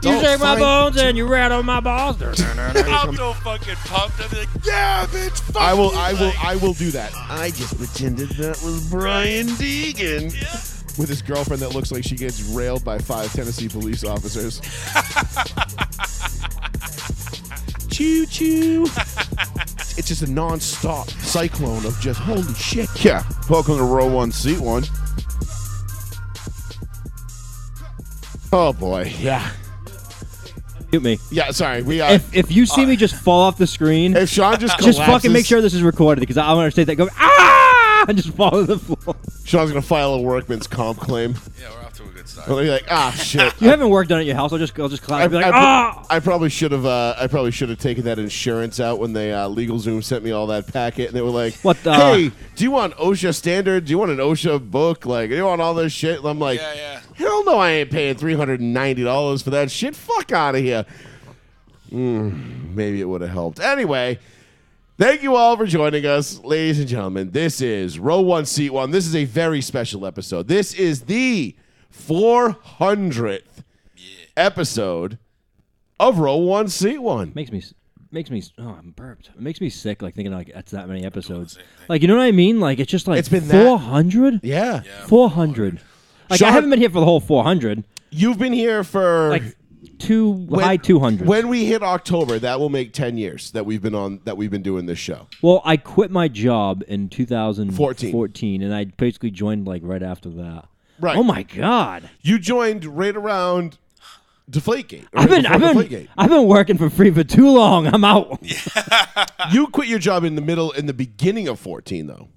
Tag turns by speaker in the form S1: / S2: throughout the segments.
S1: break my
S2: fine-
S1: bones and you rattle my balls.
S3: I'm so fucking pumped. I'm like, yeah, bitch. Fuck
S2: I will.
S3: you,"
S2: I will.
S3: like,
S2: I will do that. I just pretended that was Brian Deegan
S3: yeah.
S2: with his girlfriend that looks like she gets railed by five Tennessee police officers. choo choo. It's just a non-stop cyclone of just holy shit. Yeah. Welcome to row one, seat one. Oh boy. Yeah.
S1: Mute me.
S2: Yeah. Sorry. We are.
S1: If, if you see me just fall off the screen,
S2: If Sean just
S1: just
S2: collapses-
S1: fucking make sure this is recorded because I want to say that. Go ah! And just fall to the floor.
S2: Sean's gonna file a workman's comp claim.
S3: yeah, we're off to a good start.
S2: He'll be like, ah, shit.
S1: You haven't worked on it at your house. I'll just I'll just collapse.
S2: I,
S1: and be like
S2: I pro-
S1: ah.
S2: I probably should have. Uh, I probably should have taken that insurance out when they uh, LegalZoom sent me all that packet, and they were like,
S1: What the-
S2: Hey, do you want OSHA standard? Do you want an OSHA book? Like, do you want all this shit?" And I'm like,
S3: Yeah, yeah.
S2: "Hell no, I ain't paying three hundred and ninety dollars for that shit. Fuck out of here." Mm, maybe it would have helped. Anyway. Thank you all for joining us, ladies and gentlemen. This is Row One, Seat One. This is a very special episode. This is the 400th episode of Row One, Seat One.
S1: Makes me s- makes me s- oh I'm burped. It makes me sick like thinking like that's that many episodes. Like you know what I mean? Like it's just like
S2: It's been that-
S1: 400.
S2: yeah.
S1: Four hundred. Like
S2: Sean-
S1: I haven't been here for the whole four hundred.
S2: You've been here for
S1: Like two
S2: when-
S1: high two hundred.
S2: When we hit October, that will make 10 years that we've been on that we've been doing this show.
S1: Well, I quit my job in
S2: 14.
S1: 2014, and I basically joined like right after that.
S2: Right.
S1: Oh my god!
S2: You joined right around Deflategate.
S1: I've been I've been I've been working for free for too long. I'm out.
S2: You quit your job in the middle in the beginning of 14 though.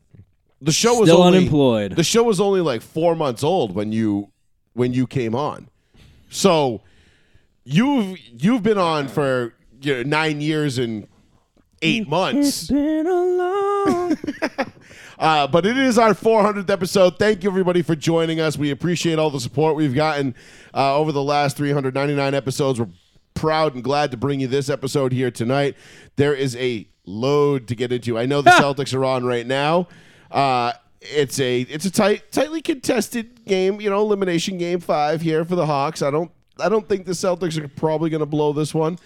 S2: The show was
S1: Still
S2: only,
S1: unemployed.
S2: The show was only like 4 months old when you when you came on. So you've you've been on for you know, 9 years and 8
S1: Mm.
S2: months.
S1: Been a long-
S2: Uh, but it is our 400th episode. Thank you, everybody, for joining us. We appreciate all the support we've gotten uh, over the last 399 episodes. We're proud and glad to bring you this episode here tonight. There is a load to get into. I know the Celtics are on right now. Uh, it's a it's a tight, tightly contested game. You know, elimination game five here for the Hawks. I don't I don't think the Celtics are probably going to blow this one.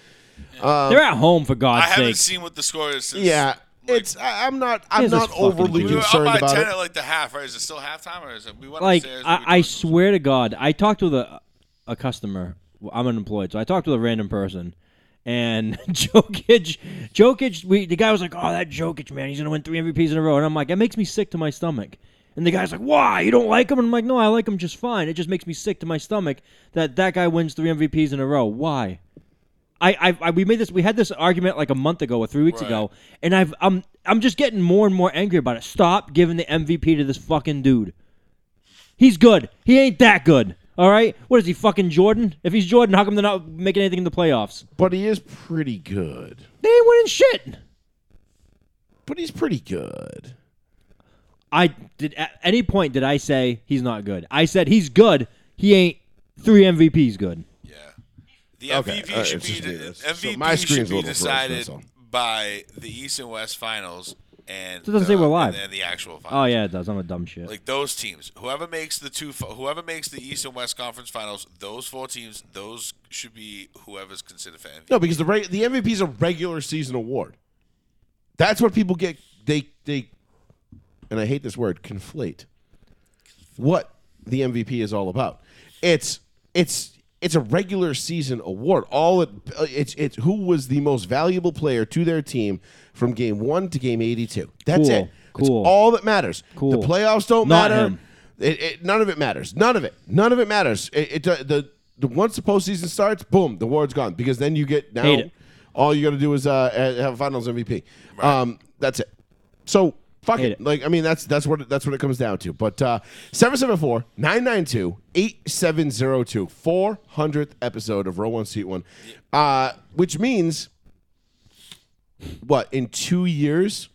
S1: They're at home for God's
S3: Um, I haven't
S1: sake.
S3: seen what the score is since.
S2: Yeah, it's I, I'm not I'm
S1: Here's this
S2: not
S1: fucking
S2: overly
S1: dude.
S3: We were up
S2: concerned
S3: by
S2: about
S3: ten
S2: it.
S3: at like the half, right? Is it still halftime, or is it we went
S1: like
S3: upstairs? we
S1: I, I
S3: were-
S1: swear to God, I talked with a a customer. Well, I'm unemployed, so I talked with a random person. And Jokic, Jokic, we the guy was like, "Oh, that Jokic man, he's gonna win three MVPs in a row," and I'm like, "That makes me sick to my stomach." And the guy's like, "Why? You don't like him?" And I'm like, "No, I like him just fine. It just makes me sick to my stomach that that guy wins three MVPs in a row. Why?" I, I, I we made this we had this argument like a month ago or three weeks
S3: Right.
S1: ago, and I've I'm I'm just getting more and more angry about it. Stop giving the MVP to this fucking dude. He's good. He ain't that good. All right. What is he fucking Jordan? If he's Jordan, how come they're not making anything in the playoffs?
S2: But he is pretty good.
S1: They ain't winning shit.
S2: But he's pretty good.
S1: I did at any point did I say he's not good? I said he's good. He ain't three MVPs good.
S3: Yeah. The
S2: Okay,
S3: MVP
S2: all right,
S3: should
S2: let's
S3: be
S2: just do
S3: the,
S2: this. So
S3: MVP
S2: my screen's
S3: should
S2: a
S3: be
S2: little frozen,
S3: decided
S2: that's all.
S3: by the East and West Finals and
S1: So it doesn't
S3: the,
S1: say we're live.
S3: and, and the actual finals.
S1: Oh yeah, it does. I'm a dumb shit.
S3: Like those teams, whoever makes the two, fi- whoever makes the East and West Conference Finals, those four teams, those should be whoever's considered for MVP.
S2: No, because the reg- the MVP is a regular season award. That's what people get. They they, and I hate this word conflate. What the MVP is all about. It's it's it's a regular season award. All it it's it's who was the most valuable player to their team from game one to game eighty two. That's
S1: Cool,
S2: it.
S1: cool.
S2: That's all that matters.
S1: Cool.
S2: The playoffs don't
S1: Not
S2: matter.
S1: him.
S2: It, it, none of it matters. None of it. None of it matters. It, it the the once the postseason starts, boom, the award's gone because then you get now
S1: Hate it.
S2: all you got to do is uh, ha- have a Finals MVP. Um, that's it. So fuck
S1: Hate
S2: it.
S1: it.
S2: Like I mean, that's that's what it- that's what it comes down to. But uh, 774-992-8702, 400th episode of Row One Seat One, uh, which means what in two years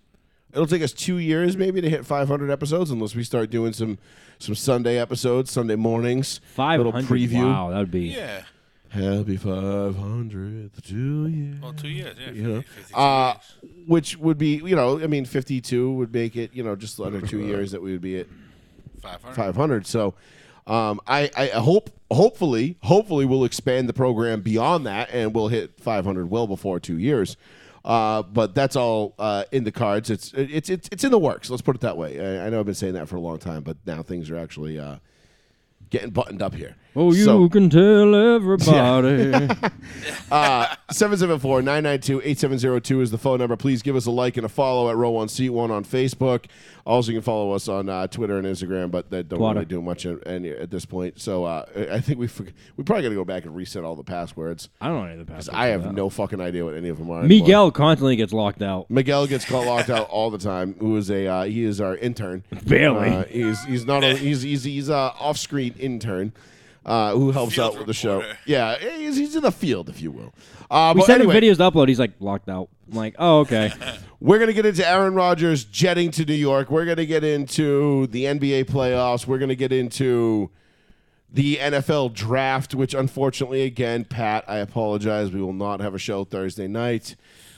S2: it'll take us two years maybe to hit 500 episodes unless we start doing some some sunday episodes sunday mornings
S1: Five
S2: little
S1: hundred.
S2: preview
S1: Wow, that would be.
S3: Yeah.
S2: happy 500 to you
S3: Well, two years. Yeah.
S2: you know
S3: 50, 52
S2: uh,
S3: years.
S2: which would be you know i mean 52 would make it you know just under two years that we would be at
S3: 500.
S2: 500 so Um, I, I hope, hopefully, hopefully, we'll expand the program beyond that, and we'll hit 500 well before two years. Uh, but that's all uh, in the cards. It's it's it's it's in the works. Let's put it that way. I, I know I've been saying that for a long time, but now things are actually uh, getting buttoned up here.
S1: Oh, you
S2: So-
S1: can tell everybody.
S2: Uh, 774-992-8702 is the phone number. Please give us a like and a follow at Row One Seat One on Facebook. Also, you can follow us on uh, Twitter and Instagram, but that don't
S1: Twitter.
S2: really do much at, any, at this point. So uh, I- I think we forg we probably got to go back and reset all the passwords.
S1: I don't know any of the past.
S2: I have no fucking idea what any of them are. anymore.
S1: Miguel constantly gets locked out.
S2: Miguel gets caught locked out all the time. Who is a uh, he is our intern.
S1: Barely.
S2: Uh, he's he's not a, he's he's he's a off screen intern. Uh, who helps
S3: Field
S2: out with the show?
S3: reporter.
S2: Yeah, he's, he's in the field, if you will. Uh,
S1: We
S2: but
S1: send
S2: anyway,
S1: him videos to upload. He's like locked out. I'm like, oh okay.
S2: We're going to get into Aaron Rodgers jetting to New York. We're going to get into the NBA playoffs. We're going to get into the NFL draft, which unfortunately, again, Pat, I apologize. We will not have a show Thursday night.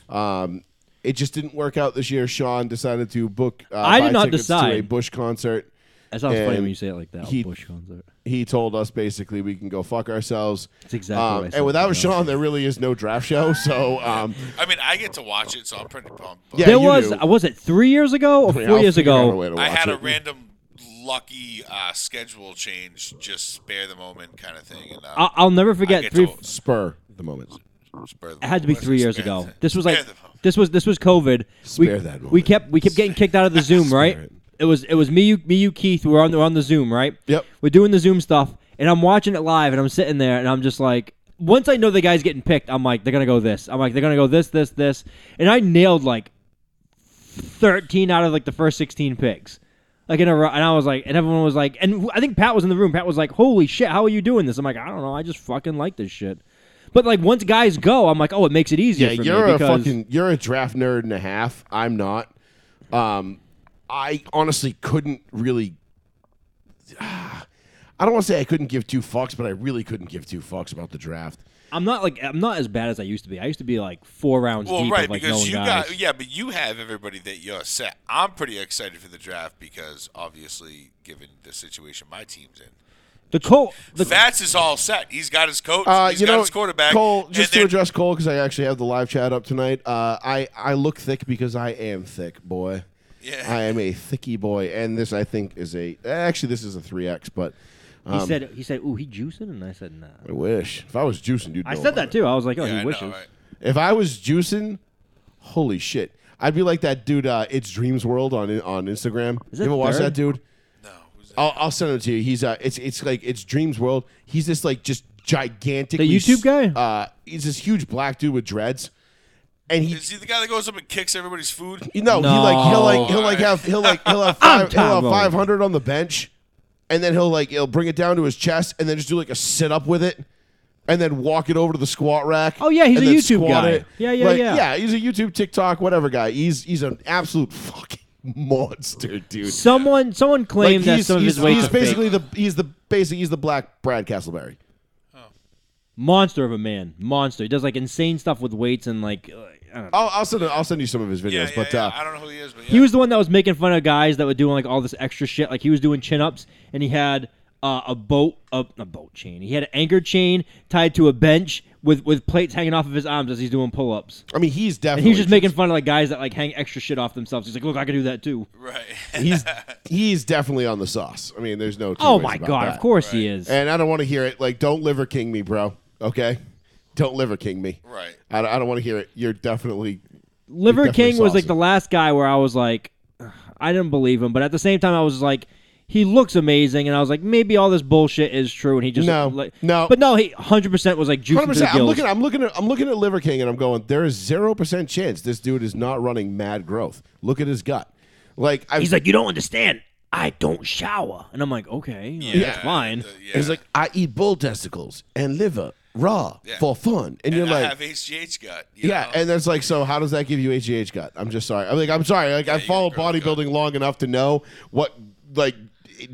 S2: Um, it just didn't work out this year. Sean decided to book. Uh,
S1: I
S2: buy
S1: did not
S2: tickets to a
S1: decide.
S2: Bush concert.
S1: That sounds funny
S2: And
S1: when you say it like that.
S2: he-
S1: Bush concert.
S2: He told us basically we can go fuck ourselves. Um,
S1: That's exactly what I said
S2: And without
S1: to Sean.
S2: Sean, there really is no draft show. So um,
S3: I mean, I get to watch it, so I'm pretty pumped. but
S2: Yeah,
S1: there
S2: you
S1: was
S2: do.
S1: uh, was it three years ago or 4
S2: I'll
S1: years
S2: figure out a
S1: ago?
S2: way to
S3: I
S2: watch
S3: had a
S2: it.
S3: random lucky uh, schedule change, just spare the moment kind of thing. And, uh,
S1: I'll, I'll never
S3: I
S1: forget
S3: get
S1: three.
S3: to-
S2: Spur the moment.
S3: spare the
S1: It had to be
S3: moment.
S1: three years
S3: Spare
S1: ago.
S3: the-
S1: This was
S3: spare
S1: like
S3: the moment.
S1: this was this was COVID.
S2: Spare
S1: we,
S2: that
S1: We
S2: moment.
S1: kept we kept getting kicked out of the Zoom, right?
S2: it.
S1: It. was it was me you me you Keith. We're on the, we're on the Zoom, right?
S2: Yep.
S1: We're doing the Zoom stuff, and I'm watching it live, and I'm sitting there, and I'm just like, once I know the guy's getting picked, I'm like, they're gonna go this. I'm like, they're gonna go this, this, this, and I nailed like 13 out of like the first 16 picks. Like in a row, and I was like, and everyone was like, and I think Pat was in the room. Pat was like, "Holy shit, how are you doing this?" I'm like, "I don't know, I just fucking like this shit." But like once guys go, I'm like, "Oh, it makes it easier."
S2: Yeah,
S1: for
S2: you're
S1: me
S2: a
S1: because
S2: fucking you're a draft nerd and a half. I'm not. Um, I honestly couldn't really. I don't want to say I couldn't give two fucks, but I really couldn't give two fucks about the draft.
S1: I'm not like I'm not as bad as I used to be. I used to be like four rounds
S3: Well,
S1: deep
S3: right,
S1: of like
S3: because
S1: known
S3: you
S1: guys.
S3: got yeah, but you have everybody that you're set. I'm pretty excited for the draft because obviously, given the situation my team's in,
S1: the Colt, the
S3: Fats is all set. He's got his coach.
S2: Uh,
S3: he's
S2: you
S3: got
S2: know,
S3: his quarterback.
S2: Cole,
S3: and
S2: just to
S3: then-
S2: address Cole because I actually have the live chat up tonight. Uh, I I look thick because I am thick, boy.
S3: Yeah.
S2: I am a thicky boy, and this I think is a actually this is a three X, but
S1: he
S2: Um,
S1: said he said, "Ooh, he juicing," and I said, "Nah."
S2: I wish if I was juicing, dude.
S1: I said that too. I was like, "Oh,
S3: Yeah, I
S1: he
S3: know,
S1: wishes."
S3: right?
S2: If I was juicing, holy shit, I'd be like that dude. Uh, it's Dreams World on on Instagram.
S1: Is
S2: you
S1: that
S2: ever watch
S1: third?
S2: that dude?
S3: No, who's that?
S2: I'll, I'll send him to you. He's uh, it's it's like it's Dreams World. He's this like just gigantic.
S1: The YouTube guy?
S2: Uh, he's this huge black dude with dreads, and he.
S3: Is he the guy that goes up and kicks everybody's food?
S2: you know, he like he'll like he'll like
S3: No.
S2: have he'll like he'll have
S1: I'm
S2: five, he'll have
S1: Tyrone.
S2: five hundred on the bench, and then he'll like he'll bring it down to his chest, and then just do like a sit up with it, and then walk it over to the squat rack.
S1: Oh, yeah, he's
S2: and
S1: a
S2: then
S1: YouTube
S2: squat
S1: guy.
S2: it.
S1: Yeah, yeah,
S2: Like,
S1: yeah.
S2: yeah. He's a YouTube, TikTok, whatever guy. He's he's an absolute fucking monster, dude.
S1: Someone someone claimed that
S2: he's,
S1: some of
S2: he's,
S1: his weight
S2: he's
S1: is
S2: basically the he's the basic he's the black Brad Castleberry.
S1: monster of a man, monster. He does like insane stuff with weights and like. uh, I don't know.
S2: I'll, I'll send I'll send you some of his videos,
S3: yeah, yeah,
S2: but
S3: yeah.
S2: uh,
S3: I don't know who he is, but yeah.
S1: He was the one that was making fun of guys that were doing like all this extra shit. Like he was doing chin ups, and he had uh, a boat, a, a boat chain. He had an anchor chain tied to a bench with with plates hanging off of his arms as he's doing pull ups.
S2: I mean he's
S1: And
S2: definitely
S1: he was just making fun of like guys that like hang extra shit off themselves. He's like, look, I can do that too.
S3: right.
S2: he's he's definitely on the sauce. I mean, there's no. two
S1: Oh
S2: ways
S1: my
S2: about
S1: god,
S2: that.
S1: of course he is.
S2: And I don't want to hear it. Like, don't liver king me, bro. Okay, don't liver king me.
S3: Right.
S2: I don't, I don't want to hear it. You're definitely.
S1: Liver
S2: definitely
S1: King was like
S2: saucy.
S1: the last guy where I was like, ugh, I didn't believe him, but at the same time I was like, he looks amazing, and I was like, maybe all this bullshit is true, and he just
S2: No,
S1: like,
S2: no.
S1: but no, he hundred percent was like
S2: 100.
S1: juicing to the
S2: percent I'm
S1: gills.
S2: looking. I'm looking at. I'm looking at liver king, and I'm going. There is zero percent chance this dude is not running mad growth. Look at his gut. Like I.
S1: He's like, you don't understand. I don't shower, and I'm like, okay, like,
S3: Yeah,
S1: that's fine.
S3: uh, yeah.
S2: He's like I eat bull testicles and liver raw for fun, and, you're
S3: I
S2: like.
S3: have HGH gut. you
S2: yeah,
S3: know?
S2: and that's like, so how does that give you HGH gut? I'm just sorry. I'm like, I'm sorry. Like, I
S3: you
S2: followed
S3: grow gut.
S2: bodybuilding long enough to know what like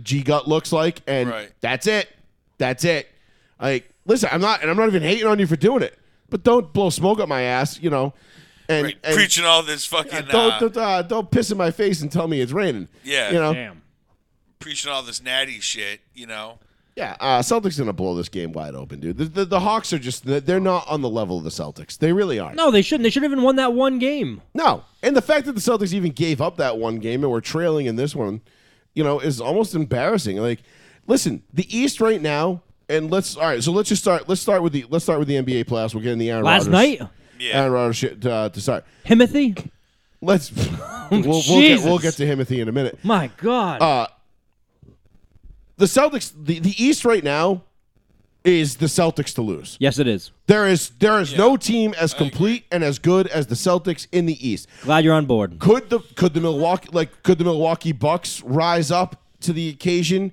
S2: G gut looks like, and
S3: Right.
S2: that's it. That's it. Like, listen, I'm not, and I'm not even hating on you for doing it, but don't blow smoke up my ass, you know. And,
S3: Right,
S2: and
S3: preaching all this fucking uh,
S2: don't don't, uh, don't piss in my face and tell me it's raining.
S3: Yeah.
S2: you know.
S1: Damn.
S3: preaching all this natty shit, you know.
S2: Yeah, uh, Celtics gonna blow this game wide open, dude. The, the, the Hawks are just—they're not on the level of the Celtics. They really aren't.
S1: No, they shouldn't. They should have even won that one game.
S2: No. And the fact that the Celtics even gave up that one game and were trailing in this one, you know, is almost embarrassing. Like, listen, the East right now, and let's all right. So let's just start. Let's start with the let's start with the NBA playoffs. We're getting the Aaron
S1: Last
S2: Rodgers-
S1: night,
S3: Yeah.
S2: Aaron Rodgers shit uh, to start.
S1: Himothy.
S2: Let's we'll, we'll get we'll
S1: Oh, Jesus.
S2: get to Himothy in a minute.
S1: My God.
S2: The Celtics, the, the East right now, is the Celtics to lose.
S1: yes, it is.
S2: There is there is no team as complete and as good as the Celtics in the East.
S1: Glad you're on board.
S2: Could the could the Milwaukee like could the Milwaukee Bucks rise up to the occasion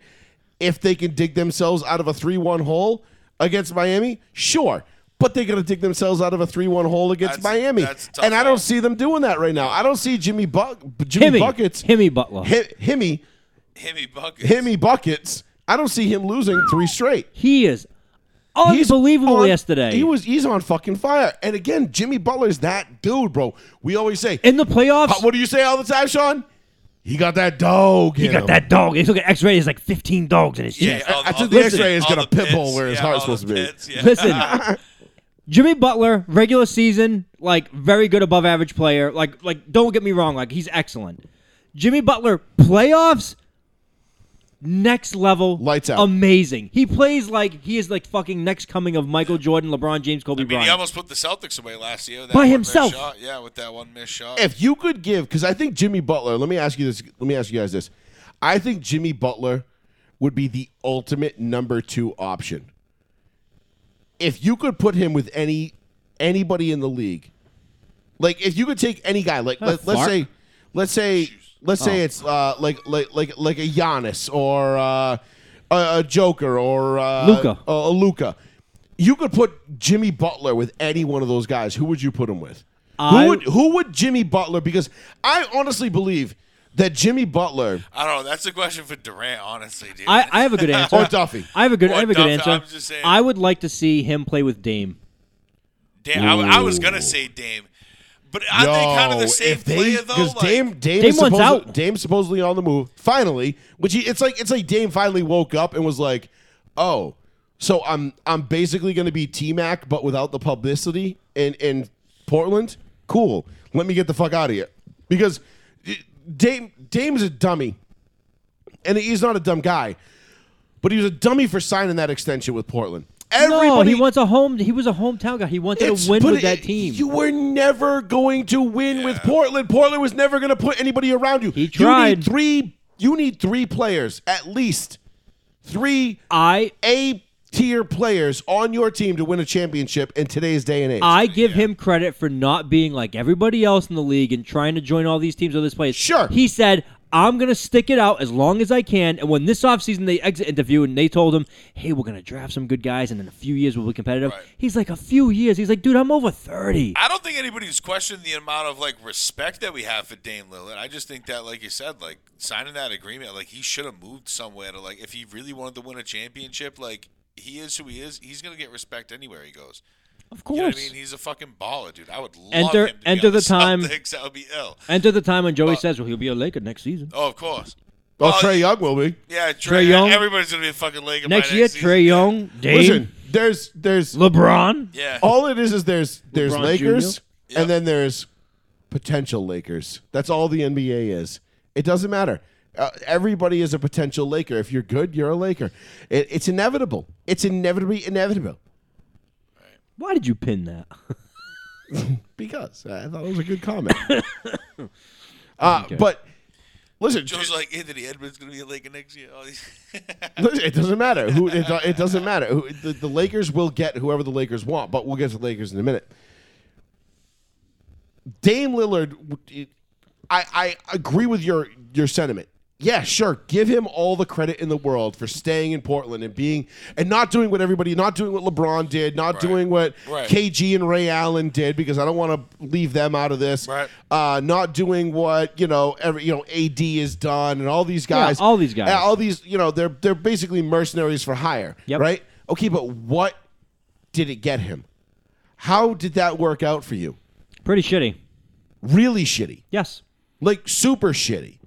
S2: if they can dig themselves out of a 3-1 hole against Miami? Sure. But they're going to dig themselves out of a 3-1 hole against
S3: That's-
S2: Miami.
S3: that's tough
S2: and I don't
S3: out.
S2: see them doing that right now. I don't see Jimmy Buck Jimmy
S1: Himmy.
S2: Buckets
S1: Himmy Butler.
S2: Hi- Himmy
S3: Himmy bucket.
S2: Himmy Buckets. I don't see him losing 3 straight.
S1: he is
S2: He's
S1: unbelievable
S2: on-
S1: yesterday.
S2: He was he's on fucking fire. And again, Jimmy Butler's that dude, bro. We always say,
S1: in the playoffs.
S2: Uh, what do you say all the time, Sean? He got that dog.
S1: he got that dog. He's looking X-ray. He's like 15 dogs in his
S3: Yeah,
S1: chest.
S3: all-
S2: I
S3: all
S2: took the X-ray, it's
S3: all
S2: got a
S3: the
S2: pit bull
S3: pits,
S2: where his
S3: yeah,
S2: heart's
S3: all the
S2: supposed to be.
S3: pits, yeah.
S1: Listen, Jimmy Butler, regular season, like very good above average player. Like like don't get me wrong, like he's excellent. Jimmy Butler playoffs next level
S2: Lights out.
S1: amazing. He plays like he is like fucking next coming of Michael Jordan, LeBron James, Kobe
S3: I mean, he
S1: Bryant.
S3: almost put the Celtics away last year. with That
S1: By
S3: one missed
S1: himself.
S3: Shot. Yeah, with that one missed shot.
S2: If you could give, because I think Jimmy Butler. Let me ask you this. Let me ask you guys this. I think Jimmy Butler would be the ultimate number two option. If you could put him with any anybody in the league, like if you could take any guy, like let, let's
S1: Uh, Clark? Oh.
S2: say, let's say, let's say it's uh, like like like like a Giannis or uh, a, a Joker or uh,
S1: Luka.
S2: a, a Luca. You could put Jimmy Butler with any one of those guys. Who would you put him with?
S1: I-
S2: who would who would Jimmy Butler? Because I honestly believe that Jimmy Butler
S3: I don't know. That's a question for Durant, honestly, dude.
S1: I, I have a good answer.
S2: or Duffy.
S1: I have a good I
S3: Or
S1: have a good
S3: Duff-
S1: answer.
S3: I'm just saying.
S1: I would like to see him play with Dame.
S3: Dame, I, I was gonna say Dame, but are they kind of the same
S2: if they-
S3: player though?
S2: Because
S3: Like,
S2: Dame, Dame,
S1: Dame
S2: is
S1: wants
S2: supposedly,
S1: out.
S2: Dame supposedly on the move finally, which he, it's like it's like Dame finally woke up and was like, oh, so I'm I'm basically going to be T Mac but without the publicity in in Portland. Cool. Let me get the fuck out of here because Dame Dame is a dummy, and he's not a dumb guy, but he was a dummy for signing that extension with Portland. Everybody
S1: no, he wants a home. He was a hometown guy. He wanted
S2: it's-
S1: to win
S2: but
S1: with
S2: it-
S1: that team.
S2: You were never going to win with Portland. Portland was never going to put anybody around you. He You
S1: tried.
S2: need three. You need three players at least, three
S1: I
S2: A tier players on your team to win a championship in today's day and age.
S1: I give him credit for not being like everybody else in the league and trying to join all these teams or this place.
S2: Sure.
S1: He said, I'm going to stick it out as long as I can. And when this offseason they exit interview and they told him, hey, we're going to draft some good guys and in a few years we'll be competitive.
S3: Right.
S1: He's like, a few years. He's like, dude, I'm over 30.
S3: I don't think anybody's questioned the amount of like respect that we have for Dame Lillard. I just think that, like you said, like signing that agreement, like he should have moved somewhere to like if he really wanted to win a championship, like he is who he is. He's gonna get respect anywhere he goes.
S1: of
S3: You know
S1: course.
S3: what I mean? He's a fucking baller, dude. I would love
S1: Enter-
S3: him to be
S1: enter
S3: on
S1: the time-
S3: Celtics. That would be ill.
S1: Enter the time when Joey says, well, he'll be a Laker next season.
S3: Oh, of course.
S2: well,
S3: Oh,
S2: Trey Young will be.
S3: Yeah, Trey,
S1: Trae Young.
S3: Everybody's gonna be a fucking Laker by
S1: Next year,
S3: season.
S1: Trey Young, Dame,
S2: Listen, there's there's
S1: LeBron.
S3: Yeah.
S2: all it is is there's there's
S1: LeBron
S2: Lakers
S1: Jr.?
S2: and then there's potential Lakers. That's all the NBA is. It doesn't matter. Uh, everybody is a potential Laker. If you're good, you're a Laker. It, it's inevitable. It's inevitably inevitable.
S1: Why did you pin that?
S2: Because I thought it was a good comment. uh, But listen,
S3: Joe's like Anthony Edwards gonna be a Laker next year. All these-
S2: Listen, It doesn't matter who. It, do- it doesn't matter. Who, the, the Lakers will get whoever the Lakers want, but we'll get to the Lakers in a minute. Dame Lillard, I, I agree with your your sentiment. Yeah, sure. Give him all the credit in the world for staying in Portland and being and not doing what everybody, not doing what LeBron did, not doing what
S3: Right.
S2: KG and Ray Allen did, because I don't want to leave them out of this.
S3: Right.
S2: Uh, not doing what you know, every you know, AD has done, and all these guys,
S1: all these guys.
S2: And all these, you know, they're they're basically mercenaries for hire,
S1: Yep.
S2: right? Okay, but what did it get him? How did that work out for you?
S1: Pretty shitty.
S2: Really shitty.
S1: Yes.
S2: Like super shitty.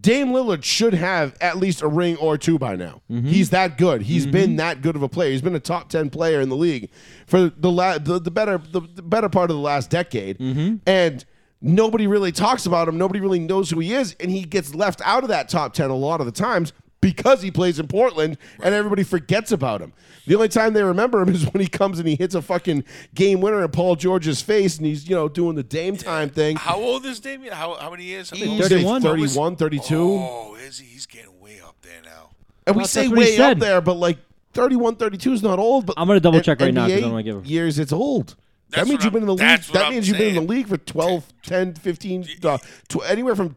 S2: Dame Lillard should have at least a ring or two by now. He's that good. He's been that good of a player. He's been a top ten player in the league for the la- the, the better the, the better part of the last decade, and nobody really talks about him. Nobody really knows who he is, and he gets left out of that top ten a lot of the times because he plays in Portland and everybody forgets about him. The only time they remember him is when he comes and he hits a fucking game winner in Paul George's face and he's, you know, doing the Dame time thing.
S3: How old is Damien? How, how many years? How many
S2: You
S3: years?
S2: say
S1: 31.
S2: 31, 32.
S3: Oh, is he? He's getting way up there now.
S2: and we
S1: That's
S2: say
S1: what he
S2: way up
S1: said.
S2: there, but like 31, 32 is not old. But
S1: I'm gonna double
S2: in
S1: check right now 'cause I
S2: NBA
S1: don't wanna give a-
S2: years, it's old.
S3: That's
S2: that means
S3: what
S2: you've been in the
S3: I'm-
S2: league.
S3: that's what
S2: That
S3: I'm
S2: means you've been in
S3: saying.
S2: the league for 12, 10, 15, uh, tw- anywhere from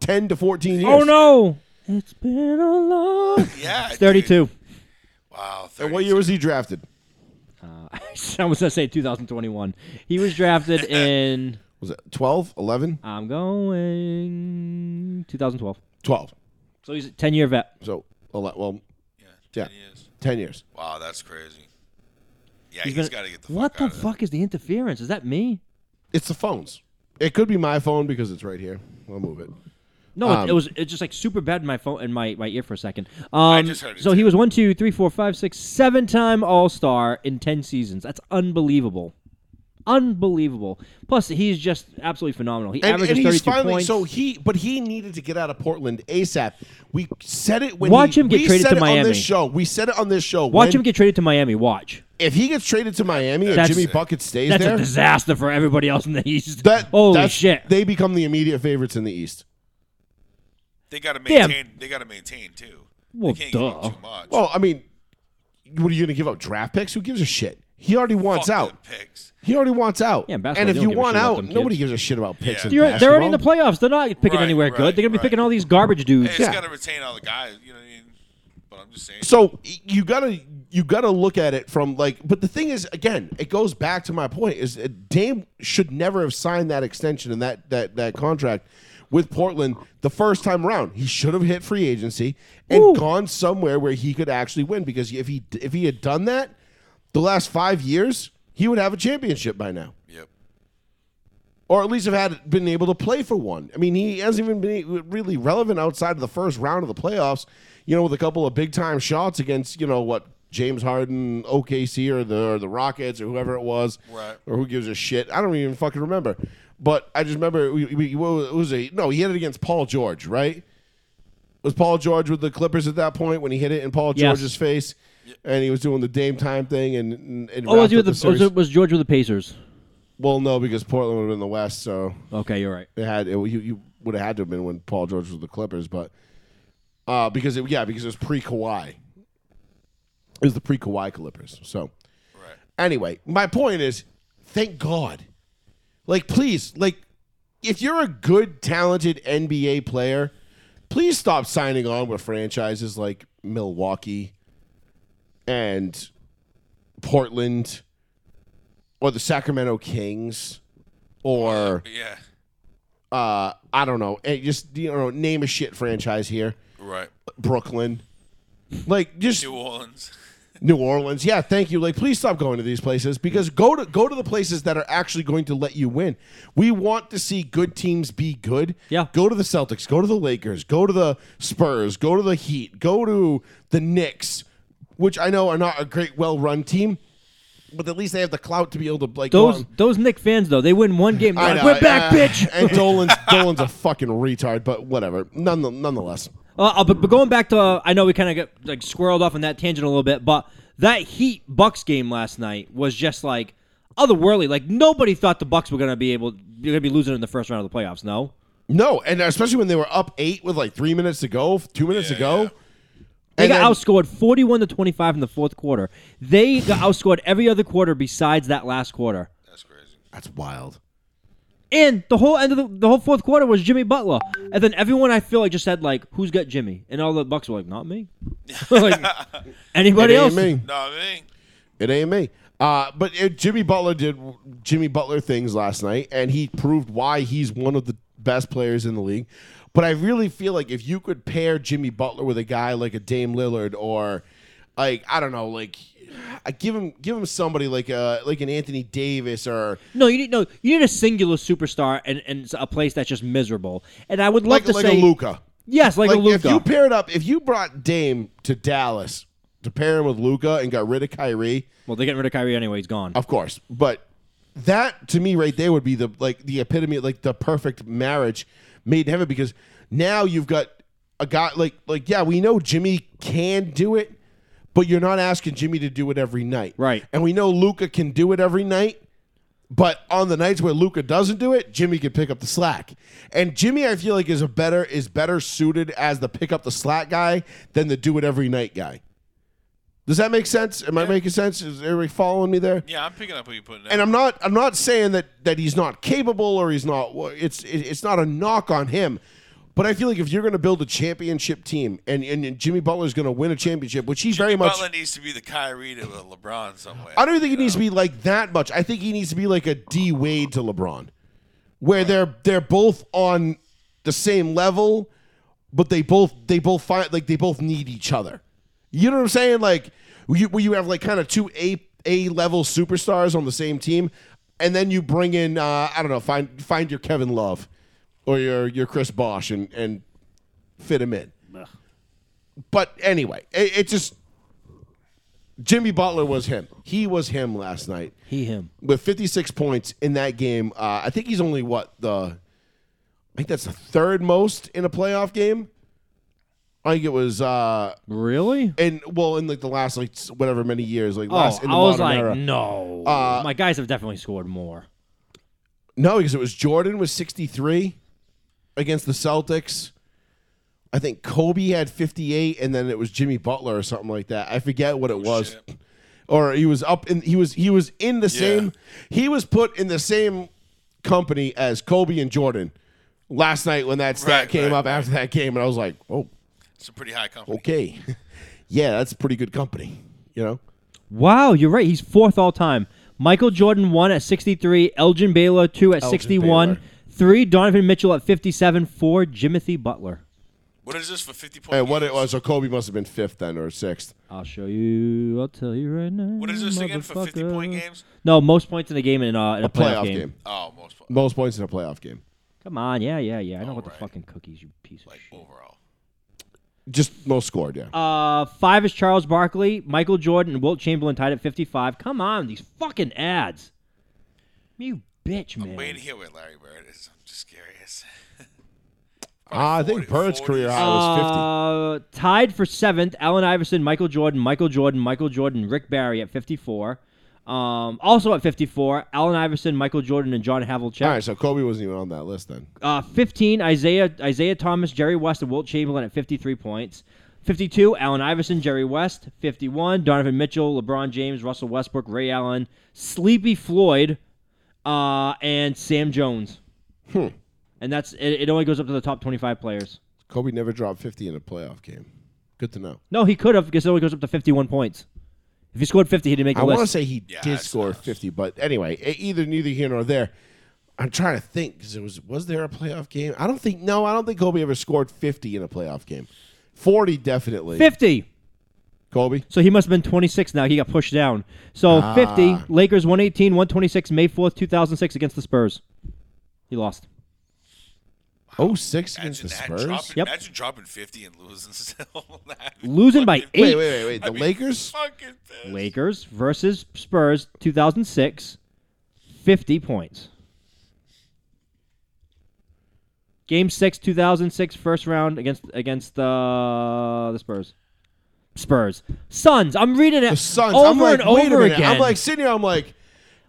S2: 10 to 14 years.
S1: Oh no! It's been a long.
S3: Yeah. dude.
S1: 32.
S3: Wow. 32.
S2: And what year was he drafted?
S1: I was gonna say 2021. He was drafted in.
S2: Was it 12, 11,
S1: I'm going 2012.
S2: 12?
S1: So he's a 10 year vet.
S2: So, ele- well,
S3: Yeah.
S2: Yeah.
S3: 10 years.
S2: 10 years.
S3: Wow, that's crazy. Yeah,
S1: He's
S3: he's
S1: been-
S3: got to get the
S1: What
S3: fuck out
S1: the
S3: of
S1: fuck is the interference? Is that me?
S2: It's the phones. It could be my phone because it's right here. I'll move it.
S1: No,
S2: Um,
S1: it, it was it's just like super bad in my phone in my, my ear for a second. Um,
S3: just heard it
S1: so
S3: too.
S1: he was one, two, three, four, five, six, seven time All Star in ten seasons. That's unbelievable, unbelievable. Plus, he's just absolutely phenomenal. He
S2: And,
S1: averages
S2: and
S1: thirty-two
S2: he's finally
S1: points.
S2: so he, but he needed to get out of Portland ASAP. We said it when
S1: Watch
S2: he-
S1: him get
S2: we
S1: traded
S2: said
S1: to
S2: it on
S1: Miami.
S2: this show. We said it on this show.
S1: Watch
S2: When-
S1: him get traded to Miami. Watch.
S2: If he gets traded to Miami and
S1: That's-
S2: Jimmy Bucket stays
S1: That's a
S2: there,
S1: disaster for everybody else in the East.
S2: that
S1: Holy
S2: that's-
S1: shit!
S2: They become the immediate favorites in the East.
S3: They got to
S1: Damn.
S3: maintain. They got to maintain too.
S1: Well,
S3: they can't give up
S1: duh.
S3: too much.
S2: Well, I mean, what are you going to give up draft picks? Who gives a shit? He already
S3: Fuck
S2: wants
S3: the
S2: out.
S3: picks.
S2: He already wants out.
S1: Yeah, in basketball,
S2: and if
S1: you don't
S2: you
S1: give a
S2: want
S1: shit about
S2: out,
S1: them kids.
S2: nobody gives a shit about picks.
S3: Yeah.
S2: in
S1: You're- they're already in the
S2: basketball.
S1: playoffs. They're not picking
S3: Right,
S1: anywhere
S3: right,
S1: good. They're gonna be
S3: right.
S1: picking all these garbage dudes.
S3: Hey,
S2: Yeah.
S3: It's got to retain all the guys. You know what I mean? But I'm just saying.
S2: So y- you gotta you gotta look at it from like, but the thing is, again, it goes back to my point: is that Dame should never have signed that extension and that that that contract with Portland the first time around. He should have hit free agency and
S1: Ooh.
S2: gone somewhere where he could actually win. Because if he if he had done that, the last five years, he would have a championship by now
S3: yep.
S2: or at least have had been able to play for one. I mean, he hasn't even been really relevant outside of the first round of the playoffs. You know, with a couple of big time shots against you know what James Harden, OKC, or the or the Rockets, or whoever it was,
S3: Right.
S2: or who gives a shit. I don't even fucking remember. But I just remember we, we, what was it? No, he hit it against Paul George, right? Was Paul George with the Clippers at that point when he hit it in Paul
S1: Yes.
S2: George's face, and he was doing the Dame time thing, and, and, and
S1: Oh, was,
S2: wrapped
S1: he
S2: up
S1: with the,
S2: series?
S1: was, it- was George with the Pacers?
S2: well, no, because Portland would have been in the West, so
S1: Okay, you're right.
S2: it had it, you, you would have had to have been when Paul George was with the Clippers, but uh, because it, yeah, because it was pre Kawhi. It was the pre Kawhi Clippers. So
S3: Right.
S2: anyway, my point is, thank God. Like, please, like, if you're a good, talented NBA player, please stop signing on with franchises like Milwaukee and Portland or the Sacramento Kings or
S3: But yeah.
S2: uh, I don't know, eh, just you know, name a shit franchise here,
S3: Right.
S2: Brooklyn, like just
S3: New Orleans.
S2: New Orleans. Yeah, thank you. Like, please stop going to these places because go to go to the places that are actually going to let you win. We want to see good teams be good.
S1: Yeah.
S2: Go to the Celtics. Go to the Lakers. Go to the Spurs. Go to the Heat. Go to the Knicks, which I know are not a great, well-run team, but at least they have the clout to be able to like. go
S1: Those
S2: out-
S1: those Nick fans though, they win one game.
S2: I
S1: Like,
S2: know,
S1: We're back,
S2: uh,
S1: bitch.
S2: And Dolan's Dolan's a fucking retard, but whatever. None, nonetheless.
S1: Uh, uh, but, but going back to, uh, I know we kind of got like squirreled off on that tangent a little bit, but that Heat Bucks game last night was just like otherworldly. Like nobody thought the Bucks were gonna be able, you're gonna be losing in the first round of the playoffs. No,
S2: No, and especially when they were up eight with like three minutes to go, two minutes
S3: Yeah,
S2: to go.
S3: yeah.
S1: they
S2: And
S1: got
S2: then-
S1: outscored 41 to 25 in the fourth quarter. They got outscored every other quarter besides that last quarter.
S3: That's crazy.
S2: That's wild.
S1: And the whole end of the, the whole fourth quarter was Jimmy Butler, and then everyone I feel like just said like, "Who's got Jimmy?" And all the Bucks were like, "Not me." like, anybody
S2: it
S1: else?
S2: ain't me.
S3: No, I mean,
S2: It ain't me. Uh, but it, Jimmy Butler did Jimmy Butler things last night, and he proved why he's one of the best players in the league. But I really feel like if you could pair Jimmy Butler with a guy like a Dame Lillard or like I don't know, like I give him give him somebody like a like an Anthony Davis or
S1: No, you need no. You need a singular superstar and, and a place that's just miserable. And I would love
S2: like
S1: to
S2: like
S1: say
S2: a Luca.
S1: Yes, like, a
S2: like if
S1: Luka.
S2: you paired up, if you brought Dame to Dallas to pair him with Luca and got rid of Kyrie,
S1: well, they're getting rid of Kyrie anyway. He's gone.
S2: of course, but that to me right there would be the like the epitome of like the perfect marriage made in heaven because now you've got a guy like like yeah we know Jimmy can do it, but you're not asking Jimmy to do it every night,
S1: Right.
S2: And we know Luca can do it every night. But on the nights where Luca doesn't do it, Jimmy can pick up the slack. And Jimmy, I feel like, is a better is better suited as the pick up the slack guy than the do it every night guy. Does that make sense? Am I making sense? Is everybody following me there?
S3: Yeah, I'm picking up what you're putting down.
S2: And I'm not I'm not saying that that he's not capable or he's not. It's it- it's not a knock on him. But I feel like if you're going to build a championship team and, and Jimmy Butler's going to win a championship, which he very much
S3: Butler needs to be the Kyrie to a LeBron somewhere.
S2: I don't even think he needs to be like that much. I think he needs to be like a D Wade to LeBron, where they're they're both on the same level, but they both they both find like they both need each other. You know what I'm saying? Like where you, where you have like kind of two A A level superstars on the same team, and then you bring in uh, I don't know find find your Kevin Love or your your Chris Bosh and and fit him in. But anyway, it, it just Jimmy Butler was him. He was him last night
S1: he, him.
S2: with 56 points in that game. Uh, I think he's only what the I think that's the third most in a playoff game. I think it was uh
S1: Really?
S2: in well in like the last like s- whatever many years like
S1: Oh,
S2: last in
S1: I
S2: the
S1: was
S2: modern
S1: like,
S2: era. Uh,
S1: no. My guys have definitely scored more.
S2: No, because it was Jordan was 63 against the Celtics. I think Kobe had 58 and then it was Jimmy Butler or something like that. I forget what it was.
S3: Oh, shit.
S2: Or he was up in he was he was in the
S3: Yeah.
S2: same he was put in the same company as Kobe and Jordan last night when that stat
S3: Right,
S2: came
S3: right,
S2: up after that game and I was like, "Oh,
S3: It's a pretty high company.
S2: okay. yeah, that's pretty good company." You know?
S1: Wow, you're right. He's fourth all time. Michael Jordan one at 63, Elgin Baylor two at 61,
S2: Baylor.
S1: three Donovan Mitchell at 57, four Jimothy Butler.
S3: What is this for 50 points?
S2: And what it was, so Kobe must have been 5th then or 6th.
S1: I'll show you. I'll tell you right now.
S3: What is this again for 50 point
S1: motherfucker.
S3: games?
S1: No, most points in a game in, uh, in a,
S2: Playoff game.
S3: Oh, most po-
S2: Most points in a playoff game.
S1: Come on, yeah, yeah, yeah. I know what the
S3: Alright.
S1: fucking cookies, you piece of
S3: like
S1: shit.
S3: overall.
S2: Just most scored, yeah.
S1: Uh, five is Charles Barkley, Michael Jordan, and Wilt Chamberlain tied at 55. Come on, these fucking ads. You bitch, man.
S3: Wait to hear what Larry Bird is. I'm just curious.
S2: Ah, I think
S3: 40,
S2: Bird's
S3: 40s.
S2: career high was
S1: Uh, tied for seventh, Allen Iverson, Michael Jordan, Michael Jordan, Michael Jordan, Rick Barry at 54. Um, also at 54, Allen Iverson, Michael Jordan, and John Havlicek.
S2: 50. All right, so Kobe wasn't even on that list then.
S1: Uh, 15, Isaiah Isaiah Thomas, Jerry West, and Wilt Chamberlain at 53 points. 52, Allen Iverson, Jerry West. 51, Donovan Mitchell, LeBron James, Russell Westbrook, Ray Allen, Sleepy Floyd, uh, and Sam Jones.
S2: Hmm.
S1: And that's it, it only goes up to the top 25 players.
S2: Kobe never dropped 50 in a playoff game. Good to know.
S1: No, he could have because it only goes up to 51 points. If he scored 50, he'd make the
S2: I want to
S1: list.
S2: say he
S3: Yeah,
S2: did
S3: that's
S2: score
S3: nuts.
S2: 50, but anyway, e- either neither here nor there. I'm trying to think because it was was there a playoff game? I don't think no. I don't think Kobe ever scored 50 in a playoff game. 40 definitely.
S1: 50.
S2: Kobe.
S1: So he must have been 26 now. He got pushed down. So
S2: Ah.
S1: 50, Lakers 118, 126, May 4th, 2006 against the Spurs. He lost.
S2: Oh six against
S3: Imagine
S2: the
S3: that.
S2: Spurs.
S3: Dropping,
S1: Yep.
S3: imagine dropping 50 and losing still. That'd be
S1: Losing by
S3: fucking-
S1: eight.
S2: Wait, wait, wait, wait. The
S3: I'd be
S2: Lakers.
S3: Fucking pissed.
S1: Lakers versus Spurs 2006, 50 points. Game 6 2006 first round against against uh, the Spurs. Spurs. Suns. I'm reading it
S2: The Suns.
S1: over
S2: I'm like,
S1: and
S2: wait a
S1: over
S2: minute.
S1: again.
S2: I'm like sitting here. I'm like,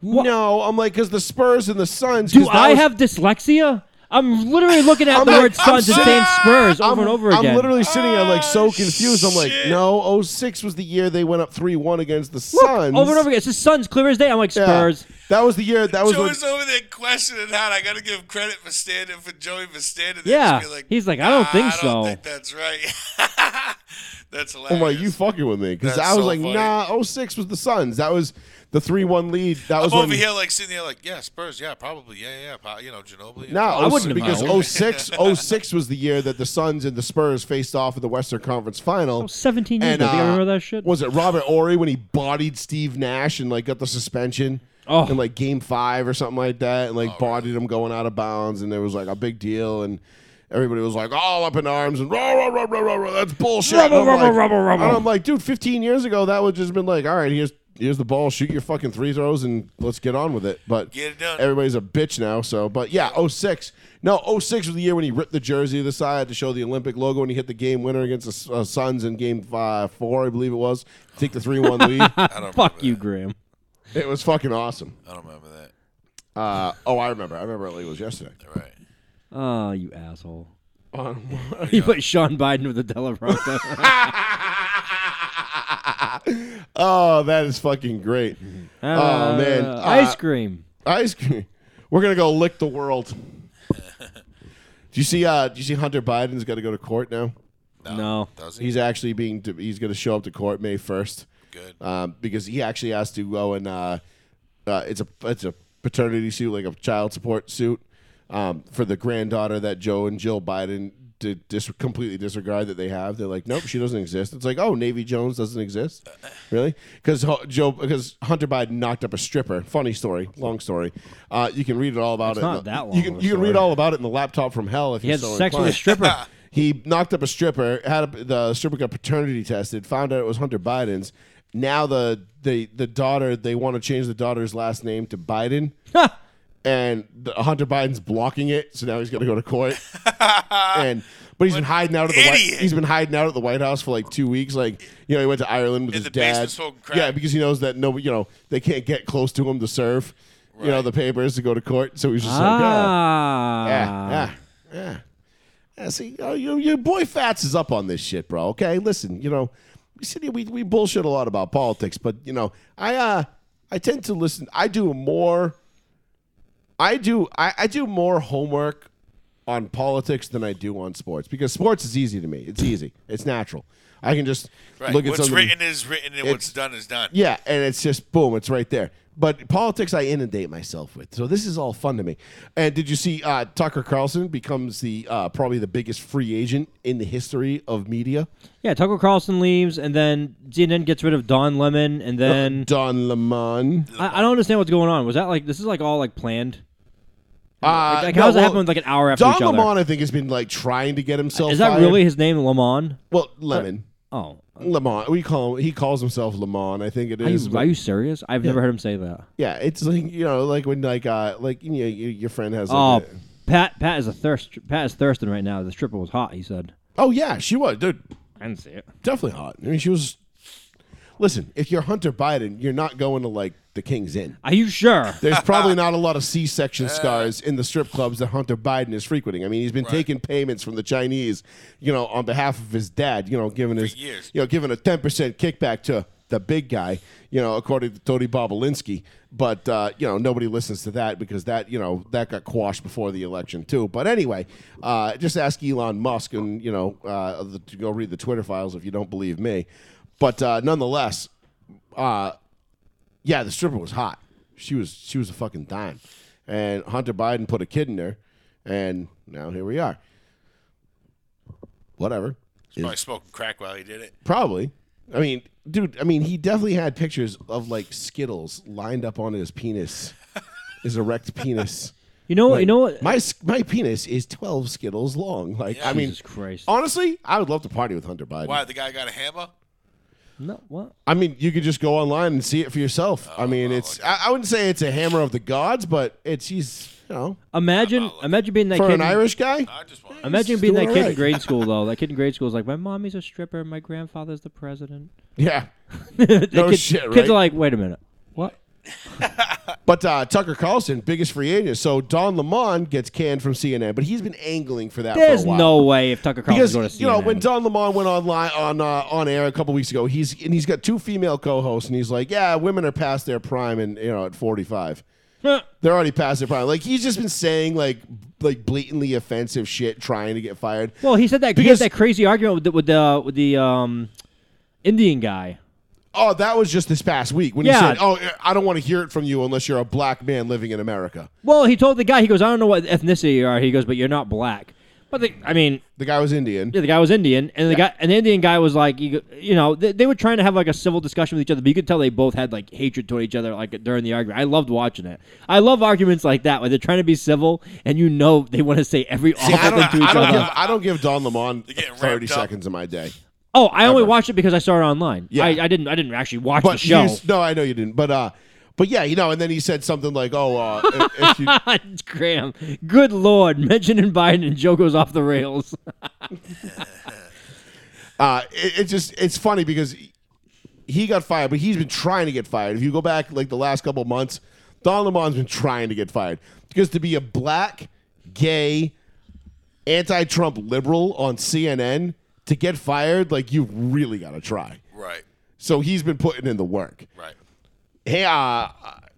S2: no. I'm like, because the Spurs and the Suns.
S1: do
S2: 'cause that
S1: I
S2: was-
S1: have dyslexia? I'm literally looking at
S2: I'm
S1: the
S2: like,
S1: word
S2: I'm
S1: Suns and
S2: so-
S1: saying Spurs over
S2: I'm,
S1: and over
S2: I'm
S1: again.
S2: literally sitting there like so confused. I'm like,
S3: Ah, shit.
S2: no, 06 was the year they went up 3 1 against the
S1: Look,
S2: Suns.
S1: over and over again. It's the Suns clear as day. I'm like
S2: Yeah.
S1: Spurs.
S2: That was the year. That was
S3: Joey's
S2: when,
S3: over there questioning that. I gotta give credit for standing for Joey for standing. there.
S1: Yeah.
S3: Just be
S1: He's like, I don't
S3: "Nah,
S1: think
S3: I
S1: so."
S3: don't think that's right. that's
S2: I'm
S3: hilarious.
S2: like, you fucking with me. Because
S3: That's
S2: I was
S3: so
S2: like,
S3: funny.
S2: nah, 06 was the Suns. That was the 3 1 lead. That
S3: I'm
S2: was
S3: over
S2: when.
S3: here like sitting there like, yeah, Spurs, yeah, probably, yeah, yeah, po- you know, Ginobili. yeah,
S2: No,
S3: probably."
S1: I wouldn't have
S2: oh, because
S1: known.
S2: 06, 06 was the year that the Suns and the Spurs faced off in the Western Conference Final.
S1: I was 17 Oh, years
S2: And,
S1: ago. Do you
S2: uh,
S1: remember that shit?
S2: Was it Robert Ory when he bodied Steve Nash and like got the suspension
S1: Oh.
S2: in like Game Five or something like that, and like bodied him going out of bounds, and there was like a big deal, and everybody was like all up in arms and rah, rah, rah, rah, rah, rah, that's bullshit. And
S1: Rubble,
S2: I'm
S1: rubble,
S2: like-
S1: rubble, rubble.
S2: And I'm like, dude, 15 years ago, that would just been like, all right, here's here's the ball, shoot your fucking three throws, and let's get on with it. But
S3: Get it done.
S2: everybody's a bitch now. So, but yeah, 06. No, 06 was the year when he ripped the jersey to the side to show the Olympic logo, and he hit the game winner against the S- uh, Suns in Game uh, Four, I believe it was. Take the three-one lead.
S3: I don't
S1: Fuck
S3: remember
S1: you,
S3: that.
S1: Graham.
S2: It was fucking awesome.
S3: I don't remember that.
S2: Uh, oh, I remember. I remember it like it was yesterday.
S3: All right.
S1: Oh, you asshole.
S2: On
S1: You put Sean Biden with the teleprompter.
S2: oh, that is fucking great. Oh, man.
S1: Uh,
S2: Uh,
S1: ice cream.
S2: Ice cream. We're gonna go lick the world. Do you see? Uh, do you see? Hunter Biden's got to go to court now.
S3: No.
S1: No.
S3: Does he?
S2: He's actually being. He's going to show up to court May first.
S3: Good.
S2: um, because he actually has to go and uh, uh, it's a it's a paternity suit, like a child support suit, um, for the granddaughter that Joe and Jill Biden did dis- completely disregard that they have. They're like, nope, she doesn't exist. It's like, oh, Navy Jones doesn't exist, really? Because Joe, because Hunter Biden knocked up a stripper. Funny story, long story. Uh, you can read it all about
S1: It's
S2: it.
S1: not
S2: in the-
S1: that long
S2: You
S1: of
S2: can,
S1: a
S2: you can read
S1: story.
S2: all about it in the laptop from hell if
S1: He
S2: you're
S1: had
S2: so
S1: sex with a
S2: inclined.
S1: stripper.
S2: He knocked up a stripper, had a, the stripper got paternity tested, found out it was Hunter Biden's. Now the the the daughter they want to change the daughter's last name to Biden,
S1: Ah.
S2: and the, Hunter Biden's blocking it. So now he's got to go to court. and but he's been hiding out at the White,
S3: idiot.
S2: he's been hiding out at the White House for like two weeks. Like you know he went to Ireland with
S3: In
S2: his
S3: the
S2: dad.
S3: basement smoking crack.
S2: Yeah, because he knows that no you know they can't get close to him to serve. You know
S3: Right.
S2: the papers to go to court. So he's just like, oh,
S1: ah.
S2: yeah, yeah, yeah. Yeah, see, you know, your, your boy Fats is up on this shit, bro. Okay, listen, you know, we sit here, we, we bullshit a lot about politics, but you know, I uh, I tend to listen. I do more. I do I, I do more homework on politics than I do on sports because sports is easy to me. It's easy. It's natural. I can just
S3: Right.
S2: look at
S3: what's
S2: something.
S3: written is written, and
S2: It's-
S3: what's done is done.
S2: Yeah, and it's just boom, it's right there. But politics, I inundate myself with, so this is all fun to me. And did you see uh, Tucker Carlson becomes the uh, probably the biggest free agent in the history of media?
S1: Yeah, Tucker Carlson leaves, and then CNN gets rid of Don Lemon, and then
S2: Don Lemon.
S1: I, I don't understand what's going on. Was that like this is like all like planned?
S2: Uh,
S1: Like,
S2: no,
S1: how's it
S2: well,
S1: happen with, like an hour after
S2: Don
S1: each other?
S2: Lemon, I think, has been like trying to get himself.
S1: is that
S2: fired.
S1: really his name, Lemon?
S2: Well, Lemon,
S1: Oh,
S2: Lemon. We call him. He calls himself Lemon. I think it
S1: are
S2: is.
S1: you,
S2: but-
S1: are you serious? I've never heard him say that.
S2: yeah, it's like you know, like when like uh, like you know, your your friend has.
S1: Oh,
S2: Like a-
S1: Pat Pat is a thirst. Pat is thirsting right now. The stripper was hot. He said.
S2: oh yeah, she was, dude.
S1: I didn't see it.
S2: definitely hot. I mean, she was. Listen, if you're Hunter Biden, you're not going to like the King's Inn.
S1: Are you sure?
S2: There's probably not a lot of C-section scars in the strip clubs that Hunter Biden is frequenting. I mean, he's been taking payments from the Chinese, you know, on behalf of his dad, you know, giving his,
S3: years.
S2: you know, giving a 10% kickback to the big guy, you know, according to Tony Bobolinsky. But uh, you know, nobody listens to that because that, you know, that got quashed before the election too. But anyway, uh, just ask Elon Musk and you know, uh, the, go read the Twitter files if you don't believe me. But uh, nonetheless, uh, yeah, the stripper was hot. She was she was a fucking dime. And Hunter Biden put a kid in her, and now here we are. Whatever.
S3: He's probably smoking crack while he did it.
S2: Probably. I mean, dude, I mean, he definitely had pictures of like Skittles lined up on his penis, his erect penis.
S1: You know what? you know what?
S2: My s- my penis is 12 Skittles long. Like, I mean,
S1: Jesus Christ.
S2: honestly, I would love to party with Hunter Biden.
S3: Why the guy got a hammer?
S1: No, what?
S2: I mean, you could just go online and see it for yourself. I mean, it's I, I wouldn't say it's a hammer of the gods, but it's he's you know
S1: Imagine, imagine being that
S2: for
S1: kid.
S2: an
S1: in-
S2: Irish guy.
S3: I just want.
S1: Imagine being that
S2: doing
S1: kid in
S2: alright.
S1: grade school though. That kid in grade school is like, my mommy's a stripper, my grandfather's the president.
S2: Yeah.
S1: That
S2: No
S1: kid-
S2: shit, right?
S1: Kids are like, wait a minute, what?
S2: But uh, Tucker Carlson, biggest free agent. So Don Lemon gets canned from CNN, but he's been angling for that.
S1: There's
S2: for a while.
S1: no way if Tucker Carlson
S2: because
S1: going to see
S2: you know when Don Lemon went online on uh, on air a couple weeks ago, he's and he's got two female co-hosts, and he's like, yeah, women are past their prime, and you know at forty five. They're already past their prime. Like he's just been saying like like blatantly offensive shit, trying to get fired.
S1: well, he said that he
S2: Because-
S1: had that crazy argument with the with the, with the um, Indian guy.
S2: Oh, that was just this past week when
S1: Yeah.
S2: he said, "Oh, I don't want to hear it from you unless you're a black man living in America."
S1: Well, he told the guy, he goes, I don't know what ethnicity you are. He goes, but you're not black. But they, I mean,
S2: The guy was Indian.
S1: yeah, the guy was Indian, and the guy, and the Indian guy was like, you, go- you know, they, they were trying to have like a civil discussion with each other, but you could tell they both had like hatred toward each other, like during the argument. I loved watching it. I love arguments like that where they're trying to be civil, and you know they want to say every awful
S2: I don't,
S1: thing to each
S2: I don't
S1: other.
S2: give I don't give Don Lemon
S3: getting
S2: thirty
S3: ramped up.
S2: seconds of my day.
S1: oh, I only watched it because I saw it online.
S2: Yeah.
S1: I, I didn't. I didn't actually watch the
S2: But
S1: show.
S2: here's- no, I know you didn't. But uh, but yeah, you know. And then he said something like, "Oh, uh, if, if you
S1: Graham, good lord, mentioning Biden and Joe goes off the rails.
S2: uh, it, it just it's funny because he got fired, but he's been trying to get fired. If you go back like the last couple of months, Don Lemon's been trying to get fired because to be a black, gay, anti-Trump liberal on CNN to get fired, like you really got to try.
S3: Right.
S2: So he's been putting in the work.
S3: Right.
S2: Hey, uh, uh,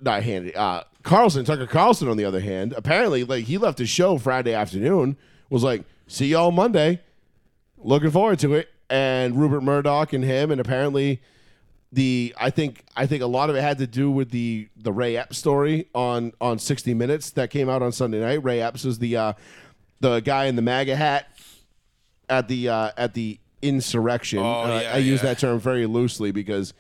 S2: not Handy. Uh, Carlson, Tucker Carlson, on the other hand, apparently, like he left his show Friday afternoon. Was like, see y'all Monday. Looking forward to it. And Rupert Murdoch and him, and apparently, the I think I think a lot of it had to do with the the Ray Epps story on on 60 Minutes that came out on Sunday night. Ray Epps is the uh, the guy in the MAGA hat at the uh, at the insurrection. uh,
S3: Oh, yeah,
S2: I use
S3: yeah.
S2: that term very loosely because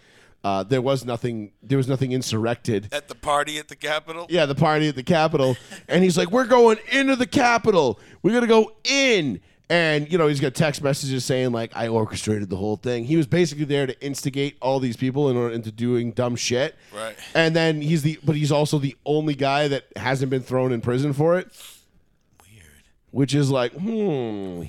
S2: uh, there was nothing there was nothing insurrected.
S3: At the party at the Capitol.
S2: Yeah, the party at the Capitol, and he's like, "We're going into the Capitol. We're gonna go in." And you know, he's got text messages saying like, "I orchestrated the whole thing." He was basically there to instigate all these people in order into doing dumb shit.
S3: Right.
S2: And then he's the, but he's also the only guy that hasn't been thrown in prison for it,
S3: Weird.
S2: which is like, hmm.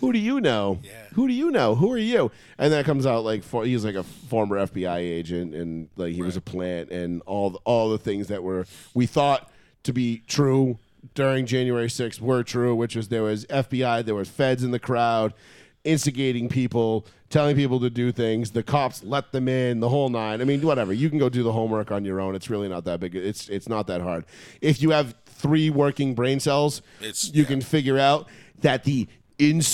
S2: Who do you know?
S3: Yeah.
S2: Who do you know? Who are you? And that comes out like for, he's like a former FBI agent and like he was a plant and all the, all the things that were we thought to be true during January 6th were true, which was there was FBI, there was feds in the crowd instigating people, telling people to do things, the cops let them in, the whole nine. I mean, whatever. You can go do the homework on your own. It's really not that big. It's it's not that hard. If you have 3 working brain cells,
S3: It's-
S2: you can figure out that the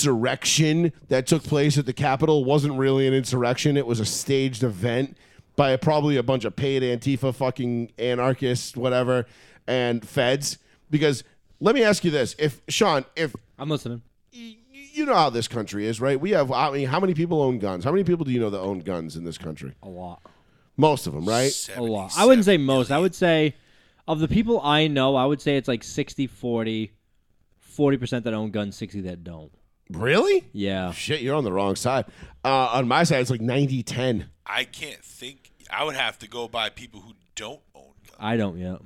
S2: insurrection that took place at the Capitol wasn't really an insurrection. It was a staged event by probably a bunch of paid Antifa fucking anarchists, whatever, and feds. Because let me ask you this: If Sean, if
S1: I'm listening.
S2: y- you know how this country is, right? We have, I mean, how many people own guns? How many people do you know that own guns in this country?
S1: A lot.
S2: Most of them, right?
S1: a lot. I wouldn't say most. I would say of the people I know, I would say it's like 60 40, 40% that own guns, 60 that don't.
S2: Really?
S1: Yeah.
S2: Shit, you're on the wrong side. Uh, on my side, it's like 90 10.
S3: I can't think. I would have to go by people who don't own guns.
S1: I don't yet.
S2: So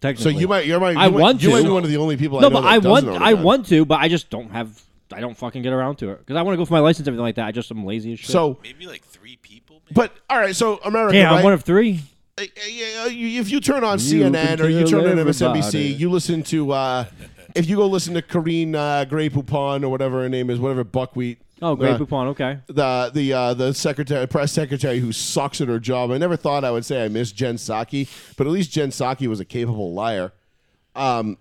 S1: Technically.
S2: you might, you're might, you
S1: I
S2: might,
S1: want
S2: you might
S1: to.
S2: be one of the only people. I
S1: No,
S2: know
S1: but
S2: that
S1: I
S2: doesn't
S1: want
S2: own a
S1: I
S2: gun.
S1: want to, but I just don't have I don't fucking get around to it because I want to go for my license and everything like that. I just am lazy as shit.
S2: So,
S3: Maybe like three people. Maybe?
S2: but all right, so America,
S1: yeah,
S2: right?
S1: I'm one of three.
S2: Uh, yeah, you- if you turn on
S1: You
S2: CNN
S1: can
S2: or you
S1: tell
S2: turn on
S1: everybody.
S2: MSNBC, you listen to, uh, if you go listen to Corrine uh, Gray Poupon or whatever her name is, whatever buckwheat.
S1: Oh, great
S2: uh,
S1: Poupon. Okay.
S2: the the uh, the secretary press secretary who sucks at her job. I never thought I would say I miss Jen Psaki, but at least Jen Psaki was a capable liar. Um,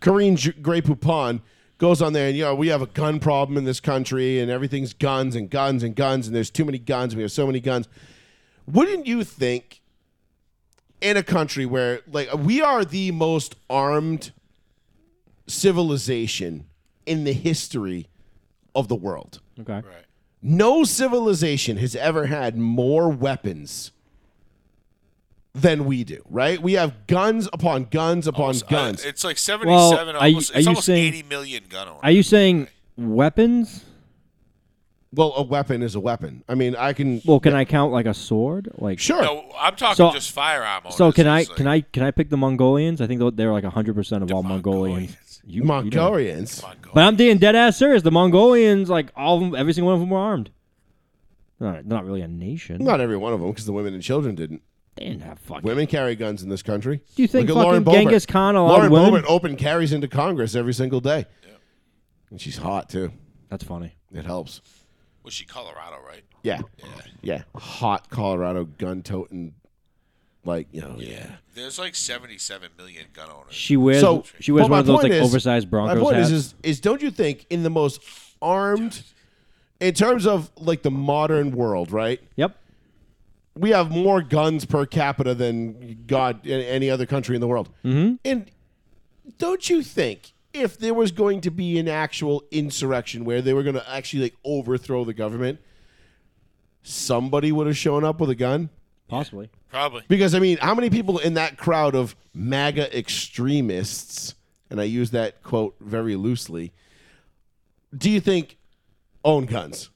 S2: Karine J- Gray Poupon goes on there and you know we have a gun problem in this country and everything's guns and guns and guns and there's too many guns. We have so many guns. Wouldn't you think in a country where like we are the most armed civilization in the history of the world?
S1: Okay.
S3: right.
S2: No civilization has ever had more weapons than we do, right? We have guns upon guns upon
S3: uh,
S2: guns.
S3: I- it's like seventy-seven.
S1: are you-
S3: almost,
S1: are
S3: it's
S1: you
S3: almost
S1: saying-
S3: eighty million gun owners.
S1: Are you saying weapons?
S2: well, a weapon is a weapon. I mean, I can
S1: Well, can I count like a sword? Like
S2: sure.
S3: no, I'm talking
S1: So-
S3: just firearm owners.
S1: So can I
S3: It's like-
S1: can I can I pick the Mongolians? I think they're- they're like hundred percent of all Mongolians.
S3: Mongolians.
S1: You, you don't-
S2: Mongolians.
S3: Mongol-
S1: but I'm being dead ass serious. The Mongolians, like all of them, every single one of them were armed. Not, not really a nation.
S2: Not every one of them, because the women and children didn't.
S1: They didn't have fucking.
S2: Women carry guns in this country.
S1: Do you think
S2: Look at Lauren
S1: fucking
S2: Boebert.
S1: Genghis Khan allowed
S2: Lauren
S1: women?
S2: Boebert open carries into Congress every single day, and she's hot too.
S1: That's funny.
S2: It helps.
S3: was she Colorado, right?
S2: Yeah, yeah. Hot Colorado gun toting, like you know, yeah.
S3: There's like seventy-seven million gun owners.
S1: She wears
S2: So-
S1: she wears
S2: but
S1: one
S2: my
S1: of those
S2: point
S1: like
S2: is-
S1: oversized Broncos
S2: My point
S1: hats.
S2: is, is, is don't you think in the most armed, in terms of like the modern world, right?
S1: yep.
S2: We have more guns per capita than God a- any other country in the world. Mm-hmm. And don't you think if there was going to be an actual insurrection where they were going to actually like overthrow the government, somebody would have shown up with a gun.
S1: Possibly.
S3: Probably.
S2: Because I mean, how many people in that crowd of MAGA extremists, and I use that quote very loosely, do you think own guns?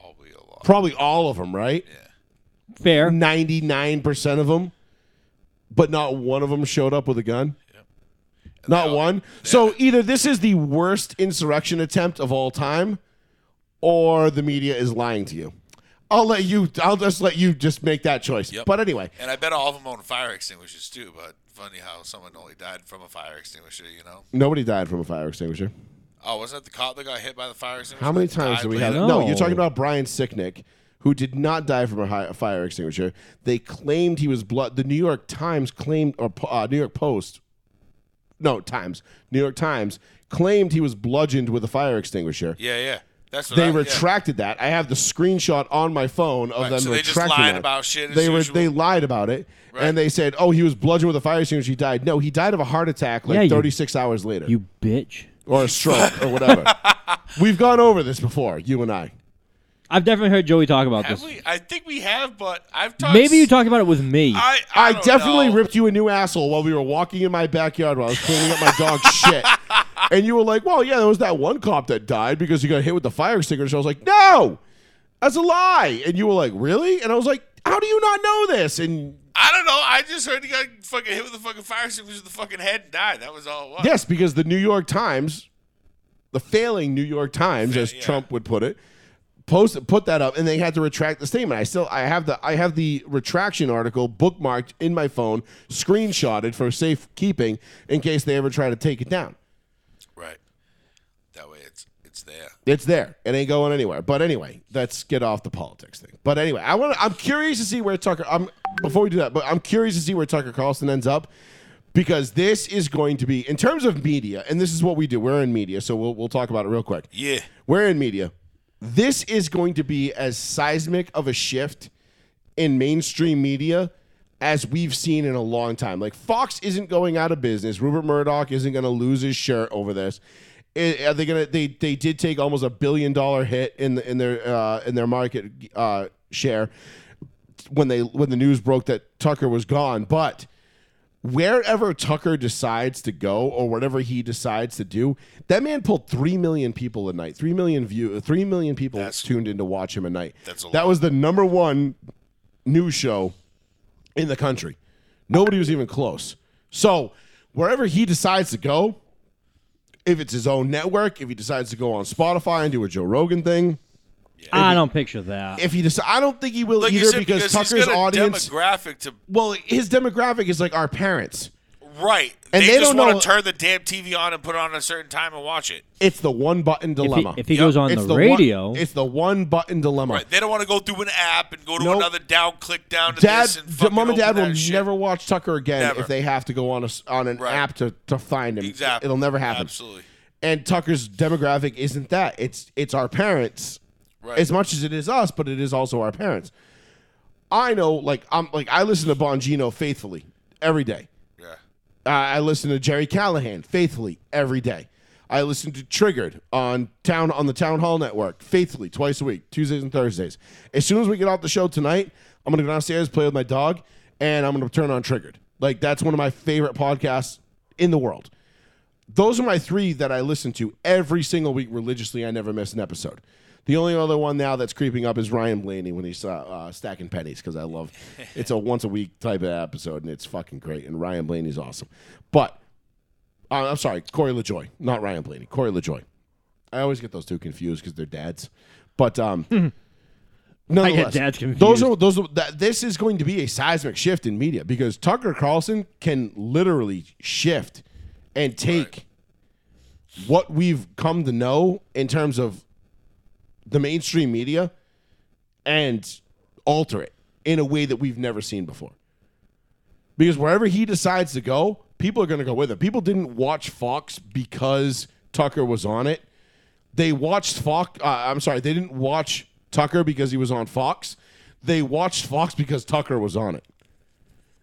S3: Probably a lot.
S2: Probably all of them, right?
S1: Fair.
S2: 99% of them, but not one of them showed up with a gun. Not one. So either this is the worst insurrection attempt of all time, or the media is lying to you. I'll let you. I'll just let you just make that choice.
S3: Yep.
S2: But anyway,
S3: And I bet all of them own fire extinguishers too. But funny how someone only died from a fire extinguisher. You know?
S2: nobody died from a fire extinguisher.
S3: Oh, wasn't it the cop that got hit by the fire extinguisher?
S2: How many
S3: that
S2: times
S3: died
S2: do we have?
S3: later?
S1: No.
S2: No, you're talking about Brian Sicknick, who did not die from a, hi- a fire extinguisher. They claimed he was blood. The New York Times claimed, or uh, New York Post, no Times, New York Times claimed he was bludgeoned with a fire extinguisher.
S3: Yeah, yeah. That's what I,
S2: They
S3: yeah.
S2: retracted that. I have the screenshot on my phone of
S3: Right,
S2: them
S3: so they just
S2: retracting
S3: lied
S2: that.
S3: about shit as
S2: They were
S3: usual.
S2: they lied about it,
S3: Right.
S2: and they said, "Oh, he was bludgeoned with a fire extinguisher. He died." No, he died of a heart attack like
S1: Yeah, you-
S2: 36 hours later,
S1: You bitch.
S2: or a stroke, or whatever. We've gone over this before, you and I.
S1: I've definitely heard Joey talk about
S3: Have
S1: this.
S3: we? I think we have, but I've talked.
S1: Maybe you talked about it with me.
S3: I I,
S2: I
S3: don't
S2: definitely
S3: know.
S2: ripped you a new asshole while we were walking in my backyard while I was cleaning up my dog's shit. And you were like, well, yeah, there was that one cop that died because he got hit with the fire extinguisher. I was like, no, that's a lie. And you were like, really? And I was like, how do you not know this? And
S3: I don't know. I just heard he got fucking hit with a fucking fire extinguisher in the fucking head and died. That was all it was.
S2: yes, because the New York Times, the failing New York Times, as
S3: yeah.
S2: Trump would put it, post put that up, and they had to retract the statement. I still I have the I have the retraction article bookmarked in my phone, screenshotted for safekeeping in case they ever try to take it down.
S3: Right. That way it's it's there.
S2: It's there. It ain't going anywhere. But anyway, let's get off the politics thing. But anyway, I want. to I'm curious to see where Tucker. I'm before we do that, but I'm curious to see where Tucker Carlson ends up because this is going to be in terms of media, and this is what we do. We're in media, so we'll we'll talk about it real quick.
S3: Yeah.
S2: We're in media. This is going to be as seismic of a shift in mainstream media as we've seen in a long time. Like Fox isn't going out of business. Rupert Murdoch isn't going to lose his shirt over this. I- Are they going to? They they did take almost a billion dollar hit in the, in their uh, in their market uh, share when they when the news broke that Tucker was gone, but wherever Tucker decides to go or whatever he decides to do, that man pulled three million people a night. Three million view, three million people tuned in to watch him a night.
S3: That's a
S2: that
S3: lot.
S2: was the number one news show in the country. Nobody was even close. So wherever he decides to go, if it's his own network, if he decides to go on Spotify and do a Joe Rogan thing,
S1: I don't picture that.
S2: if he decides, I don't think he will
S3: Like
S2: either
S3: you said,
S2: because,
S3: because he's
S2: Tucker's
S3: got a
S2: audience.
S3: demographic to
S2: well, his demographic is like our parents.
S3: right,
S2: And
S3: they,
S2: they
S3: just
S2: don't
S3: want
S2: know-
S3: to turn the damn TV on and put it on at a certain time and watch it.
S2: It's the one button
S1: If he,
S2: dilemma.
S1: if he
S3: Yep.
S1: goes on the, radio,
S2: One, it's the one button dilemma.
S3: Right, they don't want to go through an app and go to
S2: Nope.
S3: another down, click down to
S2: Dad,
S3: this and
S2: d-
S3: fucking
S2: mom and dad
S3: open
S2: will
S3: that shit.
S2: never watch Tucker again
S3: Never.
S2: if they have to go on a s on an
S3: Right.
S2: app to, to find him.
S3: exactly.
S2: It'll never happen.
S3: Absolutely.
S2: And Tucker's demographic isn't that. It's it's our parents
S3: Right.
S2: as much as it is us, but it is also our parents. I know, like I'm like I listen to Bongino faithfully every day.
S3: yeah.
S2: Uh, I listen to Jerry Callahan faithfully every day. I listen to Triggered on town on the Town Hall Network faithfully twice a week, Tuesdays and Thursdays. As soon as we get off the show tonight, I'm gonna go downstairs play with my dog, and I'm gonna turn on Triggered. Like that's one of my favorite podcasts in the world. Those are my three that I listen to every single week religiously. I never miss an episode. The only other one now that's creeping up is Ryan Blaney when he's uh, uh, stacking pennies because I love it's a once a week type of episode and it's fucking great. And Ryan Blaney's awesome. But uh, I'm sorry, Corey LaJoy, not Ryan Blaney, Corey LaJoy. I always get those two confused because they're dads. But um, nonetheless,
S1: dads confused.
S2: Those are those. Are, that, this is going to be a seismic shift in media because Tucker Carlson can literally shift and take what we've come to know in terms of the mainstream media and alter it in a way that we've never seen before. Because wherever he decides to go, people are going to go with him. People didn't watch Fox because Tucker was on it. They watched Fox. Uh, I'm sorry, they didn't watch Tucker because he was on Fox. They watched Fox because Tucker was on it.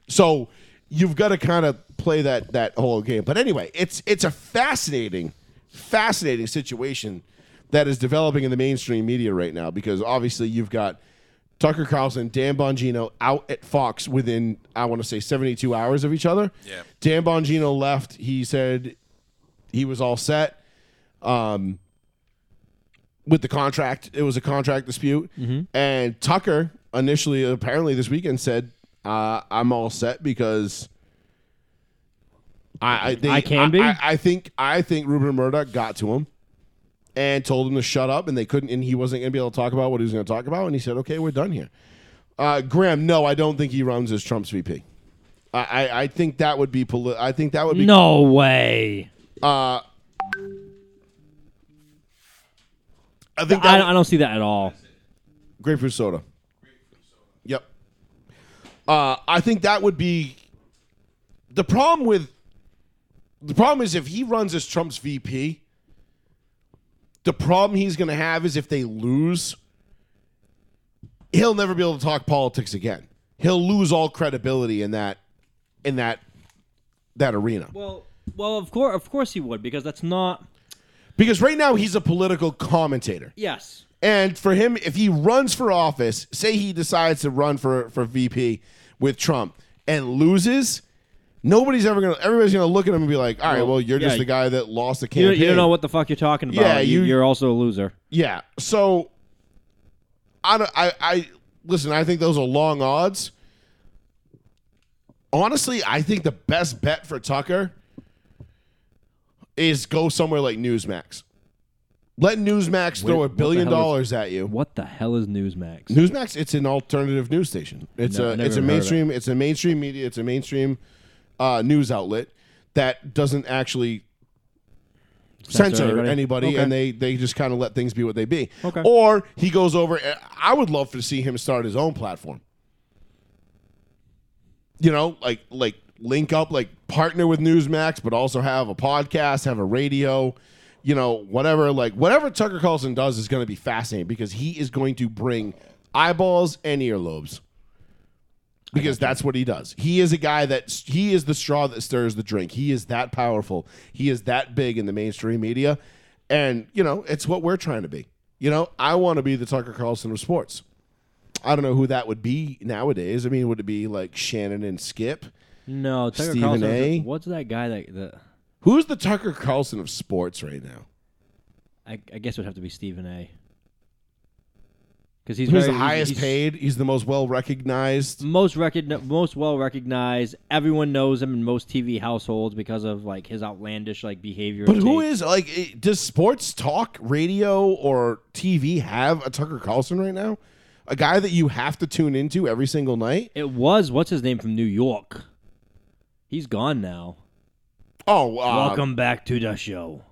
S2: So you've got to kind of play that that whole game. But anyway, it's it's a fascinating, fascinating situation that is developing in the mainstream media right now because obviously you've got Tucker Carlson, Dan Bongino out at Fox within I want to say 72 hours of each other.
S3: Yeah.
S2: Dan Bongino left. He said he was all set. Um, with the contract, it was a contract dispute,
S1: Mm-hmm.
S2: and Tucker initially, apparently this weekend, said, uh, "I'm all set because I I, they,
S1: I can be?
S2: I, I think I think Ruben Murdoch got to him and told him to shut up, and they couldn't, and he wasn't going to be able to talk about what he was going to talk about, and he said, "Okay, we're done here." Uh, Graham, no, I don't think he runs as Trump's VP. I, I, I think that would be poli- I think that would be
S1: No way.
S2: I think that
S1: I,
S2: would-
S1: I don't see that at all.
S2: grapefruit soda. Yep. Uh, I think that would be the problem with the problem is if he runs as Trump's VP, the problem he's going to have is if they lose, he'll never be able to talk politics again. He'll lose all credibility in that in that that arena.
S1: Well, well, of course, of course he would because that's not.
S2: Because right now he's a political commentator.
S1: Yes.
S2: And for him, if he runs for office, say he decides to run for, for VP with Trump and loses, nobody's ever gonna everybody's gonna look at him and be like, all right, well, you're
S1: yeah.
S2: just the guy that lost the
S1: You
S2: campaign.
S1: don't, you don't know what the fuck you're talking about.
S2: Yeah,
S1: you,
S2: you-
S1: you're also a loser.
S2: Yeah. So I don't I, I listen, I think those are long odds. Honestly, I think the best bet for Tucker is go somewhere like Newsmax. Let Newsmax throw a
S1: what the
S2: billion
S1: hell is-
S2: dollars at you.
S1: What the hell is Newsmax?
S2: Newsmax, it's an alternative news station. It's
S1: No,
S2: a
S1: never
S2: it's a
S1: heard of it.
S2: mainstream it's a mainstream media it's a mainstream uh, news outlet that doesn't actually censor,
S1: Censor
S2: anybody,
S1: anybody? Okay.
S2: and they they just kind of let things be what they be.
S1: Okay.
S2: Or he goes over. eh, I would love to see him start his own platform. You know, like like link up, like partner with Newsmax, but also have a podcast, have a radio. You know, whatever, like whatever Tucker Carlson does is going to be fascinating because he is going to bring eyeballs and earlobes because that's what he does. He is a guy that he is the straw that stirs the drink. He is that powerful. He is that big in the mainstream media, and you know it's what we're trying to be. You know, I want to be the Tucker Carlson of sports. I don't know who that would be nowadays. I mean, would it be like Shannon and Skip?
S1: No, Tucker
S2: Stephen
S1: Carlson.
S2: A?
S1: What's that guy that, that
S2: Who's the Tucker Carlson of sports right now?
S1: I, I guess it would have to be Stephen A. Because he's
S2: Who's
S1: very-
S2: the
S1: he's-
S2: highest
S1: he's
S2: paid? He's the most well recognized.
S1: most recogni- most well recognized. Everyone knows him in most TV households because of like his outlandish like behavior.
S2: But
S1: and
S2: who
S1: take.
S2: is like? it- Does sports talk, radio, or TV have a Tucker Carlson right now? A guy that you have to tune into every single night.
S1: It was what's his name from New York. He's gone now.
S2: Oh, uh,
S1: Welcome back to the show.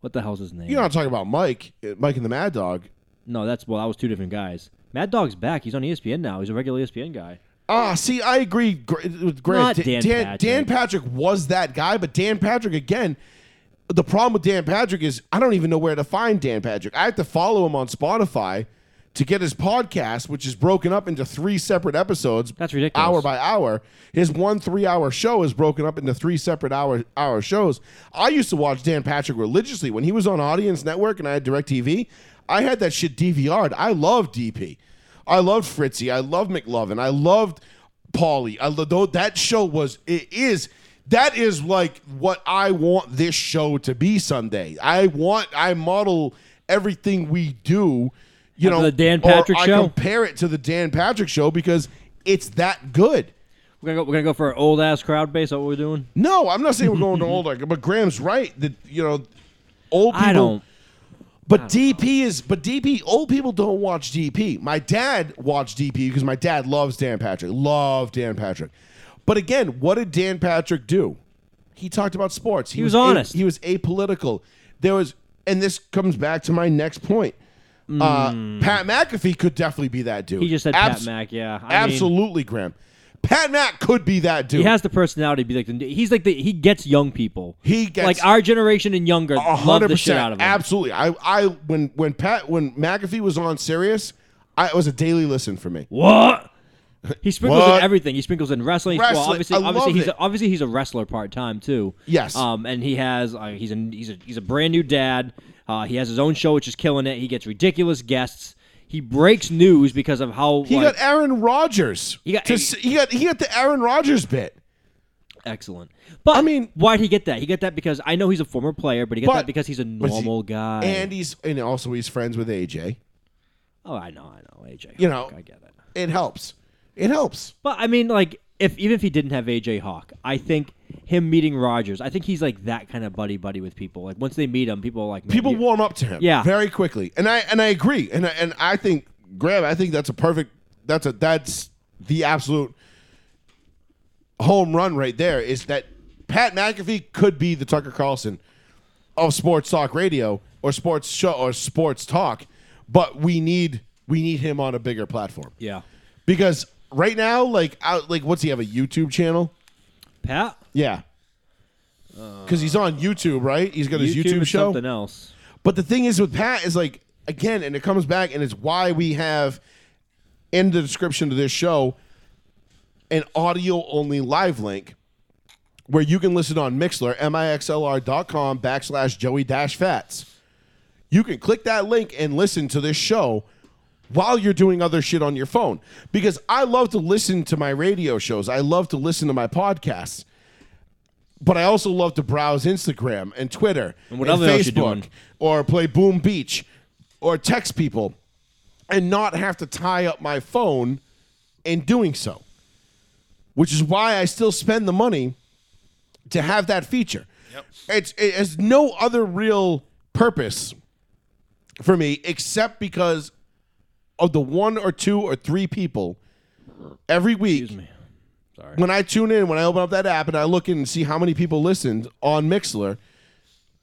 S1: What the hell's his name?
S2: You're not talking about Mike, uh, Mike and the Mad Dog.
S1: No, that's well, that was two different guys. Mad Dog's back. He's on E ESPN now. He's a regular ESPN guy.
S2: Ah, see, I agree. gr- eh, with Grant.
S1: Not
S2: Da-
S1: Dan
S2: Dan,
S1: Patrick.
S2: Dan Patrick was that guy, but Dan Patrick again. The problem with Dan Patrick is I don't even know where to find Dan Patrick. I have to follow him on Spotify to get his podcast, which is broken up into three separate episodes.
S1: That's ridiculous.
S2: Hour by hour, his one three-hour show is broken up into three separate hour hour shows. I used to watch Dan Patrick religiously when he was on Audience Network and I had DirecTV. I had that shit DVR'd. I loved DP. I loved Fritzy. I loved McLovin. I loved Paulie. I lo- tho- that show was it is that is like what I want this show to be someday. I want I model everything we do. You
S1: After
S2: know
S1: the Dan
S2: or
S1: Patrick
S2: I
S1: show?
S2: compare it to the Dan Patrick show because it's that good.
S1: We're gonna go, we're gonna go for an old ass crowd base. Is that what we're doing?
S2: No, I'm not saying we're going to old, like, but Graham's right that you know old people.
S1: I don't.
S2: but DP is but DP old people don't watch DP. My dad watched DP because my dad loves Dan Patrick, loved Dan Patrick. But again, what did Dan Patrick do? He talked about sports. He,
S1: was honest.
S2: A, he was apolitical. There was, and this comes back to my next point. Uh, Pat McAfee could definitely be that dude.
S1: Hmm. He just said
S2: Abs-
S1: Pat Mac. Yeah, I mean,
S2: absolutely, Graham. Pat Mac could be that dude.
S1: he has the personality. to Be like the, he's like the he gets young people.
S2: He gets-
S1: like our generation and younger.
S2: A
S1: Love
S2: hundred
S1: the shit
S2: percent,
S1: out of him.
S2: absolutely. I, I, when, when Pat, when McAfee was on Sirius, I, it was a daily listen for me.
S1: what? He sprinkles
S2: What?
S1: in everything. He sprinkles in wrestling.
S2: Wrestling.
S1: Well, obviously,
S2: I
S1: obviously
S2: love
S1: he's
S2: it.
S1: a, obviously he's a wrestler part time too.
S2: Yes.
S1: Um, and he has uh, he's a he's a he's a brand new dad. Uh, he has his own show, which is killing it. He gets ridiculous guests. He breaks news because of how
S2: He got
S1: like,
S2: e- Aaron Rodgers.
S1: He got-
S2: to s- he got he got the Aaron Rodgers bit.
S1: excellent. But
S2: I mean-
S1: why did he get that? He got that because I know he's a former player, but he got
S2: But-
S1: that because he's a
S2: but he-
S1: normal guy.
S2: And he's and also he's friends with AJ.
S1: oh, I know, I know, AJ.
S2: You
S1: Hawk,
S2: know.
S1: I get it.
S2: It helps. It helps.
S1: But I mean, like, if even if he didn't have AJ Hawk, I think him meeting Rogers, I think he's like that kind of buddy buddy with people. Like once they meet him, people are like man,
S2: People
S1: you-
S2: warm up to him
S1: Yeah.
S2: very quickly. And I and I agree. And I, and I think Graham, I think that's a perfect that's a that's the absolute home run right there is that Pat McAfee could be the Tucker Carlson of sports talk radio or sports show or sports talk, but we need we need him on a bigger platform.
S1: Yeah,
S2: Because right now, like out like what's he have a YouTube channel?
S1: Pat.
S2: Yeah. Because he's on YouTube, right? He's got his
S1: YouTube,
S2: YouTube
S1: is
S2: show.
S1: something else.
S2: But the thing is with Pat is like again, and it comes back, and it's why we have in the description to this show an audio only live link where you can listen on Mixler, mixlr.com backslash Joey dash Fats. You can click that link and listen to this show while you're doing other shit on your phone. Because I love to listen to my radio shows. I love to listen to my podcasts. But I also love to browse Instagram and Twitter and,
S1: whatever else you're
S2: Facebook
S1: doing.
S2: or play Boom Beach or text people and not have to tie up my phone in doing so. Which is why I still spend the money to have that feature.
S3: Yep.
S2: It's it has no other real purpose for me except because of the one or two or three people every week
S1: Excuse me.
S2: when I tune in, when I open up that app and I look in and see how many people listened on Mixler,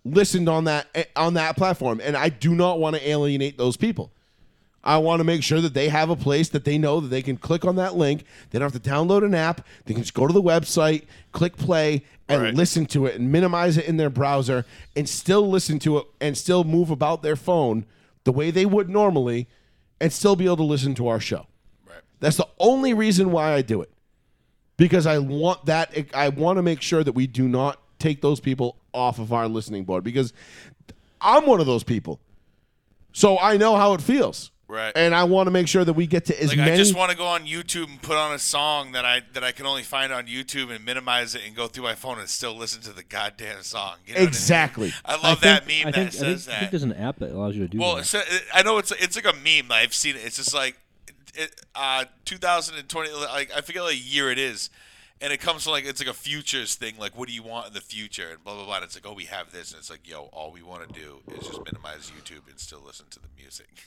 S2: listened on that eh, on that platform, and I do not want to alienate those people. I want to make sure that they have a place that they know that they can click on that link. They don't have to download an app. They can just go to the website, click play, and
S3: Right.
S2: listen to it and minimize it in their browser and still listen to it and still move about their phone the way they would normally and still be able to listen to our show.
S3: Right.
S2: That's the only reason why I do it. Because I want that I want to make sure that we do not take those people off of our listening board because I'm one of those people. So I know how it feels.
S3: Right.
S2: And I want to make sure that we get to as
S3: Like
S2: many
S3: I just want to go on YouTube and put on a song that I that I can only find on YouTube and minimize it and go through my phone and still listen to the goddamn song. You know what I mean?
S2: Exactly.
S3: I, love
S1: I
S3: that
S1: think,
S3: meme
S1: I think,
S3: that
S1: I think,
S3: says
S1: I think
S3: that.
S1: there's an app that allows you to do
S3: Well,
S1: that.
S3: so, it- I know it's it's like a meme. I've seen it. It's just like it, uh, 2020. Like I forget what year it is, and it comes from like it's like a futures thing. Like what do you want in the future? And blah blah blah. And it's like oh we have this, and it's like yo all we want to do is just minimize YouTube and still listen to the music.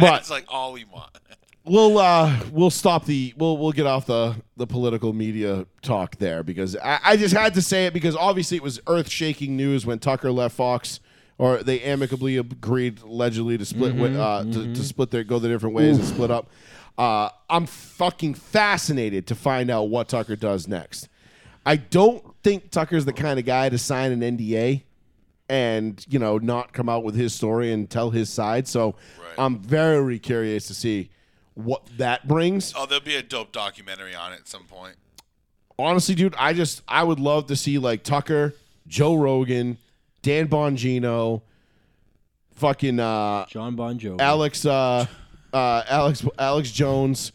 S2: Right.
S3: it's like all we want.
S2: we'll uh we'll stop the we'll we'll get off the the political media talk there because I, I just had to say it because obviously it was earth shaking news when Tucker left Fox or they amicably agreed allegedly to split wi- uh to, to split their go their different ways and split up. Uh, I'm fucking fascinated to find out what Tucker does next. I don't think Tucker's the kind of guy to sign an NDA and you know not come out with his story and tell his side. So
S3: Right.
S2: I'm very curious to see what that brings.
S3: Oh, there'll be a dope documentary on it at some point.
S2: Honestly, dude, I just I would love to see like Tucker, Joe Rogan, Dan Bongino, fucking uh,
S1: John Bon Jovi.
S2: Alex uh, uh, Alex Alex Jones,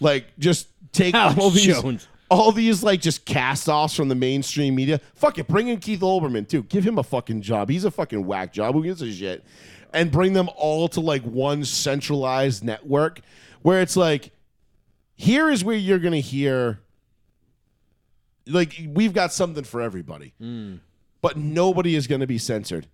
S2: like just take
S1: Alex
S2: all these
S1: Jones.
S2: all these like just cast offs from the mainstream media. Fuck it, bring in Keith Olbermann too. Give him a fucking job. He's a fucking whack job. Who gives a shit? And bring them all to like one centralized network where it's like, here is where you're gonna hear. Like we've got something for everybody
S3: Hmm.
S2: but nobody is going to be censored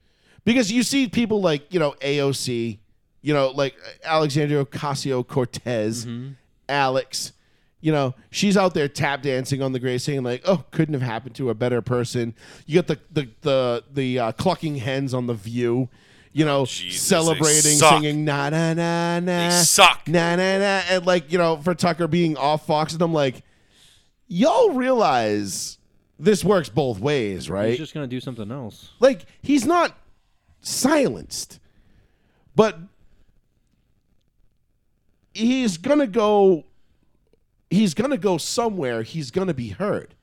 S2: because you see people like you know AOC, you know like uh, Alexandria Ocasio Cortez,
S3: Mm-hmm.
S2: Alex, you know she's out there tap dancing on the grave saying like oh couldn't have happened to a better person. You got the the the the uh, clucking hens on the View. You know,
S3: Oh, Jesus, they
S2: celebrating,
S3: suck.
S2: singing na na na na,
S3: They suck.
S2: na na na, and like you know, for Tucker being off Fox, and I'm like, y'all realize this works both ways, right?
S1: he's just gonna do something else.
S2: Like he's not silenced, but he's gonna go he's going to go somewhere. He's going to be heard.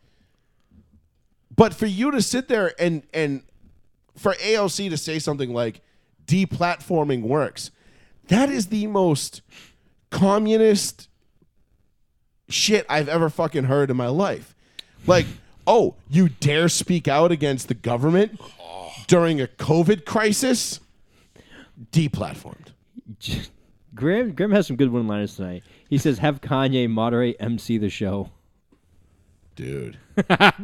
S2: But for you to sit there and and for AOC to say something like deplatforming works, that is the most communist shit I've ever fucking heard in my life. Like, oh, you dare speak out against the government during a COVID crisis? Deplatformed.
S1: Graham Graham has some good one liners tonight. He says, "Have Kanye moderate MC the show."
S2: Dude.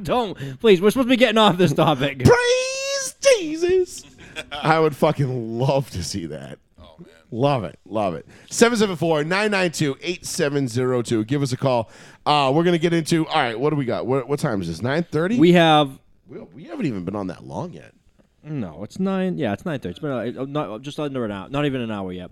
S1: Don't please. We're supposed to be getting off this topic.
S2: Praise Jesus. I would fucking love to see that.
S3: Oh man.
S2: Love it. Love it. 774 992 8702. Give us a call. Uh, we're going to get into. All right, what do we got? What, what time is this? 930?
S1: we have
S2: we, we haven't even been on that long yet.
S1: no. It's nine. Yeah, it's nine thirty. It's been uh, not just under an hour. Not even an hour yet.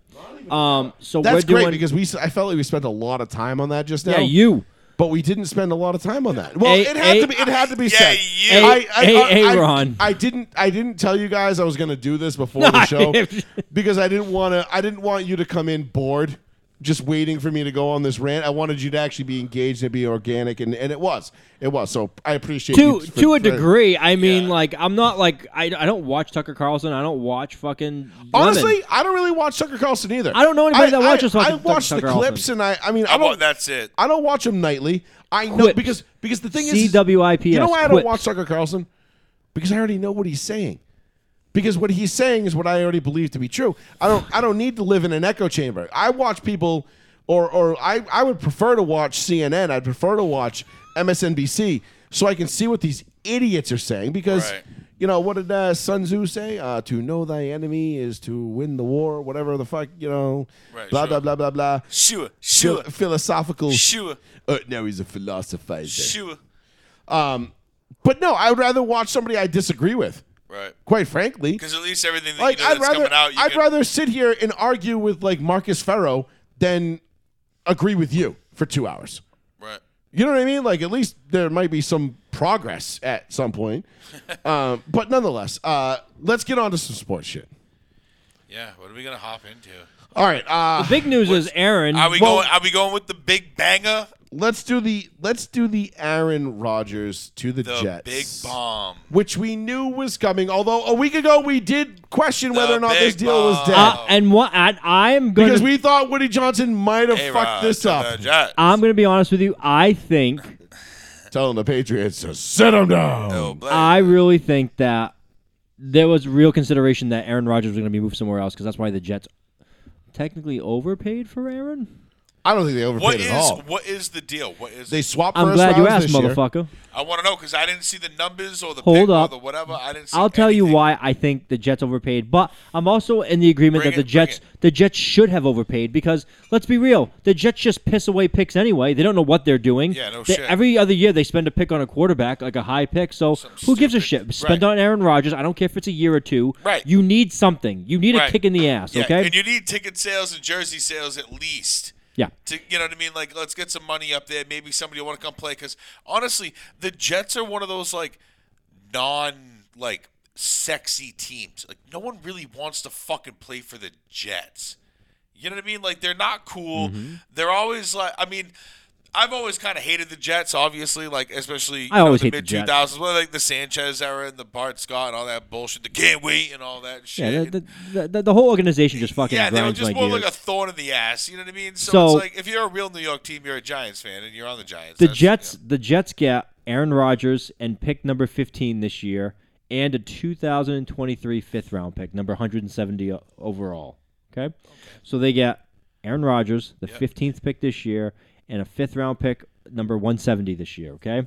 S1: Um. So
S2: That's
S1: we're
S2: great
S1: doing.
S2: because we. s- I felt like we spent a lot of time on that just now.
S1: yeah, you.
S2: But we didn't spend a lot of time on that. Well,
S1: Hey,
S2: it had
S1: hey,
S2: to be. It had to be
S3: yeah,
S2: said.
S3: you.
S2: I, I,
S1: Hey,
S2: I-
S1: hey,
S2: I-
S1: Ron.
S2: I didn't. I didn't tell you guys I was going to do this before
S1: No,
S2: the show
S1: I-
S2: because I didn't want to. I didn't want you to come in bored, just waiting for me to go on this rant. I wanted you to actually be engaged and be organic, and, and it was. It was. So I appreciate
S1: To
S2: you for-
S1: to a
S2: for-
S1: degree, I mean,
S3: Yeah.
S1: like I'm not like I, I don't watch Tucker Carlson. I don't watch fucking.
S2: Honestly,
S1: Lemon.
S2: I don't really watch Tucker Carlson either.
S1: I don't know anybody that watches
S2: I,
S1: Tucker-
S2: I watch the
S1: Tucker Carlson.
S2: clips, and I. I mean, I
S3: I want,
S2: don't.
S3: that's it.
S2: I don't watch him nightly. I know
S1: Quips.
S2: because because the thing is
S1: CWIPS.
S2: You know why I don't
S1: quips.
S2: watch Tucker Carlson? Because I already know what he's saying. Because what he's saying is what I already believe to be true. I don't I don't need to live in an echo chamber. I watch people or or I, I would prefer to watch CNN. I'd prefer to watch MSNBC so I can see what these idiots are saying because
S3: Right.
S2: you know what did uh, Sun Tzu say? Uh, to know thy enemy is to win the war, whatever the fuck, you know.
S3: Right,
S2: blah, blah
S3: sure.
S2: blah blah blah
S3: Sure,
S2: Phil-
S3: sure,
S2: philosophical.
S3: sure,
S2: Uh, now he's a philosophizer.
S3: sure.
S2: But no, I would rather watch somebody I disagree with.
S3: Right.
S2: Quite frankly,
S3: Because at least everything that
S2: like
S3: you know
S2: I'd
S3: that's
S2: rather
S3: coming out, you
S2: I'd
S3: can,
S2: rather sit here and argue with like Marcus Farrow than agree with you for two hours.
S3: Right.
S2: You know what I mean? Like at least there might be some progress at some point. um, but nonetheless, uh, let's get on to some sports shit.
S3: Yeah. What are we gonna hop into?
S2: All right, uh,
S1: Big news is Aaron.
S3: Are we
S2: Well-
S3: going? Are we going with the big banger?
S2: let's do the let's do the Aaron Rodgers to the,
S3: The
S2: Jets.
S3: big bomb.
S2: Which we knew was coming, although a week ago we did question whether or not
S3: big
S2: this deal was
S3: bomb.
S2: dead.
S1: uh, and what and I'm going
S2: because
S1: to
S2: we thought Woody Johnson might have fucked
S3: A-Rod
S2: this
S3: to
S2: up.
S3: the Jets.
S1: I'm going to be honest with you. I think
S2: Telling the Patriots to sit him down.
S3: Oh, Blake.
S1: I really think that there was real consideration that Aaron Rodgers was going to be moved somewhere else because that's why the Jets technically overpaid for Aaron.
S2: I don't think they
S3: what
S2: overpaid
S3: is
S2: at all.
S3: what is the deal? What is
S2: They swapped.
S1: I'm
S2: first
S1: glad you
S2: rounds
S1: asked,
S2: this year.
S1: motherfucker.
S3: I want to know because I didn't see the numbers or the
S1: Hold
S3: pick
S1: up.
S3: or the whatever. I didn't. See
S1: I'll tell you
S3: anything.
S1: why I think the Jets overpaid, but I'm also in the agreement
S3: Bring
S1: that the
S3: it, bring
S1: Jets
S3: it.
S1: the Jets should have overpaid because let's be real, the Jets just piss away picks anyway. They don't know what they're doing.
S3: Yeah, no
S1: They-
S3: shit.
S1: Every other year they spend a pick on a quarterback, like a high pick. So who gives a shit?
S3: stupid-
S1: Spend
S3: Right.
S1: on Aaron Rodgers. I don't care if it's a year or two.
S3: Right.
S1: You need something. You need
S3: Right.
S1: a kick in the ass.
S3: Yeah,
S1: okay.
S3: and you need ticket sales and jersey sales at least.
S1: yeah.
S3: to you know what I mean? Like, let's get some money up there. Maybe somebody will want to come play because honestly, the Jets are one of those like non like sexy teams. Like, no one really wants to fucking play for the Jets. You know what I mean? Like, they're not cool.
S1: Mm-hmm.
S3: They're always like, I mean. I've always kind of hated the Jets, obviously, like especially you
S1: I
S3: know,
S1: always
S3: the
S1: hate the
S3: mid
S1: Jets.
S3: 2000s, well, like the Sanchez era and the Bart Scott and all that bullshit, the can't wait and all that shit.
S1: Yeah. The, the, the, the whole organization just fucking
S3: Yeah, they were
S1: grinds
S3: just
S1: my
S3: more
S1: gears.
S3: like a thorn in the ass. You know what I mean? So,
S1: So-
S3: it's like if you're a real New York team, you're a Giants fan, and you're on the Giants.
S1: The
S3: That's-
S1: Jets, the Jets get Aaron Rodgers and pick number 15 this year, and a 2023 fifth round pick, number 170 o- overall. Okay, so they get Aaron Rodgers, the 15th pick this year, and a fifth round pick, number 170 this year. Okay,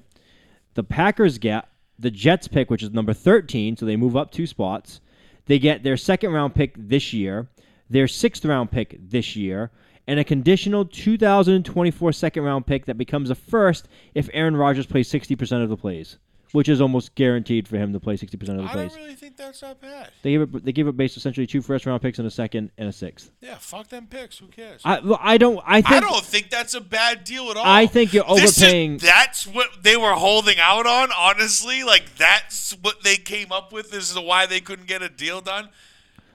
S1: the Packers get the Jets pick, which is number 13, so they move up two spots. They get their second round pick this year, their sixth round pick this year, and a conditional 2024 second round pick that becomes a first if Aaron Rodgers plays 60% of the plays, which is almost guaranteed for him to play 60% of the
S3: I
S1: plays.
S3: don't really think that's that bad.
S1: they gave it. They gave it based essentially two first round picks and a second and a sixth.
S3: Yeah, fuck them picks. Who cares? I,
S1: I well, I don't. I think.
S3: don't think that's a bad deal at all.
S1: I think you're
S3: This is-
S1: overpaying-
S3: that's what they were holding out on. Honestly, like that's what they came up with. This is why they couldn't get a deal done.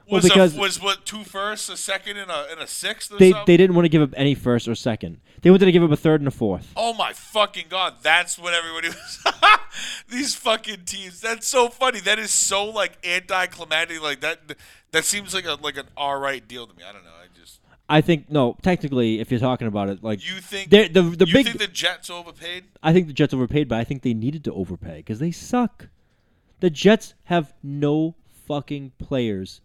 S1: Well,
S3: was
S1: because-
S3: a, was what two firsts, a second, and a and a sixth or
S1: They
S3: something.
S1: they didn't want to give up any first or second. They wanted to give up a third and a fourth.
S3: Oh my fucking god! That's what everybody was. These fucking teams. That's so funny. That is so like anticlimactic. Like that. That seems like a like an all right deal to me. I don't know. I just
S1: I think no, technically, if you're talking about it, like
S3: you think
S1: They're- the the
S3: you
S1: big.
S3: think the Jets overpaid?
S1: I think the Jets overpaid, but I think they needed to overpay because they suck. The Jets have no fucking players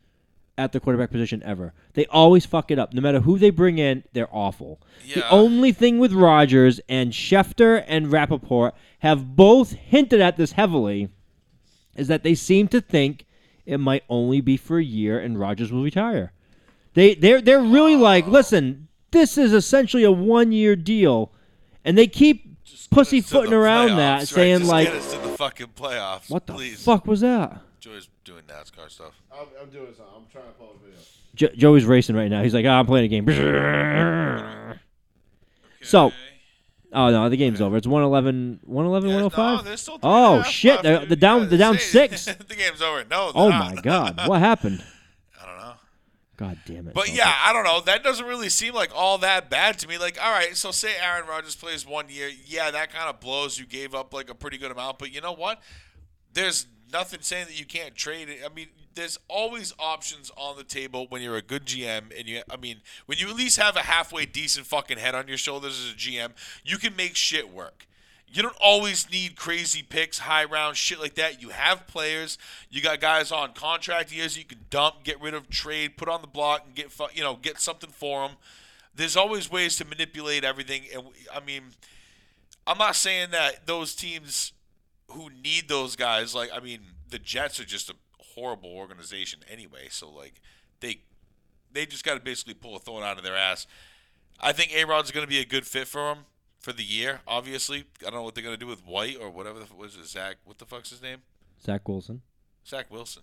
S1: at the quarterback position ever. They always fuck it up. No matter who they bring in, they're awful.
S3: Yeah.
S1: The only thing with Rodgers and Schefter and Rappaport have both hinted at this heavily is that they seem to think it might only be for a year and Rodgers will retire. They they're they're really like, listen, this is essentially a one year deal, and they keep pussyfooting
S3: To the
S1: around
S3: playoffs,
S1: that,
S3: right?
S1: saying
S3: Just
S1: like,
S3: get us to the fucking playoffs.
S1: what the
S3: please.
S1: fuck was that?
S3: Joy's doing NASCAR stuff.
S2: I'm, I'm doing something. I'm trying to pull a video.
S1: Jo- Joey's racing right now. He's like, oh, I'm playing a game. So, oh no, the game's over. It's 111, 111,
S3: Yeah, No,
S1: 105.
S3: there's still three
S1: Oh
S3: and a half
S1: shit!
S3: left,
S1: The,
S3: dude.
S1: the down, the
S3: Yeah,
S1: down
S3: say-
S1: six.
S3: the game's over. No. they're
S1: Oh
S3: not.
S1: my god, what happened?
S3: I don't know.
S1: God damn it! Oh,
S3: But
S1: Celtics.
S3: yeah, I don't know. That doesn't really seem like all that bad to me. Like, all right, so say Aaron Rodgers plays one year. Yeah, that kind of blows. You gave up like a pretty good amount, but you know what? There's nothing saying that you can't trade it. I mean, there's always options on the table when you're a good GM, and you. I mean, when you at least have a halfway decent fucking head on your shoulders as a GM, you can make shit work. You don't always need crazy picks, high round shit like that. You have players. You got guys on contract years you can dump, get rid of, trade, put on the block, and get fu- you know get something for them. There's always ways to manipulate everything, and we- I mean, I'm not saying that those teams who need those guys, like I mean, the Jets are just a horrible organization anyway. So like they they just got to basically pull a thorn out of their ass. I think Arod's going to be a good fit for him for the year. Obviously, I don't know what they're going to do with White or whatever. The, f- was it Zach? What the fuck's his name?
S1: Zach Wilson.
S3: Zach Wilson.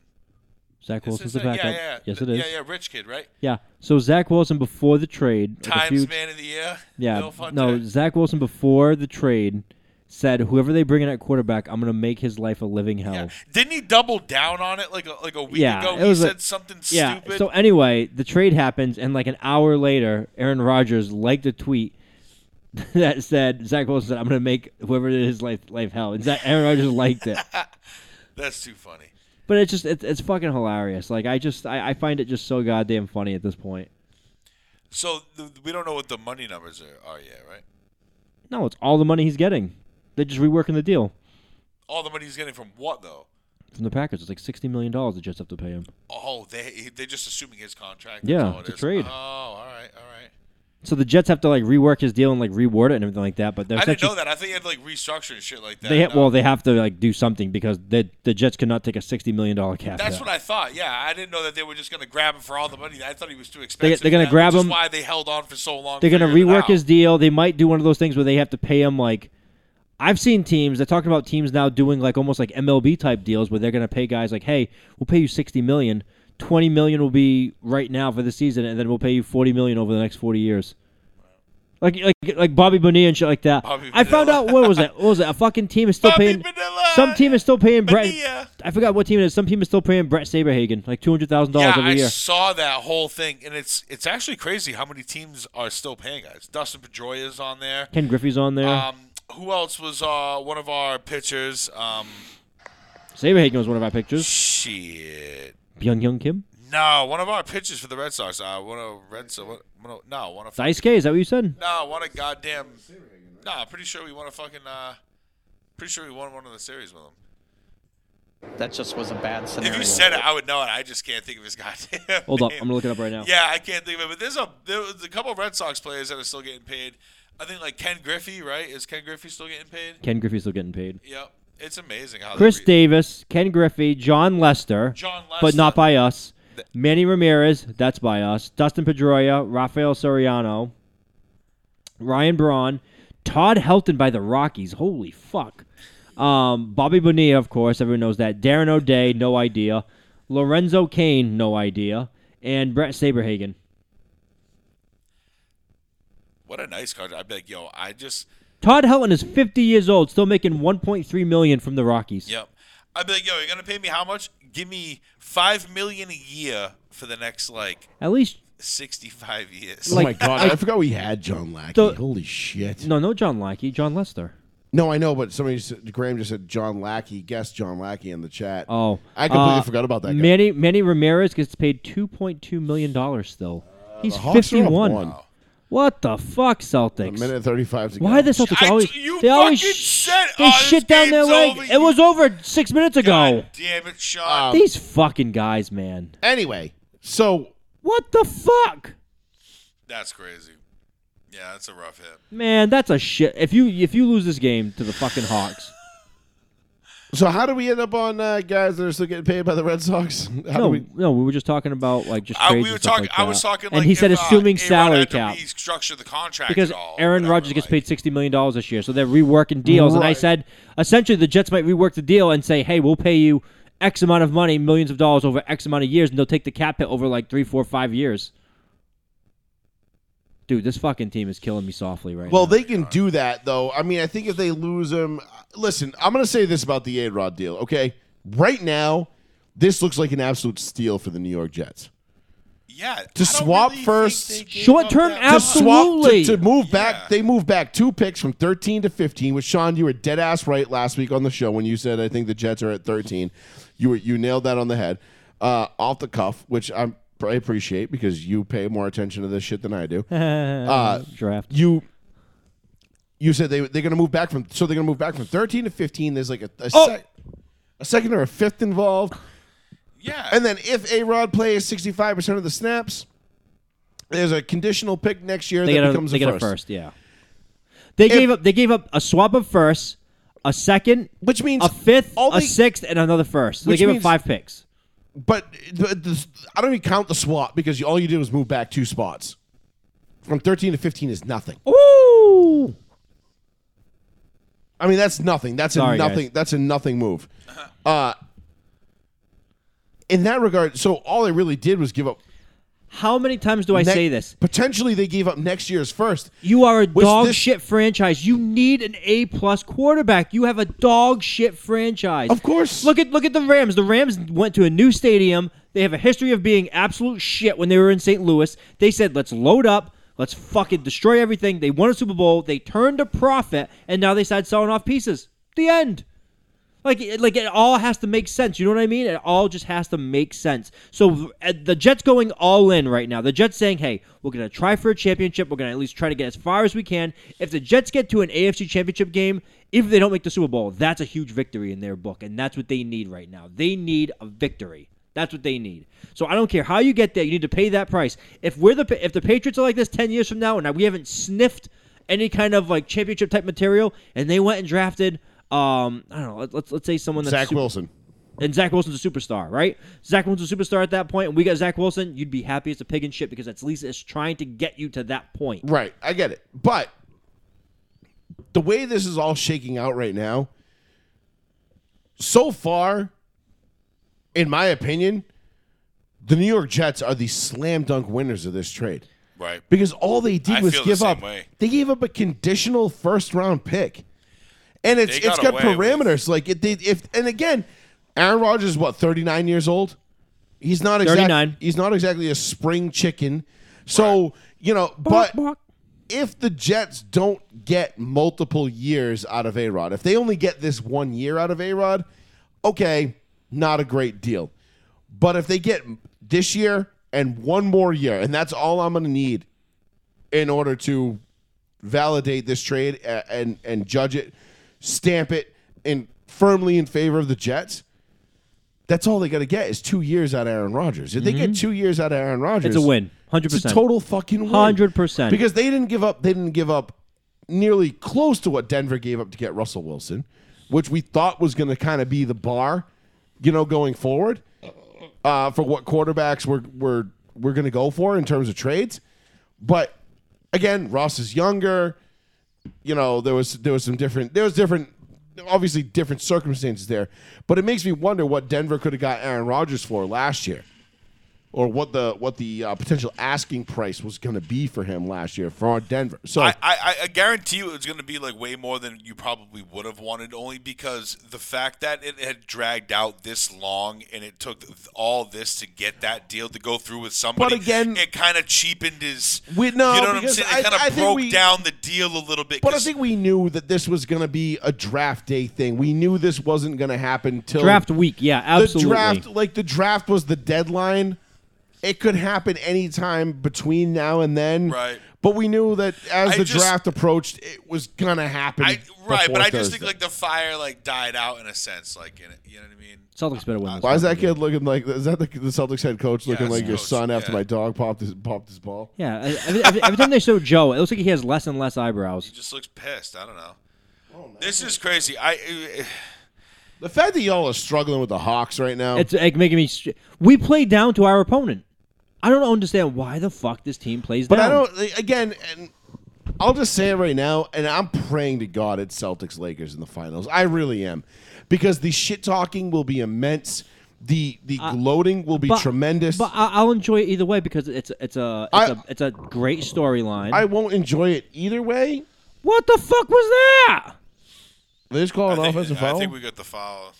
S1: Zach
S3: Is
S1: Wilson's
S3: this
S1: the
S3: it?
S1: backup.
S3: Yeah, yeah,
S1: Yes, it
S3: Th-
S1: is.
S3: Yeah, yeah, rich kid, right?
S1: Yeah. So Zach Wilson before the trade. like a
S3: Times
S1: few-
S3: man of the year.
S1: yeah.
S3: Bill Fonte.
S1: No, Zach Wilson before the trade said, "Whoever they bring in at quarterback, I'm gonna make his life a living hell."
S3: Yeah. Didn't he double down on it like a, like a week
S1: Yeah,
S3: ago?
S1: it
S3: He
S1: was a-
S3: said something
S1: Yeah,
S3: stupid.
S1: So anyway, the trade happens, and like an hour later, Aaron Rodgers liked a tweet that said, "Zach Wilson, said, I'm gonna make whoever did his life life hell." And Zach, Aaron Rodgers liked it.
S3: That's too funny.
S1: But it's just it's, it's fucking hilarious. Like I just I, I find it just so goddamn funny at this point.
S3: So th- we don't know what the money numbers are, are yet, right?
S1: No, it's all the money he's getting. They're just reworking the deal
S3: All the money he's getting from what though?
S1: from the Packers. It's like sixty million dollars the Jets have to pay him.
S3: Oh, they they're just assuming his contract.
S1: Yeah,
S3: that's all it
S1: it's a
S3: is.
S1: trade.
S3: Oh, all right, all right.
S1: So the Jets have to like rework his deal and like reward it and everything like that. But they're
S3: I didn't
S1: essentially-
S3: know that. I think he had to, like restructure and shit like that.
S1: They ha-
S3: No.
S1: well, they have to like do something because the the Jets could not take a sixty million dollar cap.
S3: That's
S1: hit.
S3: what I thought. Yeah, I didn't know that they were just going to grab him for all the money. I thought he was too
S1: They-
S3: expensive.
S1: they're gonna
S3: for that,
S1: grab
S3: which is
S1: him.
S3: Why they held on for so long?
S1: They're gonna
S3: figuring it
S1: rework
S3: out.
S1: his deal. They might do one of those things where they have to pay him like. I've seen teams. They're talking about teams now doing like almost like MLB type deals where they're gonna pay guys like, hey, we'll pay you sixty million. Twenty million will be right now for the season, and then we'll pay you forty million over the next forty years. Like like like Bobby Bonilla and shit like that.
S3: Bobby
S1: I found
S3: Bonilla.
S1: out what was that? What was that? A fucking team is still
S3: Bobby
S1: paying.
S3: Bonilla.
S1: Some team is still paying Brett.
S3: Bonilla.
S1: I forgot what team it is. Some team is still paying Brett Saberhagen like two hundred thousand
S3: Yeah,
S1: dollars every
S3: I
S1: year.
S3: saw that whole thing, and it's it's actually crazy how many teams are still paying guys. Dustin Pedroia's on there.
S1: Ken Griffey's on there.
S3: Um, who else was uh, one of our pitchers? Um,
S1: Saberhagen was one of our pictures.
S3: shit.
S1: Byung Young Kim.
S3: No, one of our pitchers for the Red Sox. Uh, one of Red Sox. One, one of, no, one of.
S1: Dice K, is that what you said?
S3: No, one of goddamn. No, I'm pretty sure we won a fucking. Uh, pretty sure we won one of the series with him.
S4: That just was a bad scenario.
S3: If you said it, I would know it. I just can't think of his goddamn.
S1: Hold up,
S3: name.
S1: I'm gonna look it up right now.
S3: Yeah, I can't think of it. But there's a there was a couple of Red Sox players that are still getting paid. I think like Ken Griffey, right? Is Ken Griffey still getting paid?
S1: Ken Griffey's still getting paid.
S3: Yep. It's amazing how they
S1: Chris
S3: re-
S1: Davis, Ken Griffey, John Lester,
S3: John
S1: but not
S3: Lester.
S1: by us. Manny Ramirez, that's by us. Dustin Pedroia, Rafael Soriano, Ryan Braun, Todd Helton by the Rockies. Holy fuck. Um, Bobby Bonilla, of course, everyone knows that. Darren O'Day, no idea. Lorenzo Kane, no idea. And Brett Saberhagen.
S3: What a nice contract. I'd be like, yo, I just
S1: Todd Helton is 50 years old, still making 1.3 million from the Rockies.
S3: yep. I'd be like, yo, you're gonna pay me how much? Give me five million a year for the next like
S1: At least
S3: sixty-five years.
S2: oh
S1: Like,
S2: my god, I,
S1: I-
S2: forgot we had John Lackey.
S1: The-
S2: Holy shit! No.
S1: no, no John Lackey, John Lester.
S2: I know, but somebody said, Graham just said John Lackey. Guess John Lackey in the chat.
S1: Oh,
S2: I completely
S1: uh,
S2: forgot about that guy.
S1: Manny Manny Ramirez gets paid two point two million dollars still. He's
S2: The Hawks are
S1: fifty
S2: up
S1: one. What the fuck,
S2: A
S1: Celtics?
S2: minute and thirty-five to
S1: Why
S2: go.
S1: the Celtics
S3: I-
S1: always?
S3: you
S1: they always
S3: fucking said,
S1: they
S3: "Oh, this
S1: shit down their
S3: game's
S1: leg.
S3: over,
S1: It
S3: you
S1: was over six minutes ago.
S3: God damn it, Sean.
S1: These fucking guys, man.
S2: Anyway, so
S1: What the fuck,
S3: that's crazy. Yeah, that's a rough hit.
S1: man? That's a shit. If you if you lose this game to the fucking Hawks,
S2: so how do we end up on uh, guys that are still getting paid by the Red Sox? How do
S1: no,
S2: we?
S1: no, we were just talking about like just
S3: I,
S1: trades
S3: we
S1: and
S3: were
S1: stuff
S3: talking.
S1: like
S3: I was
S1: that.
S3: talking.
S1: and
S3: like,
S1: he said
S3: if, uh,
S1: assuming
S3: A-Rod
S1: salary
S3: had to
S1: cap
S3: restructure the contract
S1: because
S3: at all,
S1: Aaron
S3: whatever,
S1: Rodgers gets
S3: like-
S1: paid sixty million dollars this year, so they're reworking deals. And I
S2: Right.
S1: said essentially the Jets might rework the deal and say, "Hey, we'll pay you X amount of money, millions of dollars over X amount of years, and they'll take the cap hit over like three, four, five years." Dude, this fucking team is killing me softly right
S2: Well,
S1: now.
S2: they can do that though. I mean, I think if they lose him, uh, listen, I'm going to say this about the A Rod deal. Okay, right now, this looks like an absolute steal for the New York Jets.
S3: Yeah,
S2: To swap first-
S1: Short-term
S2: to
S1: abs-
S3: abs.
S2: swap to,
S1: Absolutely.
S2: to move back.
S3: Yeah.
S2: They moved back two picks from 13 to 15. Which Sean, you were dead ass right last week on the show when you said I think the Jets are at 13. You were you nailed that on the head, uh, off the cuff, which I'm, I appreciate because you pay more attention to this shit than I do. uh,
S1: draft.
S2: You. You said they they're gonna move back from so they're gonna move back from thirteen to fifteen. There's like a a,
S1: Oh.
S2: sec- a second or a fifth involved.
S3: Yeah,
S2: And then if A Rod plays 65% of the snaps, there's a conditional pick next year
S1: They
S2: that
S1: get a,
S2: becomes
S1: they
S2: a
S1: get
S2: first.
S1: a first, yeah. They gave up. They gave up a swap of first, a second,
S2: Which means
S1: a fifth,
S2: all
S1: a
S2: they-
S1: sixth, and another first. So they
S2: Which
S1: gave
S2: means-
S1: up five picks.
S2: But, but this, I don't even count the swap because you, all you did was move back two spots. From 13 to 15 is nothing.
S1: Ooh.
S2: I mean, that's nothing. That's a
S1: Sorry,
S2: nothing.
S1: guys.
S2: That's a nothing move. Uh, in that regard, so all they really did was give up.
S1: How many times do I
S2: ne-
S1: say this?
S2: Potentially, they gave up next year's first.
S1: You are a
S2: Which
S1: dog
S2: this-
S1: shit franchise. You need an A plus quarterback. You have a dog shit franchise.
S2: Of course.
S1: Look at look at the Rams. The Rams went to a new stadium. They have a history of being absolute shit when they were in St. Louis. They said, "Let's load up. Let's fucking destroy everything." They won a Super Bowl. They turned a profit, and now they started selling off pieces. The end. Like, it- like it all has to make sense. You know what I mean? It all just has to make sense. So uh, the Jets going all in right now. The Jets saying, "Hey, we're gonna try for a championship. We're gonna at least try to get as far as we can." If the Jets get to an AFC Championship game, if they don't make the Super Bowl, that's a huge victory in their book, and that's what they need right now. They need a victory. That's what they need. So I don't care how you get there. You need to pay that price. If we're the Pa- if the Patriots are like this ten years from now, and we haven't sniffed any kind of like championship type material, and they went and drafted, um, I don't know, let- let's let's say someone that's
S2: Zach
S1: super-
S2: Wilson.
S1: and Zach Wilson's a superstar, right? Zach Wilson's a superstar at that point, and we got Zach Wilson. You'd be happy as a pig in shit because at least it's trying to get you to that point.
S2: Right, I get it. But the way this is all shaking out right now, so far, in my opinion, the New York Jets are the slam dunk winners of this trade
S3: right.
S2: because all they did
S3: I
S2: was
S3: feel the
S2: give
S3: same
S2: up.
S3: way.
S2: They gave up a conditional first round pick, and it's
S3: They got
S2: it's got
S3: away with-
S2: parameters like it. They, if and again, Aaron Rodgers is what thirty nine years old. He's not exactly
S1: 39.
S2: he's not exactly a spring chicken. So you know, but if the Jets don't get multiple years out of A Rod, if they only get this one year out of A Rod, okay, not a great deal. But if they get this year and one more year, and that's all I'm going to need in order to validate this trade a- and and judge it, stamp it in firmly in favor of the Jets. That's all they got to get is two years out of Aaron Rodgers. If they get two years out of Aaron Rodgers,
S1: Mm-hmm. It's a win, hundred
S2: it's a
S1: percent.
S2: total fucking win.
S1: 100%.
S2: Because they didn't give up. They didn't give up nearly close to what Denver gave up to get Russell Wilson, which we thought was going to kind of be the bar, you know, going forward uh, for what quarterbacks we're we're we're going to go for in terms of trades. But again, Ross is younger. You know, there was there was some different there was different obviously different circumstances there, but it makes me wonder what Denver could have got Aaron Rodgers for last year or what the what the uh, potential asking price was going to be for him last year for Denver. So
S3: I, I, I guarantee you it was going to be like way more than you probably would have wanted, only because the fact that it had dragged out this long and it took th- all this to get that deal to go through with somebody.
S2: again-
S3: it kind of cheapened his.
S2: We- no,
S3: you know what I'm
S2: because
S3: saying?
S2: I-
S3: It kind
S2: I
S3: of
S2: think
S3: broke
S2: we-
S3: down the deal a little bit.
S2: But I
S3: 'cause
S2: think we knew that this was going to be a draft day thing. We knew this wasn't going to happen till
S1: Draft week, yeah, absolutely.
S2: The draft, like the draft, was the deadline. It could happen anytime between now and then.
S3: Right.
S2: But we knew that as
S3: I
S2: the
S3: just-
S2: draft approached, it was gonna happen.
S3: I, right,
S2: before
S3: but I just think
S2: Thursday.
S3: like the fire like died out in a sense, like in it. You know what I mean?
S1: Celtics better win. This
S2: Why is that
S1: fucking game.
S2: kid looking like? Is that the, the Celtics head coach looking
S3: it's
S2: like your
S3: coach,
S2: son after
S3: yeah.
S2: my dog popped his popped his ball?
S1: Yeah, I- every, every, every time they show Joe, it looks like he has less and less eyebrows.
S3: He just looks pissed. I don't know. this is crazy. I.
S2: The fact that y'all are struggling with the Hawks right now,
S1: It's like making me. St- we play down to our opponent. I don't understand why the fuck this team plays
S2: But
S1: down.
S2: I don't. like, Again, and I'll just say it right now, and I'm praying to God it's Celtics Lakers in the finals. I really am, because the shit talking will be immense. The the gloating will be
S1: But-
S2: tremendous.
S1: But I, I'll enjoy it either way because it's it's a
S2: I-
S1: it's, a it's a great storyline.
S2: I won't enjoy it either way.
S1: what the fuck was that?
S2: They just call
S3: I
S2: an
S3: think,
S2: offensive
S3: I
S2: foul.
S3: think we got the foul.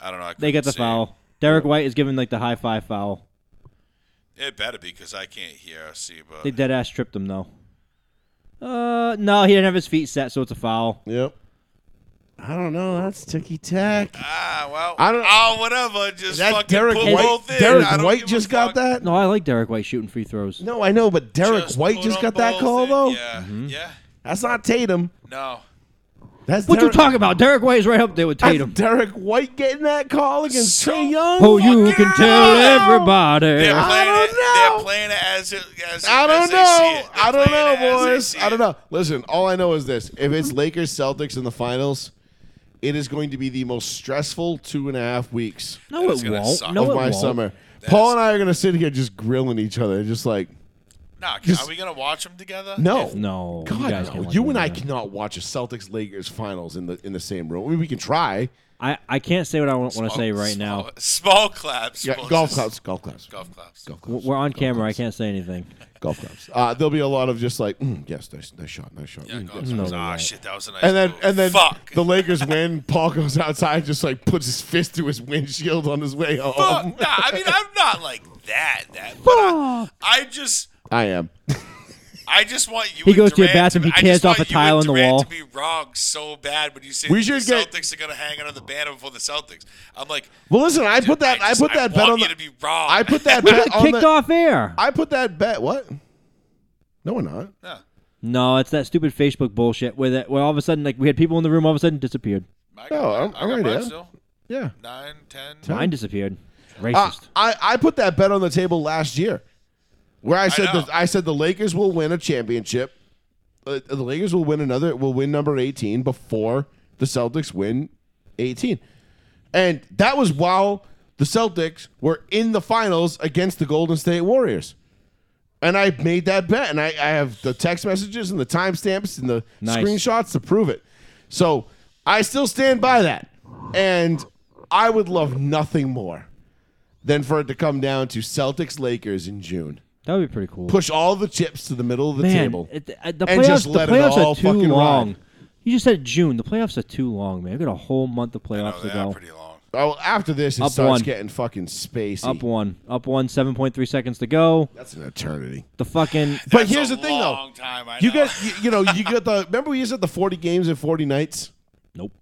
S3: I don't know. I couldn't
S1: They get the
S3: see.
S1: foul. Derek White is giving like the high five foul.
S3: It better be because I can't hear or see, but
S1: They dead ass tripped him though. Uh, no, he didn't have his feet set, so it's a foul.
S2: yep. I don't know. That's ticky tack.
S3: ah, well,
S2: I don't-
S3: Oh, whatever. Just
S2: That
S3: fucking
S2: Derek
S3: put
S2: White.
S3: both in.
S2: Derek
S3: I don't
S2: White
S3: give a
S2: just got
S3: fuck.
S2: that.
S1: No, I like Derek White shooting free throws.
S2: No, I know, but Derek White
S3: put
S2: just
S3: them
S2: got that
S3: both
S2: call
S3: in.
S2: though. Mm-hmm.
S3: Yeah, yeah.
S2: That's not Tatum.
S3: No,
S2: That's
S1: What you
S2: Derek-
S1: talking about? Derek White is right up there with
S2: that's
S1: Tatum.
S2: Derek White getting that call against
S3: So-
S2: Trey Young.
S1: Oh, you
S3: Fucking
S1: can tell
S2: hell!
S1: everybody.
S3: they're
S2: I
S3: playing
S2: don't
S3: it.
S2: know.
S3: They're playing it as it. As,
S2: I
S3: as
S2: don't
S3: they see
S2: know.
S3: it. They're
S2: I don't
S3: playing it as
S2: know,
S3: they
S2: boys.
S3: see
S2: I don't
S3: it.
S2: know. Listen, all I know is this: if it's Lakers Celtics in the finals, it is going to be the most stressful two and a half weeks
S1: No,
S3: That's
S1: it
S3: gonna
S1: won't.
S3: suck.
S1: No,
S2: of
S1: it
S2: my
S1: won't.
S2: summer.
S3: That's-
S2: Paul and I are going to sit here just grilling each other, just like,
S3: Nah,
S2: Just-
S3: are we gonna watch them together?
S2: no,
S1: No, you
S2: God,
S1: guys
S2: no.
S1: can't watch
S2: you
S1: them
S2: and I
S1: together.
S2: cannot watch a Celtics Lakers finals in the in the same room. I mean, we can try.
S1: I, I can't say what I want to say right now.
S3: Small- Small claps.
S2: Yeah,
S3: Moses.
S2: golf clubs, golf clubs,
S3: Golf claps.
S2: golf
S1: W-
S2: clubs,
S1: We're on camera. I can't say anything.
S2: golf clubs. Uh, there'll be a lot of just like, mm, yes, nice, nice shot, nice shot.
S3: Yeah,
S2: mm,
S3: golf
S2: yes.
S3: claps.
S1: No,
S3: Ah,
S1: right.
S3: shit, that was a nice.
S2: And then
S3: move.
S2: and then
S3: fuck.
S2: the Lakers win. Paul goes outside, just like puts his fist to his windshield on his way home.
S1: Oh.
S3: Fuck. Nah, I mean, I'm not like that. That. But
S2: Ah!
S3: I, I just.
S2: I am.
S3: I just want you.
S1: He
S3: and
S1: goes to your
S3: Durant
S1: bathroom,
S3: be-
S1: he
S3: I
S1: tears
S3: just
S1: off
S3: want
S1: a
S3: you and
S1: tile on the
S3: Durant
S1: wall.
S3: To be wrong so bad when you say
S2: We
S3: that
S2: should
S3: the
S2: get-
S3: Celtics are gonna hang another banner before the Celtics. I'm like,
S2: Well, listen, I put that I,
S3: just-
S2: put that bet
S3: want
S2: on
S3: you
S2: the
S3: to be wrong.
S2: I put that
S1: We got
S2: bet on
S1: kicked
S2: the
S1: off air.
S2: I put that bet. What? No, we're not.
S3: Nah,
S1: No, it's that stupid Facebook bullshit where that where all of a sudden like we had people in the room, all of a sudden disappeared.
S3: I got,
S2: No, I'm-
S3: I
S2: I'm
S3: got
S2: right
S3: mine
S2: here.
S3: still.
S2: Yeah.
S3: Nine, ten.
S1: Mine disappeared.
S2: Uh,
S1: Racist.
S2: I I put that bet on the table last year, where I said
S3: know.
S2: the, I said the Lakers will win a championship. Uh, the Lakers will win another. Will win number eighteen before the Celtics win eighteen, and that was while the Celtics were in the finals against the Golden State Warriors. And I made that bet, and I, I have the text messages and the timestamps and the
S1: Nice.
S2: screenshots to prove it. So I still stand by that, and I would love nothing more than for it to come down to Celtics Lakers in June.
S1: that would be pretty cool.
S2: Push all the chips to the middle of the
S1: Man,
S2: table.
S1: it- uh, the
S2: and
S1: playoffs,
S2: just let
S1: the
S2: it
S1: playoffs
S2: all
S1: are too
S2: fucking
S1: long.
S2: ride.
S1: You just said June. The playoffs are too long, man. We got a whole month of
S3: No,
S1: playoffs
S3: they
S1: to
S3: are
S1: go.
S3: pretty long.
S2: Oh, after this, it
S1: Up
S2: starts
S1: one.
S2: getting fucking spacey.
S1: Up one. Up one. Seven point three seconds to go.
S2: That's an eternity.
S1: The fucking
S2: But
S3: That's
S2: here's
S3: a
S2: the thing, though.
S3: long Time, I
S2: You
S3: know.
S2: got, you, you know, you got the. Remember, we used to have the forty games in forty nights.
S1: Nope.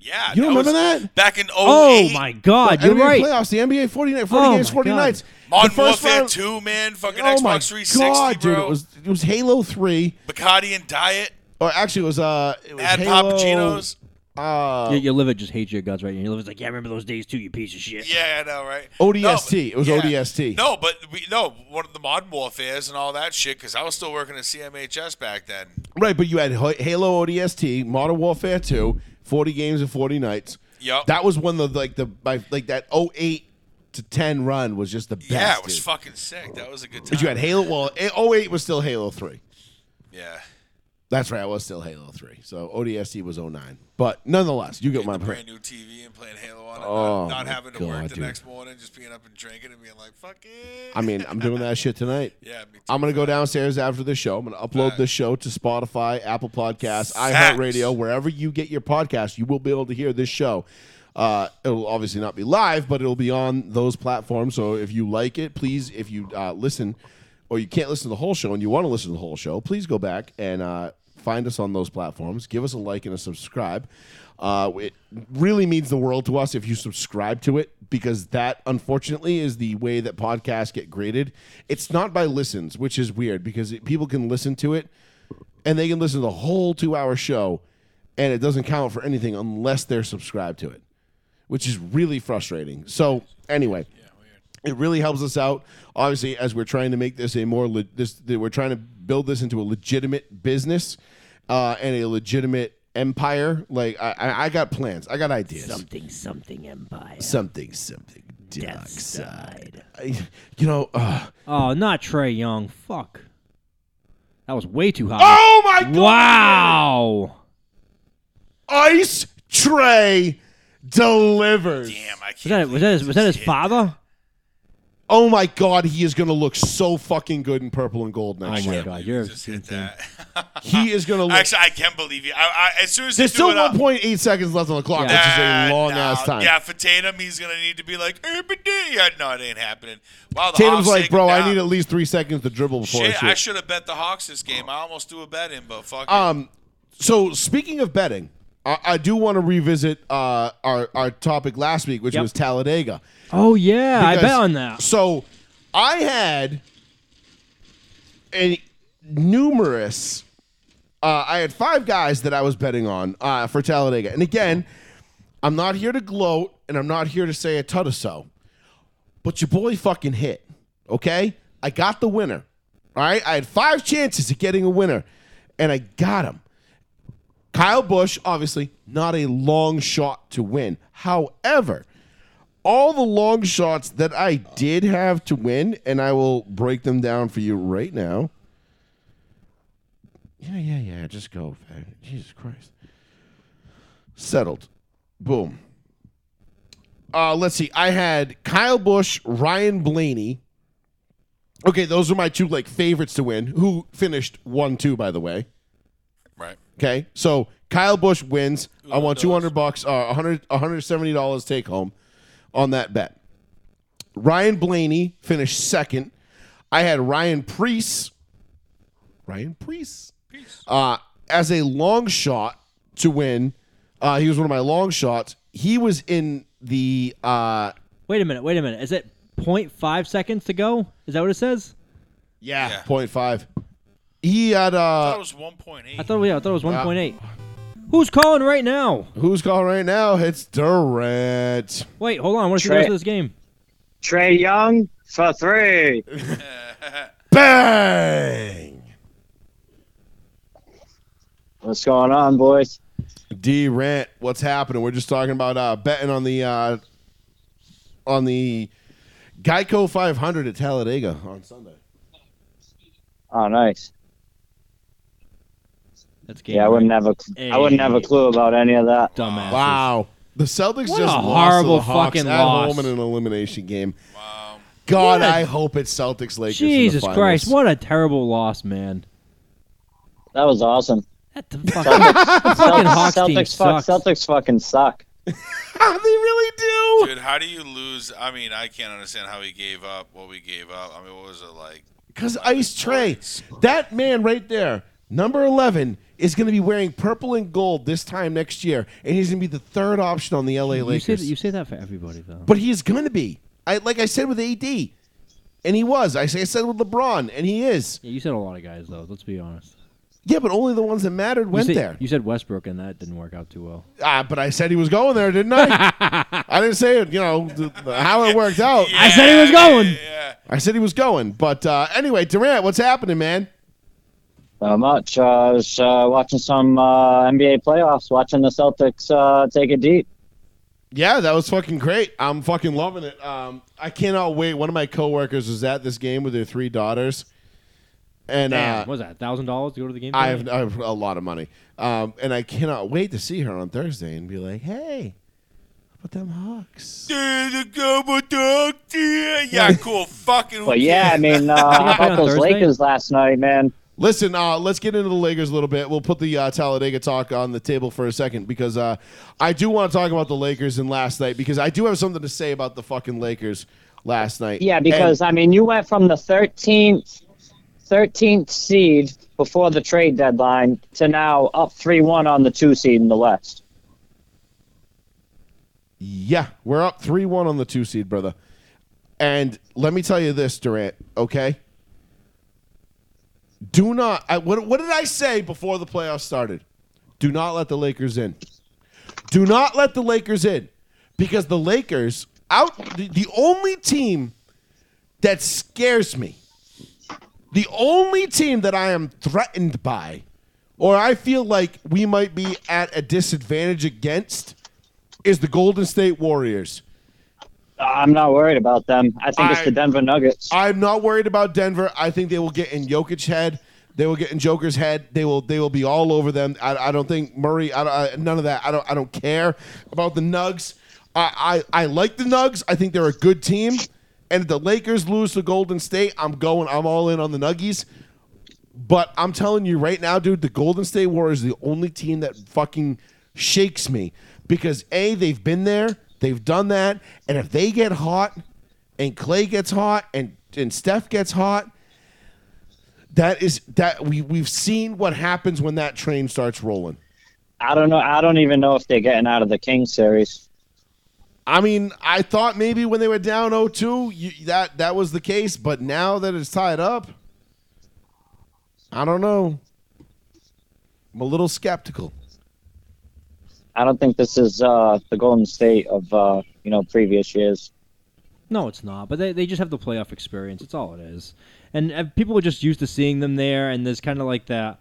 S3: Yeah.
S2: You don't
S3: was
S2: remember that?
S3: Back in 08.
S1: Oh my god, you're
S2: NBA
S1: right.
S2: Playoffs, the NBA 40, night- 40
S1: Oh
S2: games,
S1: my
S2: forty
S1: God.
S2: nights.
S3: Modern
S2: the first
S3: Warfare
S2: round-
S3: 2, man. Fucking
S2: Oh my
S3: Xbox 360,
S2: god,
S3: bro.
S2: dude! It was it was Halo three,
S3: Bacardi and Diet.
S2: or actually it was uh, it was
S3: Add
S2: Halo,
S3: Papachinos.
S2: Uh,
S1: Your, your liver just hates your guts right now. Your liver's like, yeah, I remember those days too, you piece of shit.
S3: Yeah, I know, right?
S2: ODST. It was
S3: yeah.
S2: ODST.
S3: No, but we no one of the modern warfares and all that shit because I was still working at CMHS back then.
S2: Right, but you had H- Halo ODST, Modern Warfare 2, 40 games and 40 nights.
S3: Yup.
S2: That was when the like the my, like that 08 to 10 run was just the best.
S3: yeah, it was
S2: dude. eh,
S3: fucking sick. That was a good time.
S2: oh But you had Halo well, A- 08 was still Halo 3.
S3: yeah,
S2: That's right. I was still Halo 3. So ODST was 09. But nonetheless, you get my
S3: a
S2: point.
S3: brand new TV and playing Halo on it,
S2: Oh,
S3: not, not
S2: my
S3: having to
S2: God,
S3: work the
S2: dude.
S3: next morning, just being up and drinking and being like, "Fuck it."
S2: I mean, I'm doing that shit tonight.
S3: yeah, me too.
S2: I'm gonna go downstairs after the show. I'm gonna upload
S3: Facts.
S2: the show to Spotify, Apple Podcasts,
S3: Facts.
S2: iHeartRadio, wherever you get your podcast. You will be able to hear this show. Uh, it'll obviously not be live, but it'll be on those platforms. So if you like it, please, if you uh, listen, or you can't listen to the whole show and you want to listen to the whole show, please go back and uh, find us on those platforms. Give us a like and a subscribe. Uh, it really means the world to us if you subscribe to it because that, unfortunately, is the way that podcasts get graded. It's not by listens, which is weird because it, people can listen to it and they can listen to the whole two hour show and it doesn't count for anything unless they're subscribed to it, which is really frustrating. So, anyway. It really helps us out, obviously, as we're trying to make this a more le- this that we're trying to build this into a legitimate business uh, and a legitimate empire. Like I- I, I got plans, I got ideas.
S5: Something, something empire.
S2: Something, something. Dark
S5: Death
S2: side.
S5: side.
S2: I- You know. Uh,
S1: Oh, not Trey Young. Fuck. That was way too high.
S2: oh my God!
S1: wow.
S2: Ice tray delivers.
S3: Damn, I can't.
S1: Was that was that his, was that his father?
S2: Oh my God! He is going to look so fucking good in purple and gold
S1: Oh
S2: next
S1: my
S2: year.
S1: god, you're
S3: Just hit that.
S2: He is going to look.
S3: Actually, I can't believe you. I, I, as soon as
S2: There's
S3: you
S2: still
S3: threw it up,
S2: 1.8 seconds left on the clock,
S1: Yeah.
S2: which is a
S3: Nah,
S2: long
S3: nah.
S2: ass time.
S3: Yeah, for Tatum, he's gonna need to be like, "Erbidy." yeah, no, it ain't happening. Wow, the
S2: Tatum's
S3: Hawks
S2: like,
S3: take
S2: bro,
S3: it
S2: I
S3: down."
S2: need at least three seconds to dribble before
S3: Shit,
S2: I
S3: I
S2: shoot.
S3: should have bet the Hawks this game. I almost threw a bet in, but fuck. it.
S2: um, so speaking of betting, I, I do want to revisit uh, our our topic last week, which
S1: Yep.
S2: was Talladega.
S1: Oh yeah, I bet
S2: Because-
S1: on that.
S2: So I had a numerous. Uh, I had five guys that I was betting on uh, for Talladega, and again, I'm not here to gloat, and I'm not here to say a tut or so, but your boy fucking hit. Okay, I got the winner. All right, I had five chances at getting a winner, and I got him. Kyle Bush, obviously, not a long shot to win. However, all the long shots that I did have to win, and I will break them down for you right now. Yeah, yeah, yeah. Just go. man. Jesus Christ. Settled. Boom. Uh, let's see. I had Kyle Bush, Ryan Blaney. Okay, those are my two like favorites to win. Who finished one two, by the way.
S3: right.
S2: Okay, so Kyle Bush wins. I won two hundred bucks, uh, 100 170 dollars take home on that bet. Ryan Blaney finished second. I had Ryan Priest, Ryan Priest, uh, as a long shot to win. Uh, he was one of my long shots. He was in the uh,
S1: Wait a minute, wait a minute. Is it 0.5 seconds to go? Is that what it says?
S2: yeah,
S3: Yeah.
S2: point five. He had uh,
S3: That was one point eight.
S1: I thought yeah, I thought it was 1.8. Who's calling right now?
S2: who's calling right now? It's Durant.
S1: Wait, hold on. I want to see the rest
S6: Trey.
S1: of this game.
S6: Trey Young for three.
S2: Bang.
S6: What's going on, boys?
S2: D Rant, what's happening? We're just talking about uh, betting on the uh, on the Geico 500 at Talladega on Sunday.
S6: Oh, nice.
S1: That's game.
S6: Yeah, I wouldn't have a, I wouldn't have a
S1: Hey.
S6: clue about any of that.
S1: Dumbass.
S2: Wow, the Celtics
S1: What
S2: just
S1: a
S2: lost to
S1: horrible
S2: the Hawks
S1: fucking
S2: at
S1: loss.
S2: home in an elimination game.
S3: Wow.
S2: God,
S1: What a-
S2: I hope it's Celtics Lakers. in the
S1: Jesus
S2: finals.
S1: Christ, what a terrible loss, man.
S6: That was awesome.
S1: That the fucking, fucking Hawks
S6: Celtics,
S1: team
S6: fuck,
S1: sucks.
S6: Celtics fucking suck.
S2: Ah, they really do.
S3: Dude, how do you lose? I mean, I can't understand how he gave up what we gave up. I mean, what was it like?
S2: Because Ice Trey, that man right there, number 11, is going to be wearing purple and gold this time next year, and he's going to be the third option on the LA
S1: You
S2: Lakers.
S1: say, you say that for everybody though.
S2: But he's going to be. I like I said with AD, and he was. I, say, I said with LeBron, and he is.
S1: Yeah, you said a lot of guys though. Let's be honest.
S2: Yeah, but only the ones that mattered
S1: You
S2: went
S1: said,
S2: there.
S1: You said Westbrook, and that didn't work out too well.
S2: Ah, but I said he was going there, didn't I? I didn't say it. You know th- th- how it worked out.
S1: I said he was going.
S3: Yeah.
S2: I said he was going. But uh, anyway, Durant, what's happening, man?
S6: Not much. Uh, I was uh, watching some uh, NBA playoffs, watching the Celtics uh, take it deep.
S2: Yeah, that was fucking great. I'm fucking loving it. Um, I cannot wait. One of my coworkers was at this game with their three daughters, and
S1: Damn,
S2: uh,
S1: what was that? Thousand dollars to go to the game?
S2: I
S1: tonight?
S2: have, I have a lot of money, um, and I cannot wait to see her on Thursday and be like, "Hey, how about them Hawks?"
S3: Yeah, cool. Fucking. who
S6: But yeah, I
S3: cares?
S6: mean, uh, how
S1: play on
S6: about those
S1: Thursday?
S6: Lakers last night, man?
S2: Listen, uh, let's get into the Lakers a little bit. We'll put the uh, Talladega talk on the table for a second because uh, I do want to talk about the Lakers and last night because I do have something to say about the fucking Lakers last night.
S6: Yeah,
S2: And-
S6: because I mean, you went from the 13th, 13th seed before the trade deadline to now up 3-1 on the two seed in the West.
S2: Yeah, we're up 3 1 on the two seed, brother. And let me tell you this, Durant, okay? Do not. I, what, what did I say before the playoffs started? Do not let the Lakers in. Do not let the Lakers in because the Lakers out the, the only team that scares me. The only team that I am threatened by or I feel like we might be at a disadvantage against is the Golden State Warriors.
S6: I'm not worried about them. I think it's the
S2: I-
S6: Denver Nuggets.
S2: I'm not worried about Denver. I think they will get in Jokic's head. They will get in Joker's head. They will. They will be all over them. I, I don't think Murray. I, don't- I, none of that. I don't. I don't care about the Nugs. I, I I like the Nugs. I think they're a good team. And if the Lakers lose to Golden State, I'm going. I'm all in on the Nuggies. But I'm telling you right now, dude, the Golden State Warriors are the only team that fucking shakes me because A, they've been there, they've done that, and if they get hot and Clay gets hot and, and Steph gets hot, that is that we we've seen what happens when that train starts rolling.
S6: I don't know. I don't even know if they're getting out of the King series.
S2: I mean, I thought maybe when they were down 0-2, you, that that was the case, but now that it's tied up, I don't know. I'm a little skeptical.
S6: I don't think this is uh, the Golden State of uh, you know previous years.
S1: No, it's not. But they, they just have the playoff experience. It's all it is. And uh, people are just used to seeing them there, and there's kind of like that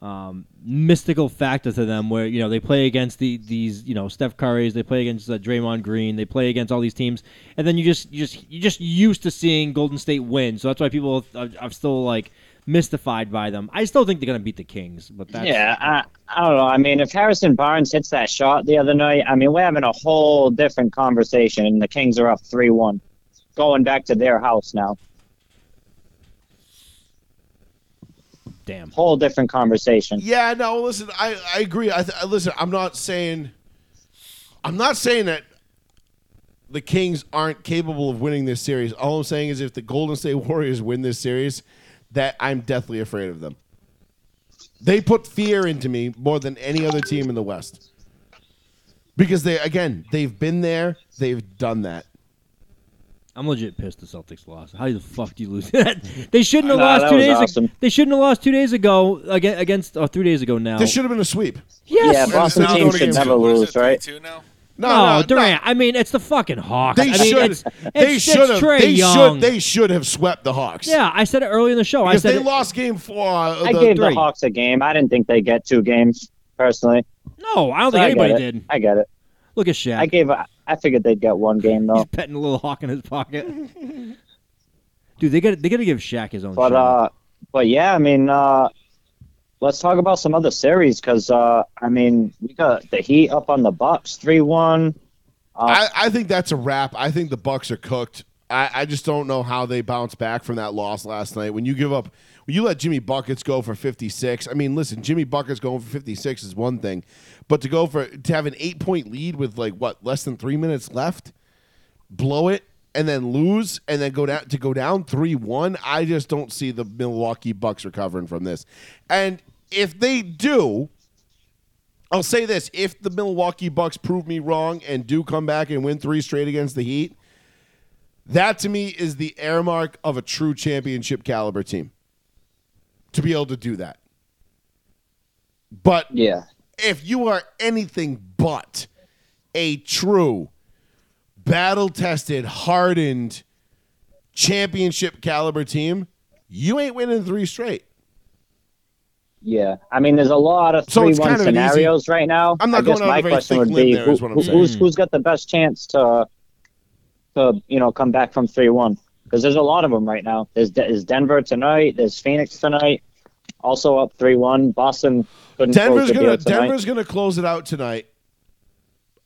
S1: um, mystical factor to them where, you know, they play against the these, you know, Steph Curry's, they play against uh, Draymond Green, they play against all these teams, and then you just you just you just used to seeing Golden State win. So that's why people are, are still like mystified by them. I still think they're gonna beat the Kings, but that's
S6: yeah, I, I don't know. I mean, if Harrison Barnes hits that shot the other night, I mean, we're having a whole different conversation, and the Kings are up three-one, going back to their house now.
S1: damn.
S6: Whole different conversation.
S2: Yeah, no. Listen, I, I agree. I, th- I listen. I'm not saying, I'm not saying that the Kings aren't capable of winning this series. All I'm saying is, if the Golden State Warriors win this series, that I'm deathly afraid of them. They put fear into me more than any other team in the West because they, again, they've been there, they've done that.
S1: I'm legit pissed the Celtics lost. How the fuck do you lose that? they shouldn't have
S6: Nah,
S1: lost
S6: that
S1: two
S6: was
S1: days. ag-
S6: awesome.
S1: They shouldn't have lost two days ago against, against or three days ago now.
S2: This should have been a sweep.
S1: Yes.
S6: Yeah, Boston
S2: Now
S6: team
S2: going
S6: should
S2: against-
S6: never
S3: What is it,
S6: lose, right?
S3: 32 now?
S2: No,
S1: No,
S2: no, no.
S1: Durant. I mean, it's the fucking Hawks.
S2: They
S1: I mean,
S2: should.
S1: It's,
S2: They
S1: it's-
S2: should
S1: it's
S2: have.
S1: Trae
S2: They should.
S1: Young.
S2: They should have swept the Hawks.
S1: yeah, I said it early in the show. I
S2: Because
S1: said
S2: they
S1: it-
S2: lost game four. Uh,
S6: I
S2: the-
S6: gave the
S1: three.
S6: Hawks a game. I didn't think they get two games personally.
S1: No, I don't
S6: So
S1: think
S6: I get
S1: anybody
S6: it.
S1: did.
S6: I get it.
S1: Look at Shaq.
S6: I gave. A, I figured they'd get one game though.
S1: He's petting a little hawk in his pocket. Dude, they got they got to give Shaq his own.
S6: But
S1: shot.
S6: uh, but yeah, I mean, uh, let's talk about some other series because uh, I mean, we got the Heat up on the Bucks three one.
S2: I, I think that's a wrap. I think the Bucks are cooked. I, I just don't know how they bounce back from that loss last night. When you give up, when you let Jimmy Buckets go for 56. I mean, listen, Jimmy Buckets going for 56 is one thing, but to go for to have an eight point lead with like what less than three minutes left, blow it and then lose and then go down to go down 3-1 i just don't see the milwaukee bucks recovering from this and if they do i'll say this if the milwaukee bucks prove me wrong and do come back and win three straight against the heat that to me is the air mark of a true championship caliber team to be able to do that but
S6: Yeah,
S2: if you are anything but a true battle tested, hardened championship caliber team, you ain't winning three straight.
S6: yeah. I mean, there's a lot of
S2: So
S6: three
S2: it's
S6: one
S2: kind of an easy-
S6: scenarios right now.
S2: I'm not
S6: I guess
S2: going on a
S6: my
S2: very
S6: question
S2: thick
S6: would
S2: limb
S6: be
S2: there,
S6: who,
S2: is what I'm
S6: who's
S2: saying.
S6: who's got the best chance to to you know come back from three one. because there's a lot of them right now. There's, De- there's Denver tonight. There's Phoenix tonight. Also up three one. Boston couldn't close
S2: Denver's
S6: the
S2: gonna
S6: deal tonight.
S2: Denver's gonna close it out tonight.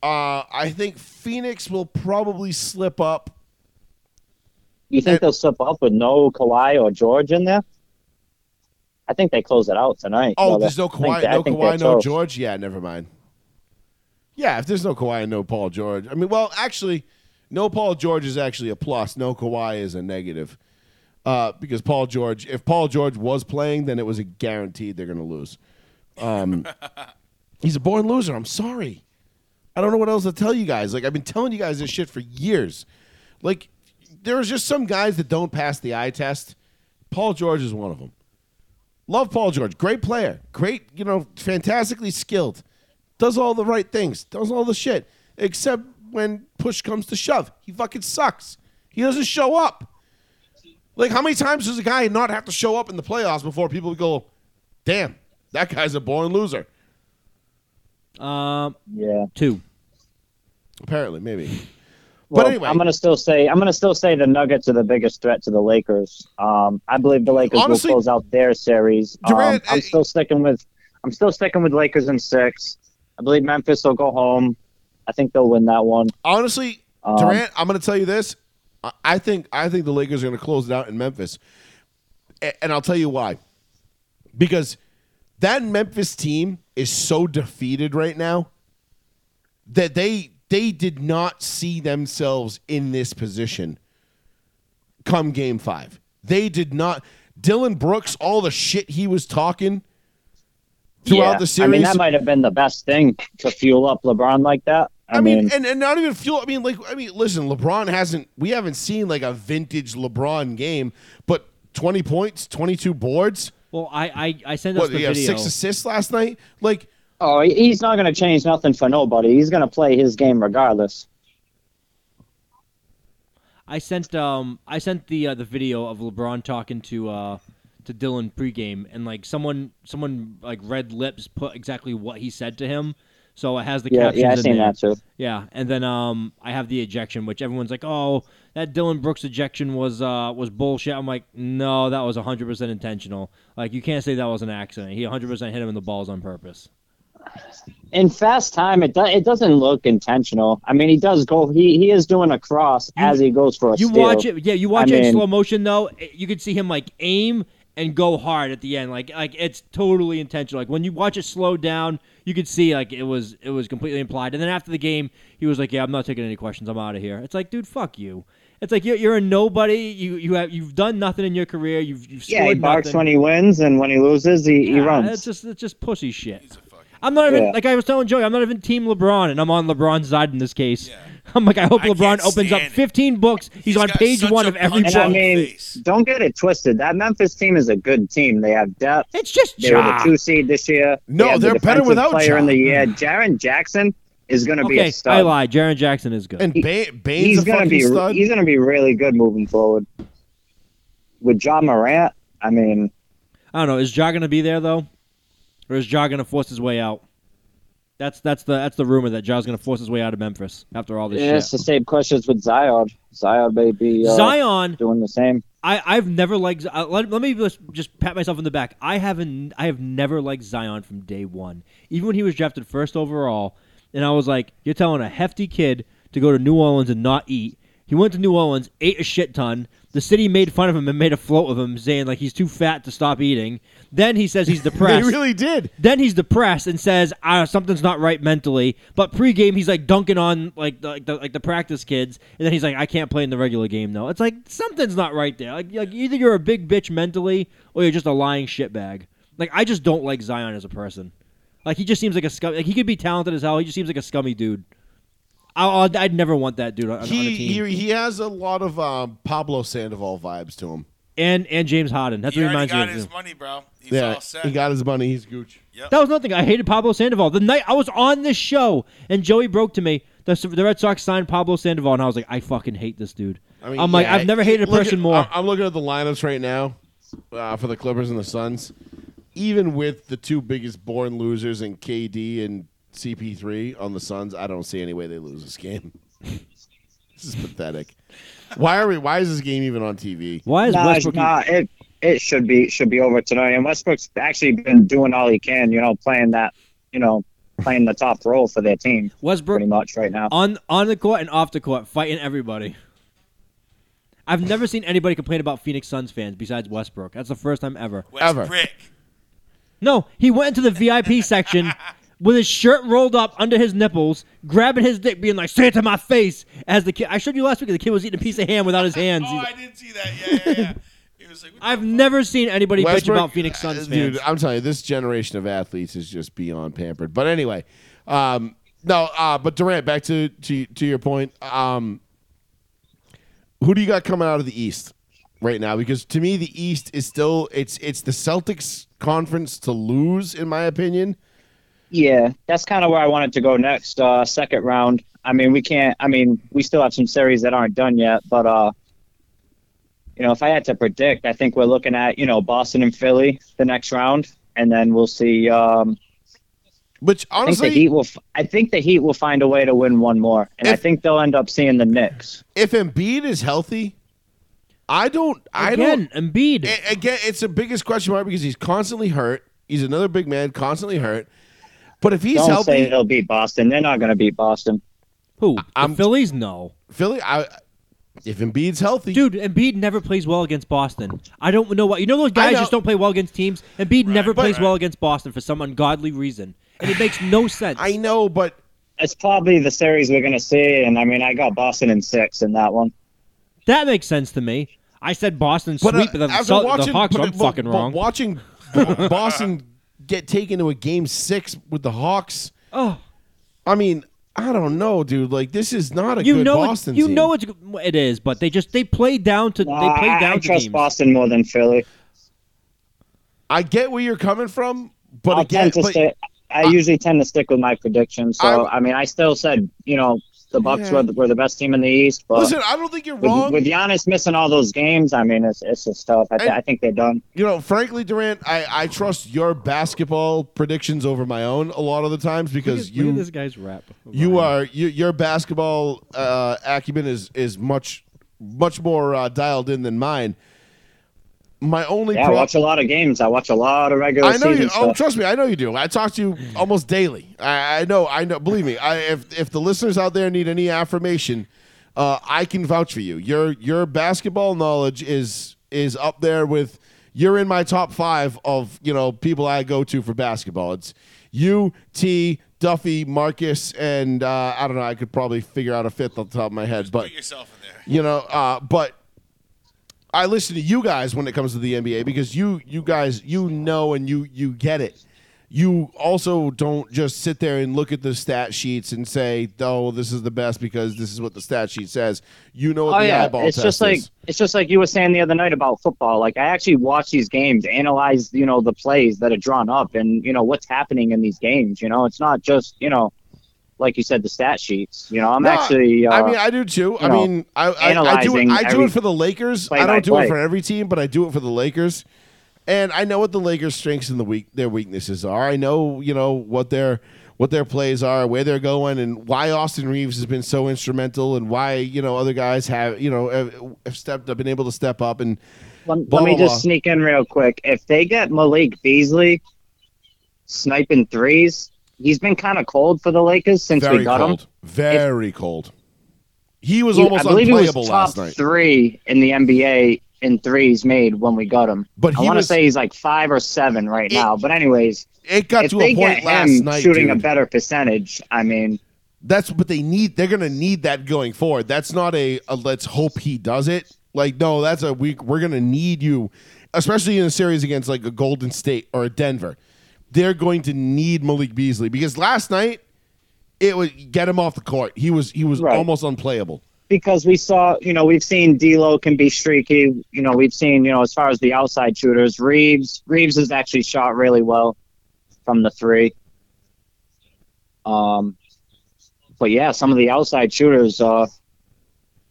S2: Uh, I think Phoenix will probably slip up.
S6: you think they'll slip up with no Kawhi or George in there? I think they close it out tonight.
S2: Oh,
S6: brother.
S2: there's no
S6: I think
S2: Kawhi,
S6: they- I
S2: no
S6: think
S2: Kawhi,
S6: they're
S2: no
S6: close.
S2: George. Yeah, never mind. Yeah, if there's no Kawhi and no Paul George, I mean, well, actually, no Paul George is actually a plus. No Kawhi is a negative. Uh, because Paul George, if Paul George was playing, then it was a guaranteed they're going to lose. Um, He's a born loser. I'm sorry. I don't know what else to tell you guys. Like I've been telling you guys this shit for years. Like there's just some guys that don't pass the eye test. Paul George is one of them. Love Paul George. Great player. Great, you know, fantastically skilled. Does all the right things. Does all the shit. Except when push comes to shove. He fucking sucks. He doesn't show up. Like how many times does a guy not have to show up in the playoffs before people go, "Damn, that guy's a born loser."
S6: uh,
S1: Um,
S6: Yeah.
S1: two.
S2: Apparently, maybe.
S6: Well,
S2: but anyway,
S6: I'm gonna still say I'm gonna still say the Nuggets are the biggest threat to the Lakers. Um, I believe the Lakers
S2: Honestly-
S6: will close out their series. Um,
S2: Durant, eh, I-
S6: I'm still sticking with I'm still sticking with Lakers in six. I believe Memphis will go home. I think they'll win that one.
S2: honestly,
S6: Um,
S2: Durant, I'm going to tell you this. I- I think I think the Lakers are going to close it out in Memphis, A- and I'll tell you why. Because that Memphis team is so defeated right now that they they did not see themselves in this position come game 5. They did not Dylan Brooks all the shit he was talking throughout
S6: Yeah.
S2: the
S6: I
S2: series
S6: mean, that might have been the best thing to fuel up LeBron like that. I,
S2: I mean,
S6: mean,
S2: and, and not even fuel. I mean, like, I mean, listen, LeBron hasn't. We haven't seen like a vintage LeBron game, but twenty points, twenty-two boards.
S1: Well, I I, I sent us
S2: What?
S1: the
S2: You have
S1: video.
S2: six assists last night. Like,
S6: oh, he- he's not gonna change nothing for nobody. He's gonna play his game regardless.
S1: I sent um I sent the uh, the video of LeBron talking to uh to Dylan pregame and like someone someone like red lips put exactly what he said to him. So it has the
S6: Yeah,
S1: captions
S6: yeah, I
S1: in
S6: seen
S1: there.
S6: that too.
S1: Yeah, and then um I have the ejection, which everyone's like, oh, that Dylan Brooks ejection was uh was bullshit. I'm like, no, that was 100 percent intentional. Like you can't say that was an accident. He 100 percent hit him in the balls on purpose.
S6: in fast time it, do, it doesn't look intentional i mean he does go he, he is doing a cross as he goes for a
S1: You
S6: steal.
S1: watch it, yeah. You watch it in
S6: mean-
S1: slow motion though. it- You can see him like aim and go hard at the end. Like like it's totally intentional. Like when you watch it slow down, you could see like it was it was completely implied. And then after the game, he was like, "Yeah, I'm not taking any questions. I'm out of here." It's like, dude, fuck you. It's like you're, you're a nobody. You you have you've done nothing in your career. You've, you've
S6: yeah he
S1: scored
S6: barks
S1: nothing.
S6: when he wins and when he loses he, he
S1: Yeah, It's
S6: runs
S1: just it's just pussy shit.
S3: He's a fucking.
S1: I'm not even
S6: Yeah.
S1: like I was telling Joey. I'm not even Team LeBron, and I'm on LeBron's side in this case.
S3: Yeah.
S1: I'm like, I hope
S3: I
S1: LeBron
S3: can't
S1: opens up
S3: stand it.
S1: 15 books. He's,
S3: He's
S1: on
S3: got
S1: page
S3: such
S1: one
S3: a
S1: of every
S3: punch
S1: book.
S6: and i
S3: Fuck
S6: mean
S3: face.
S6: don't get it twisted that memphis team is a good team they have depth
S1: It's just
S6: they were the
S1: Ja.
S6: two seed this year
S2: No,
S6: They have
S2: they're
S6: the
S2: better
S6: defensive
S2: without
S6: player in
S2: Ja.
S6: the year Jaron jackson is going to be
S1: Okay,
S6: a stud
S1: I lied. Jaron Jackson is good.
S2: and ba- Bane's
S6: he's
S2: a
S6: going to
S2: fucking
S6: be
S2: stud.
S6: he's going to be really good moving forward with john morant i mean
S1: I don't know. Is Ja gonna be there though, or is Ja gonna force his way out? That's that's the that's the rumor that Ja's gonna force his way out of Memphis after all this
S6: yeah, it's the
S1: shit.
S6: same questions with zion zion may be uh,
S1: Zion,
S6: doing the same
S1: I I've never liked. Z- uh, Let, let me just, just pat myself in the back. I haven't. I have never liked Zion from day one. Even when he was drafted first overall, and I was like, "You're telling a hefty kid to go to New Orleans and not eat." He went to New Orleans, ate a shit ton. The city made fun of him and made a float of him, saying like he's too fat to stop eating. Then he says he's
S2: they
S1: depressed.
S2: really did.
S1: Then he's depressed and says ah, something's not right mentally. But pregame, he's like dunking on like the, like the like the practice kids, and then he's like, I can't play in the regular game though. It's like something's not right there. Like, like either you're a big bitch mentally, or you're just a lying shitbag. Like I just don't like Zion as a person. Like he just seems like a scum. Like he could be talented as hell. He just seems like a scummy dude. I, I'd, I'd never want that dude on, on a
S2: He,
S1: team.
S2: he he has a lot of um, Pablo Sandoval vibes to him.
S1: and and James Harden. That's
S3: He
S1: what
S3: already
S1: reminds me
S3: got
S1: of.
S3: his
S1: him.
S3: money, bro. He's
S2: yeah,
S3: all set.
S2: he got his money. He's gooch.
S1: That was nothing. I hated Pablo Sandoval. The night I was on this show, and Joey broke to me. The, the Red Sox signed Pablo Sandoval, and I was like, I fucking hate this dude. I am like,
S2: yeah,
S1: I've never hated a
S2: look
S1: person
S2: at-
S1: more.
S2: I- I'm looking at the lineups right now uh, for the Clippers and the Suns. Even with the two biggest born losers in KD and CP3 on the Suns, I don't see any way they lose this game. This is pathetic. Why are we? Why is this game even on TV?
S1: Why is
S6: Nah,
S1: Westbrook?
S6: nah, it it should be should be over tonight. And Westbrook's actually been doing all he can, you know, playing that, you know, playing the top role for their team
S1: Westbrook
S6: pretty much right now.
S1: on on the court and off the court, fighting everybody. I've never seen anybody complain about Phoenix Suns fans besides Westbrook. That's the first time ever.
S2: Ever.
S3: Westbrook.
S1: No, he went into the VIP section with his shirt rolled up under his nipples, grabbing his dick, being like, "Say it to my face!" As the kid, I showed you last week, the kid was eating a piece of ham without his hands.
S3: Oh, I did see that. Yeah, yeah, yeah. He was like, what the
S1: I've
S3: fuck?
S1: never seen anybody bitch
S2: Westbrook-
S1: about Phoenix Suns
S2: uh,
S1: fans.
S2: Dude, I'm telling you, this generation of athletes is just beyond pampered. But anyway, um, no, uh, but Durant, back to, to to your point. Um, who do you got coming out of the East right now? Because to me, the East is still it's it's the Celtics conference to lose, in my opinion.
S6: Yeah, that's kind of where I wanted to go next. Uh, second round. I mean, we can't. I mean, we still have some series that aren't done yet. But uh, you know, if I had to predict, I think we're looking at you know Boston and Philly the next round, and then we'll see. Um,
S2: Which
S6: I think the
S2: honestly,
S6: Heat will. f- I think the Heat will find a way to win one more, and I
S2: If-
S6: think they'll end up seeing the Knicks.
S2: if Embiid is healthy, I don't. I don't. Eh,
S1: Again, Embiid.
S2: A- again, it's the biggest question mark because he's constantly hurt. He's another big man, constantly hurt. But if he's
S6: Don't
S2: healthy,
S6: say they'll beat Boston. They're not going to beat Boston.
S1: Who? The
S2: I'm-
S1: Phillies? No,
S2: Philly, I, if Embiid's healthy,
S1: dude. Embiid never plays well against Boston. I don't know why. You know those guys
S2: know.
S1: just don't play well against teams. Embiid never
S3: but-
S1: plays well against Boston for some ungodly reason, and it makes no sense.
S2: I know, but
S6: It's probably the series we're going to see, and I mean, I got Boston in six in that one.
S1: that makes sense to me. I said Boston
S2: but uh,
S1: sweep, but the,
S2: after
S1: Cel-
S2: watching,
S1: the Hawks.
S2: but-
S1: I'm
S2: but-
S1: fucking
S2: but
S1: wrong.
S2: watching Bo- Boston get taken to a game six with the Hawks,
S1: oh.
S2: I mean, I don't know, dude. Like this is not a
S1: you
S2: good
S1: know it-
S2: Boston.
S1: you
S2: team.
S1: know it's it is, but they just they play down to
S6: Nah,
S1: they play
S6: I,
S1: down
S6: I
S1: to
S6: trust
S1: teams.
S6: Boston more than Philly.
S2: I get where you're coming from, but
S6: I
S2: again,
S6: tend to
S2: but-
S6: stay, I, usually tend to stick with my predictions. So
S2: I-
S6: I, mean, I still said you know the Bucks
S2: Yeah.
S6: were, the, were the best team in the East, but
S2: listen, I don't think you're
S6: with,
S2: wrong.
S6: with Giannis missing all those games, I mean, it's it's just tough. I, th-
S2: And-
S6: I think they're done.
S2: you know, frankly, Durant, I, I trust your basketball predictions over my own a lot of the times because you
S1: this guy's rap.
S2: You uh, are you, your basketball uh, acumen is is much much more uh, dialed in than mine. My only
S6: Yeah, I
S2: pro-
S6: watch a lot of games. I watch a lot of regular
S2: I know
S6: season
S2: you. Oh,
S6: stuff.
S2: trust me, I know you do. I talk to you almost daily. I, I know. I know. Believe me. I, if if the listeners out there need any affirmation, uh, I can vouch for you. Your your basketball knowledge is is up there with. You're in my top five of you know people I go to for basketball. It's you, T, Duffy, Marcus, and uh, I don't know. I could probably figure out a fifth off the top of my head, but
S3: Put yourself in there.
S2: you know, uh, but I listen to you guys when it comes to the NBA because you you guys you know and you you get it. You also don't just sit there and look at the stat sheets and say, "Oh, this is the best because this is what the stat sheet says." You know what
S6: Oh
S2: the
S6: yeah,
S2: eyeball
S6: it's
S2: test
S6: just like
S2: is.
S6: it's just like you were saying the other night about football. Like I actually watch these games, analyze you know the plays that are drawn up, and you know what's happening in these games. You know, it's not just you know, like you said, the stat sheets. You know, I'm
S2: No,
S6: actually. Uh,
S2: I mean, I do too. I
S6: you know,
S2: mean, I, I, I do it.
S6: analyzing
S2: I do
S6: every
S2: it for the Lakers. I don't do
S6: play-by-play.
S2: it for every team, but I do it for the Lakers. And I know what the Lakers' strengths and the weak their weaknesses are. I know you know what their what their plays are, where they're going, and why Austin Reeves has been so instrumental, and why you know other guys have you know have, have stepped up, been able to step up, and
S6: Let,
S2: Blah,
S6: let me
S2: blah,
S6: just
S2: blah.
S6: sneak in real quick. If they get Malik Beasley sniping threes, he's been kind of cold for the Lakers since
S2: very
S6: we got
S2: cold,
S6: him.
S2: very cold. He was
S6: He-
S2: almost
S6: I believe he was
S2: unplayable
S6: top
S2: last night.
S6: three in the NBA in threes made when we got him.
S2: But
S6: I
S2: he
S6: want to
S2: was-
S6: say he's like five or seven right
S2: It-
S6: now. But anyways,
S2: It got
S6: if
S2: to a
S6: they
S2: point
S6: get
S2: last
S6: him
S2: night,
S6: shooting
S2: dude.
S6: a better percentage, I mean,
S2: That's but they need. They're gonna need that going forward. That's not a, a let's hope he does it. Like no, that's a week. We're gonna need you, especially in a series against like a Golden State or a Denver. They're going to need Malik Beasley because last night it was get him off the court. He was he was
S6: Right.
S2: almost unplayable.
S6: because we saw, you know, we've seen D'Lo can be streaky. You know, we've seen, you know, as far as the outside shooters, Reeves. Reeves has actually shot really well from the three. Um, but yeah, some of the outside shooters, uh,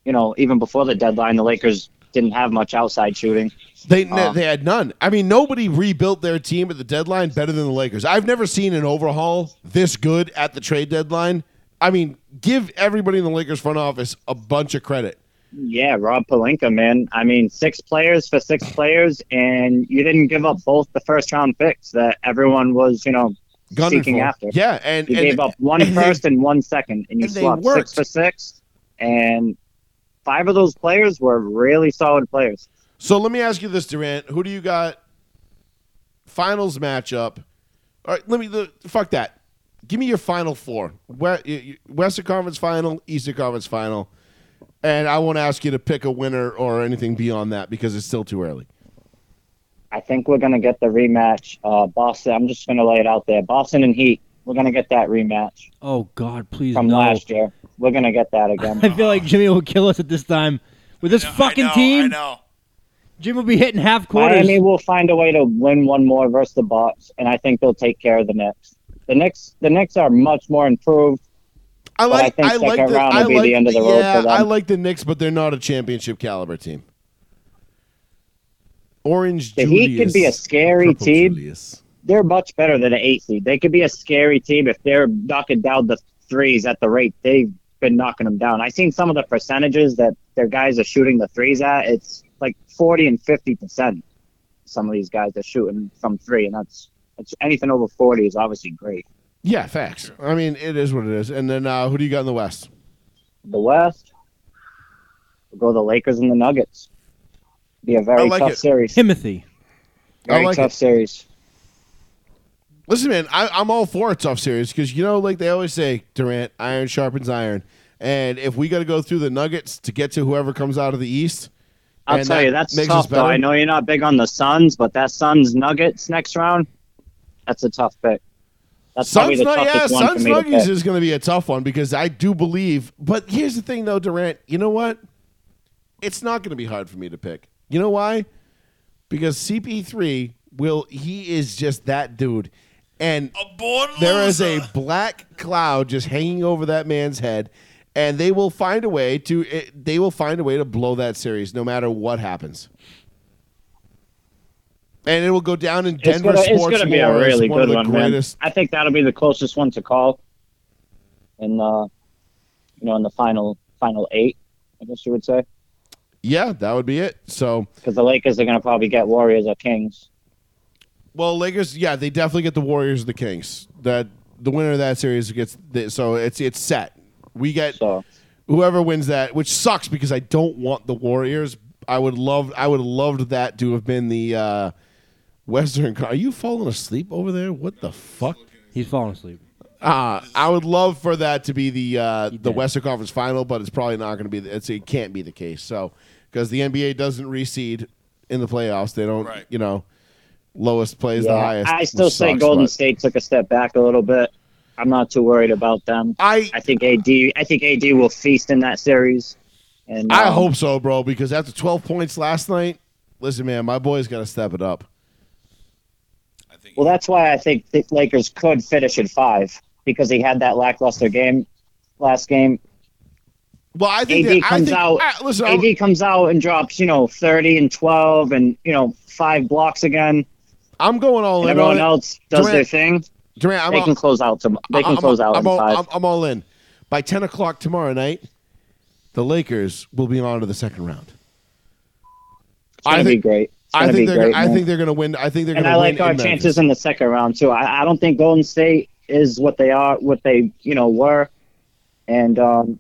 S6: you know, even before the deadline, the Lakers didn't have much outside shooting.
S2: They
S6: Um,
S2: they had none. I mean, nobody rebuilt their team at the deadline better than the Lakers. I've never seen an overhaul this good at the trade deadline I mean, give everybody in the Lakers front office a bunch of credit.
S6: Yeah, Rob Palinka, man. I mean, six players for six players, and you didn't give up both the first round picks that everyone was, you know,
S2: Gunning
S6: seeking
S2: for.
S6: after.
S2: Yeah, and,
S6: You
S2: and
S6: gave up one
S2: and
S6: first
S2: they-
S6: and one second, and you
S2: and they
S6: swapped
S2: worked.
S6: six for six, and five of those players were really solid players.
S2: So let me ask you this, Durant: Who do you got? Finals matchup. All right, let me the, fuck that. Give me your final four: Where- y- y- Western Conference Final, Eastern Conference Final, and I won't ask you to pick a winner or anything beyond that because it's still too early.
S6: I think we're gonna get the rematch. Uh, Boston. I'm just gonna lay it out there. Boston and Heat. We're gonna get that rematch
S1: Oh God, please
S6: from
S1: no.
S6: last year. We're gonna get that
S1: I
S6: again.
S1: feel like Jimmy will kill us at this time. With this
S3: I know,
S1: fucking
S3: I know, I
S1: team,
S3: know.
S1: Jimmy will be hitting half quarters.
S6: Miami will find a way to win one more versus the Bucks, and I think they'll take care of the Knicks. The Knicks, the Knicks are much more improved.
S2: I
S6: But I
S2: like.
S6: think
S2: I,
S6: second
S2: like. The,
S6: round
S2: I
S6: will be
S2: like.
S6: the end of the road
S2: yeah,
S6: for them.
S2: I like the Knicks, but they're not a championship caliber team. Orange
S6: The
S2: Julius.
S6: Heat could be a scary
S2: Purple
S6: team.
S2: Julius.
S6: They're much better than an eight seed. They could be a scary team if they're knocking down the threes at the rate they've been knocking them down. I've seen some of the percentages that their guys are shooting the threes at. It's like forty and fifty percent. Some of these guys are shooting from three, and that's that's anything over forty is obviously great.
S2: Yeah, facts. I mean, it is what it is. And then, uh, who do you got in the West?
S6: the West. We'll go the Lakers and the Nuggets. Be a very
S2: like
S6: tough
S2: it.
S6: series.
S1: Timothy.
S6: Very
S2: like
S6: tough
S2: it.
S6: series.
S2: Listen, man, I, I'm all for a tough series because you know, like they always say, Durant, iron sharpens iron. And if we got to go through the Nuggets to get to whoever comes out of the East,
S6: I'll
S2: and
S6: tell
S2: that
S6: you, that's
S2: makes us
S6: tough though.
S2: better.
S6: I know you're not big on the Suns, but that Suns Nuggets next round, that's a tough pick. That's probably
S2: Suns,
S6: the
S2: Nu-
S6: toughest
S2: yeah,
S6: one
S2: Suns
S6: for me to
S2: Nuggets
S6: pick.
S2: is going to be a tough one because I do believe. But here's the thing, though, Durant. You know what? It's not going to be hard for me to pick. You know why? Because CP3 will. He is just that dude, and
S3: A born
S2: there is
S3: loser.
S2: a black cloud just hanging over that man's head and they will find a way to it, they will find a way to blow that series no matter what happens and it will go down in
S6: It's
S2: Denver
S6: gonna, it's
S2: sports
S6: gonna be a
S2: lore as
S6: really
S2: one
S6: good
S2: of the
S6: one,
S2: greatest.
S6: man. I think that'll be the closest one to call. In uh, you know, in the final final eight, I guess you would say,
S2: Yeah, that would be it. So,
S6: because the Lakers are gonna probably get Warriors or Kings.
S2: well, Lakers, yeah, they definitely get the Warriors and the Kings. That the winner of that series gets the, so it's it's set. We get
S6: So
S2: whoever wins that, which sucks because I don't want the Warriors. I would love I would have loved that to have been the uh, Western. Con- Are you falling asleep over there? What the fuck?
S1: He's falling asleep.
S2: Uh, I would love for that to be the uh, the
S1: did.
S2: Western Conference Final, but it's probably not going to be. The, it's, it can't be the case. So because the NBA doesn't reseed in the playoffs, they don't.
S3: Right.
S2: You know, lowest plays the
S6: Yeah,
S2: highest.
S6: I still
S2: which
S6: say
S2: sucks,
S6: Golden
S2: but-
S6: State took a step back a little bit. I'm not too worried about them.
S2: I
S6: I think AD. I think AD will feast in that series. And
S2: I
S6: um,
S2: hope so, bro. Because after twelve points last night, listen, man, my boy's got to step it up.
S3: I think
S6: Well, that's why I think the Lakers could finish at five because he had that lackluster game last game.
S2: Well, I think
S6: AD
S2: that, I
S6: comes
S2: think,
S6: out-
S2: ah, listen, I'm-
S6: AD comes out and drops, you know, 30 and 12 and you know five blocks again.
S2: I'm going all in.
S6: And everyone
S2: on it.
S6: else does
S2: Durant-
S6: their thing.
S2: Durant, I'm
S6: they
S2: all,
S6: can close out. To, they can
S2: I'm,
S6: close out
S2: I'm
S6: in
S2: all,
S6: five.
S2: I'm, I'm all in. By ten o'clock tomorrow night, the Lakers will be on to the second round.
S6: it's gonna
S2: I
S6: be
S2: think-
S6: great. It's
S2: I
S6: gonna
S2: think
S6: be
S2: they're.
S6: great,
S2: gonna, I
S6: man.
S2: think they're going to win. I think they're going
S6: and
S2: to
S6: I
S2: win.
S6: like our
S2: in Memphis.
S6: chances in the second round too. I, I don't think Golden State is what they are, what they you know were, and um,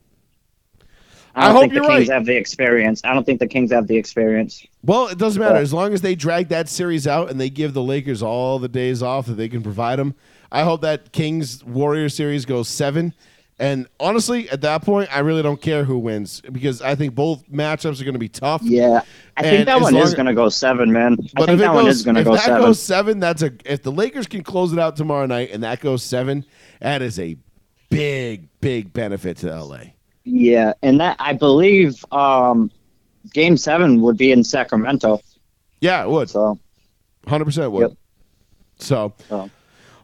S2: I
S6: I don't
S2: hope
S6: think the
S2: you're
S6: Kings
S2: right.
S6: have the experience. I don't think the Kings have the experience.
S2: Well, it doesn't matter
S6: Yeah.
S2: as long as they drag that series out and they give the Lakers all the days off that they can provide them. I hope that Kings Warriors series goes seven. And honestly, at that point, I really don't care who wins because I think both matchups are going to be tough.
S6: Yeah, I
S2: And
S6: think that
S2: as
S6: one
S2: long-
S6: is going to go seven, man. I
S2: But
S6: think
S2: if it
S6: that
S2: goes,
S6: one is going to
S2: if
S6: go
S2: that
S6: seven.
S2: goes seven, that's a if the Lakers can close it out tomorrow night and that goes seven, that is a big big benefit to LA.
S6: Yeah, and that I believe um, Game Seven would be in Sacramento.
S2: Yeah, it would.
S6: So
S2: Hundred percent would.
S6: Yep.
S2: So,
S6: So.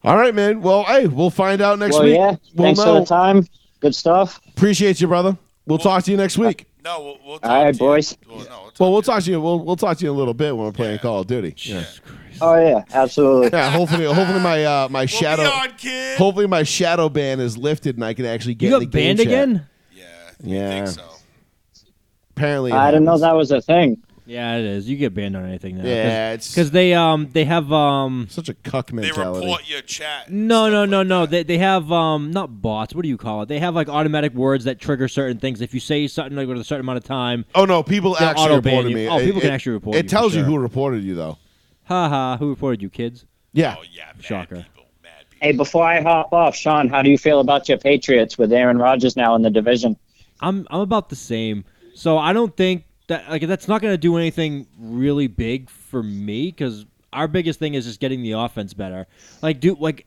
S2: all right, man. Well, hey, we'll find out next
S6: well,
S2: week.
S6: yeah.
S2: We'll
S6: Thanks
S2: know.
S6: for the time. Good stuff.
S2: Appreciate you, brother. We'll talk to you next week.
S3: no. We'll, we'll talk
S6: right,
S3: to you.
S6: boys.
S3: Well, no, we'll talk
S2: Well, we'll
S3: to you.
S2: talk to you. We'll we'll talk to you in a little bit when we're playing
S3: Yeah.
S2: Call of Duty. Yeah.
S1: Jesus Christ.
S6: Oh yeah, absolutely.
S2: Yeah, hopefully, hopefully my uh, my
S3: We'll
S2: shadow,
S3: be on, kid.
S2: hopefully my shadow ban is lifted and I can actually get
S1: You
S2: in the
S1: got
S2: game
S1: banned
S2: chat.
S1: again?
S3: yeah, I
S2: Yeah.
S3: think so.
S2: Apparently, it
S6: I didn't know
S2: happens.
S6: that was a thing.
S1: Yeah, it is. You get banned on anything now.
S2: Yeah, it's
S1: Because they um they have um
S2: such a cuck
S3: They
S2: mentality.
S3: report your chat. and
S1: no
S3: stuff
S1: no no
S3: like
S1: no
S3: that.
S1: they they have um not bots what do you call it they have like automatic words that trigger certain things if you say something like over a certain amount of time
S2: oh no, people
S1: They'll
S2: actually
S1: auto-ban
S2: reported
S1: you.
S2: me.
S1: Oh,
S2: It-
S1: people can
S2: it-
S1: actually report
S2: It
S1: you for
S2: tells you
S1: sure. Oh,
S2: who reported you though.
S1: ha ha who reported you kids
S2: Yeah,
S3: Oh yeah, mad
S1: Shocker.
S3: people, mad people.
S6: Hey, before I hop off, Sean, how do you feel about your Patriots with Aaron Rodgers now in the division?
S1: I'm I'm about the same. So I don't think that like that's not going to do anything really big for me because our biggest thing is just getting the offense better. Like do like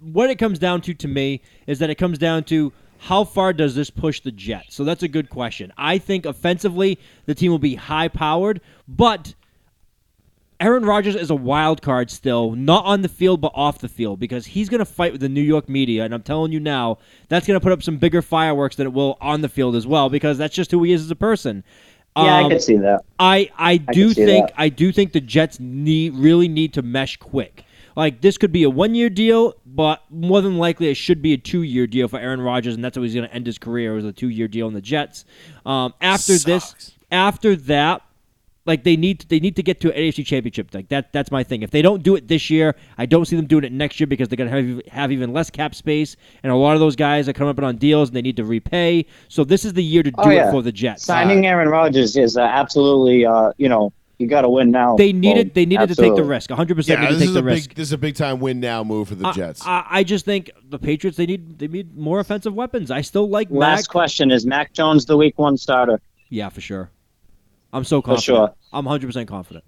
S1: what it comes down to to me is that it comes down to how far does this push the Jets? So that's a good question. I think offensively the team will be high powered, but Aaron Rodgers is a wild card still, not on the field but off the field because he's going to fight with the New York media, and I'm telling you now, that's going to put up some bigger fireworks than it will on the field as well because that's just who he is as a person.
S6: Yeah, I
S1: Um,
S6: can see that.
S1: I I do
S6: see
S1: think
S6: that.
S1: I do think the Jets need really need to mesh quick. Like this could be a one year deal, but more than likely it should be a two year deal for Aaron Rodgers, and that's how he's going to end his career was a two year deal in the Jets. Um, after
S3: Sucks.
S1: this, after that, like they need they need to get to an AFC championship. Like that that's my thing. If they don't do it this year, I don't see them doing it next year because they're gonna have have even less cap space, and a lot of those guys are coming up on deals and they need to repay. So this is the year to do
S6: Oh, yeah.
S1: it for the Jets.
S6: Signing Aaron Rodgers is uh, absolutely, uh, you know, you got to win now.
S1: They needed
S6: Well,
S1: they needed to take the
S6: Oh, absolutely.
S1: risk. 100 percent
S2: yeah.
S1: needed to
S2: This
S1: take
S2: is
S1: the
S2: a big,
S1: risk.
S2: this is a big time win now move for the Jets.
S1: I, I just think the Patriots they need they need more offensive weapons. I still like Mac.
S6: Last question is Mac Jones the Week One starter?
S1: yeah, for sure. I'm so
S6: For
S1: confident.
S6: sure.
S1: I'm 100 percent confident.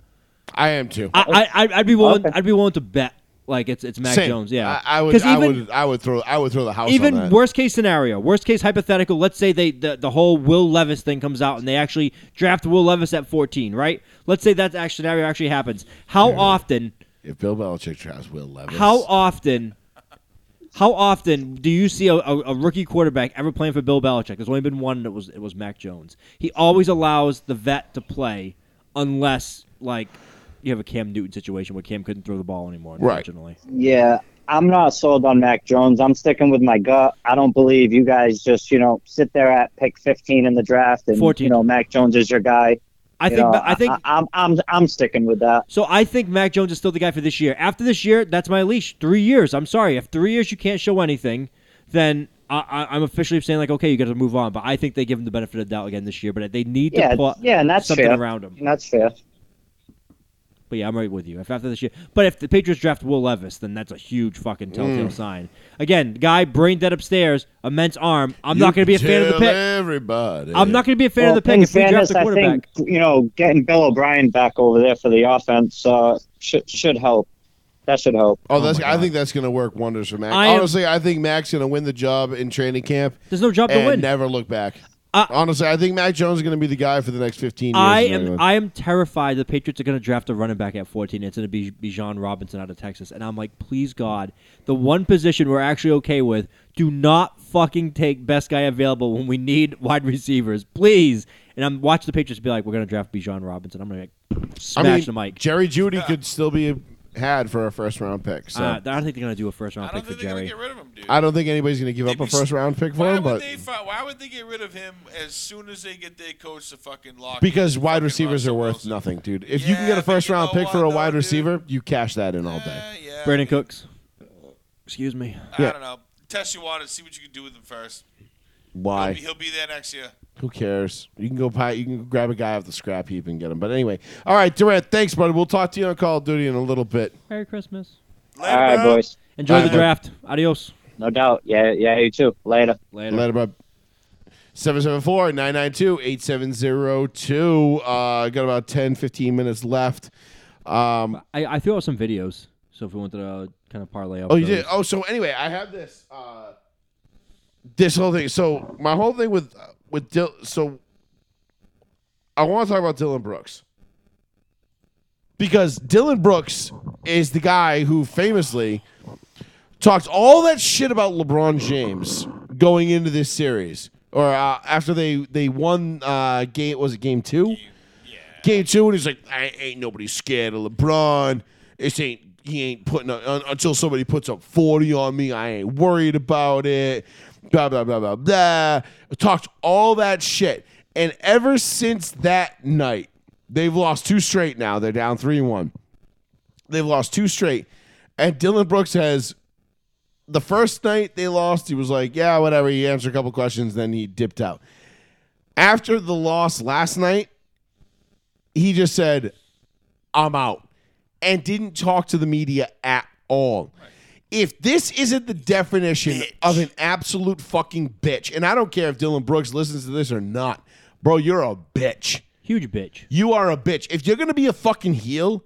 S2: I am too.
S1: I, I I'd- I'd be willing
S6: Okay.
S1: I'd be willing to bet like it's it's Mac
S2: Same.
S1: Jones. Yeah,
S2: I, I would.
S1: 'Cause
S2: I
S1: even-
S2: would. I would throw. I would throw the house.
S1: even
S2: on that.
S1: worst case scenario, worst case hypothetical, let's say they the, the whole Will Levis thing comes out and they actually draft Will Levis at 14, right? Let's say that act- scenario actually happens. How often
S2: If Bill Belichick drafts Will Levis,
S1: how often how often do you see a, a, a rookie quarterback ever playing for Bill Belichick? There's only been one that was it was Mac Jones. He always allows the vet to play unless like you have a Cam Newton situation where Cam couldn't throw the ball anymore,
S2: Right.
S1: unfortunately.
S6: Yeah, I'm not sold on Mac Jones. I'm sticking with my gut. I don't believe you guys just, you know, sit there at pick 15 in the draft and
S1: 14.
S6: you know Mac Jones is your guy.
S1: I
S6: You
S1: think
S6: know,
S1: I think
S6: I, am I'm I'm sticking with that.
S1: So I think Mac Jones is still the guy for this year. After this year, that's my leash. Three years. I'm sorry. If three years you can't show anything, then I, I, I'm officially saying like, okay, you got to move on. But I think they give him the benefit of the doubt again this year. But they need
S6: Yeah,
S1: to put
S6: yeah, and that's
S1: something
S6: fair.
S1: around him.
S6: That's fair.
S1: But yeah, I'm right with you. If after this year, but if the Patriots draft Will Levis, then that's a huge fucking
S2: Mm.
S1: telltale sign. Again, guy brain dead upstairs, immense arm. I'm
S2: You
S1: not going to be a fan of the
S2: tell
S1: pick.
S2: Everybody,
S1: I'm not going to be a fan
S6: Well,
S1: of the pick
S6: in
S1: if we draft
S6: fairness,
S1: the
S6: I
S1: quarterback.
S6: think you know getting Bill O'Brien back over there for the offense uh, should should help. That should help.
S2: Oh, that's. I think that's going to work wonders for Mac.
S1: I am-
S2: Honestly, I think Mac's going to win the job in training camp
S1: There's no job to
S2: and
S1: win.
S2: never look back.
S1: I-
S2: Honestly, I think Mac Jones is going to be the guy for the next 15 years.
S1: I
S2: in New
S1: am
S2: England.
S1: I am terrified the Patriots are going to draft a running back at 14. It's going to be Bijan Robinson out of Texas, and I'm like, please God, the one position we're actually okay with, do not fucking take best guy available when we need wide receivers, please. And I'm watch the Patriots be like, we're going to draft Bijan Robinson. I'm going to
S2: I
S1: smash
S2: mean,
S1: the mic.
S2: Jerry Judy could still be had for a first round pick. So
S1: Uh, I don't think they're going to do a first round
S3: I don't
S1: pick for
S3: think they're gonna
S1: Jerry.
S3: get rid of him, dude.
S2: I don't think anybody's going to give
S3: They'd
S2: up a
S3: be s-
S2: first round pick for
S3: why
S2: him,
S3: would
S2: but
S3: they fi- why would they get rid of him as soon as they get their coach to fucking lock?
S2: because
S3: in
S2: wide
S3: fucking
S2: receivers are
S3: Russell
S2: worth
S3: Wilson?
S2: nothing, dude. If you can
S3: Yeah,
S2: get a
S3: but you
S2: first round
S3: know
S2: pick for
S3: what,
S2: a
S3: though,
S2: wide
S3: dude?
S2: receiver, you cash that in all day.
S3: Yeah, Eh, yeah.
S1: Brandon Cooks. Excuse me.
S3: I
S2: Yeah.
S3: don't know. Test you water, see what you can do with him first. He'll be,
S2: Why?
S3: he'll be there next year.
S2: Who cares? You can go pie. You can grab a guy off the scrap heap and get him. But anyway, all right, Durant. Thanks, buddy. We'll talk to you on Call of Duty in a little bit.
S1: Merry Christmas.
S6: All right,
S3: bro.
S6: boys.
S1: Enjoy
S2: Bye,
S1: the
S2: bud.
S1: draft. Adios.
S6: No doubt. Yeah, yeah. You too. Later.
S1: Later.
S2: Later, bud. 774-992-8702. Uh, got about 10, 15 minutes left. Um,
S1: I, I threw out some videos, so if we wanted to uh, kind of parlay up.
S2: oh, you
S1: those.
S2: did. Oh, so anyway, I have this. Uh, this whole thing. So my whole thing with with Dil- so I want to talk about Dylan Brooks because Dylan Brooks is the guy who famously talked all that shit about LeBron James going into this series or uh, after they they won uh, game was it game two. Game two, and he's like, I ain't nobody scared of LeBron. This ain't he ain't putting up, un, until somebody puts up forty on me. I ain't worried about it. Blah blah blah blah blah. Talked all that shit, and ever since that night, they've lost two straight. Now they're down three one. They've lost two straight, and Dylan Brooks has. The first night they lost, he was like, "Yeah, whatever." He answered a couple questions, then he dipped out. After the loss last night, he just said, I'm out, and didn't talk to the media at all. If this isn't the definition of an absolute fucking bitch, and I don't care if Dylan Brooks listens to this or not, bro, you're a bitch.
S1: Huge bitch.
S2: You are a bitch. If you're gonna be a fucking heel,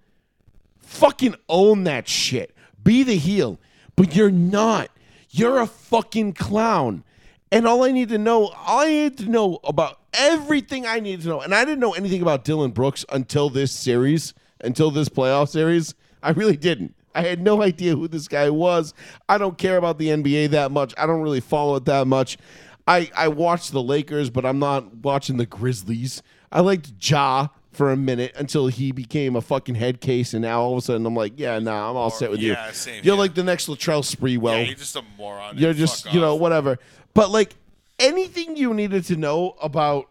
S2: fucking own that shit. Be the heel. But you're not. You're a fucking clown. And all I need to know, all I need to know about everything I need to know, and I didn't know anything about Dylan Brooks until this series, until this playoff series. I really didn't. I had no idea who this guy was. I don't care about the NBA that much. I don't really follow it that much. I, I watch the Lakers, but I'm not watching the Grizzlies. I liked Ja for a minute until he became a fucking head case, and now all of a sudden I'm like, yeah, nah, I'm all set with
S3: yeah,
S2: you.
S3: same
S2: You're
S3: here.
S2: like the next Latrell Sprewell.
S3: yeah, you're just a moron. and
S2: You're
S3: fuck
S2: just, you
S3: off.
S2: know, whatever. But like anything you needed to know about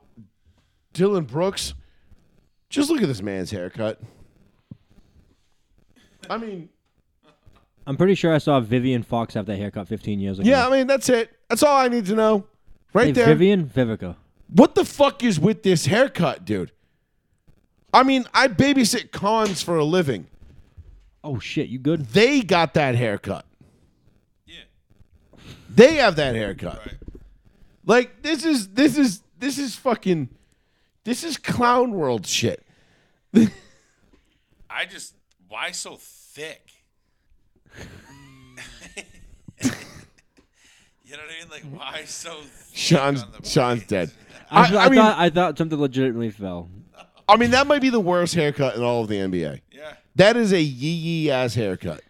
S2: Dylan Brooks, just look at this man's haircut. I mean,
S1: I'm pretty sure I saw Vivian Fox have that haircut 15 years ago.
S2: yeah, I mean, that's it. That's all I need to know. Right
S1: Hey,
S2: there.
S1: Vivian Vivica.
S2: What the fuck is with this haircut, dude? I mean, I babysit cons for a living.
S1: Oh shit, you good?
S2: They got that haircut.
S3: Yeah.
S2: They have that haircut.
S3: Right.
S2: Like this is this is this is fucking this is clown world shit.
S3: I just why so thick? you know what I mean? Like why so? Thick
S2: Sean's
S3: on the
S2: Sean's dead.
S3: blades?
S1: I,
S2: I,
S1: th- I
S2: I mean,
S1: thought I thought something legitimately fell.
S2: I mean that might be the worst haircut in all of the NBA.
S3: Yeah.
S2: That is a yee yee ass haircut.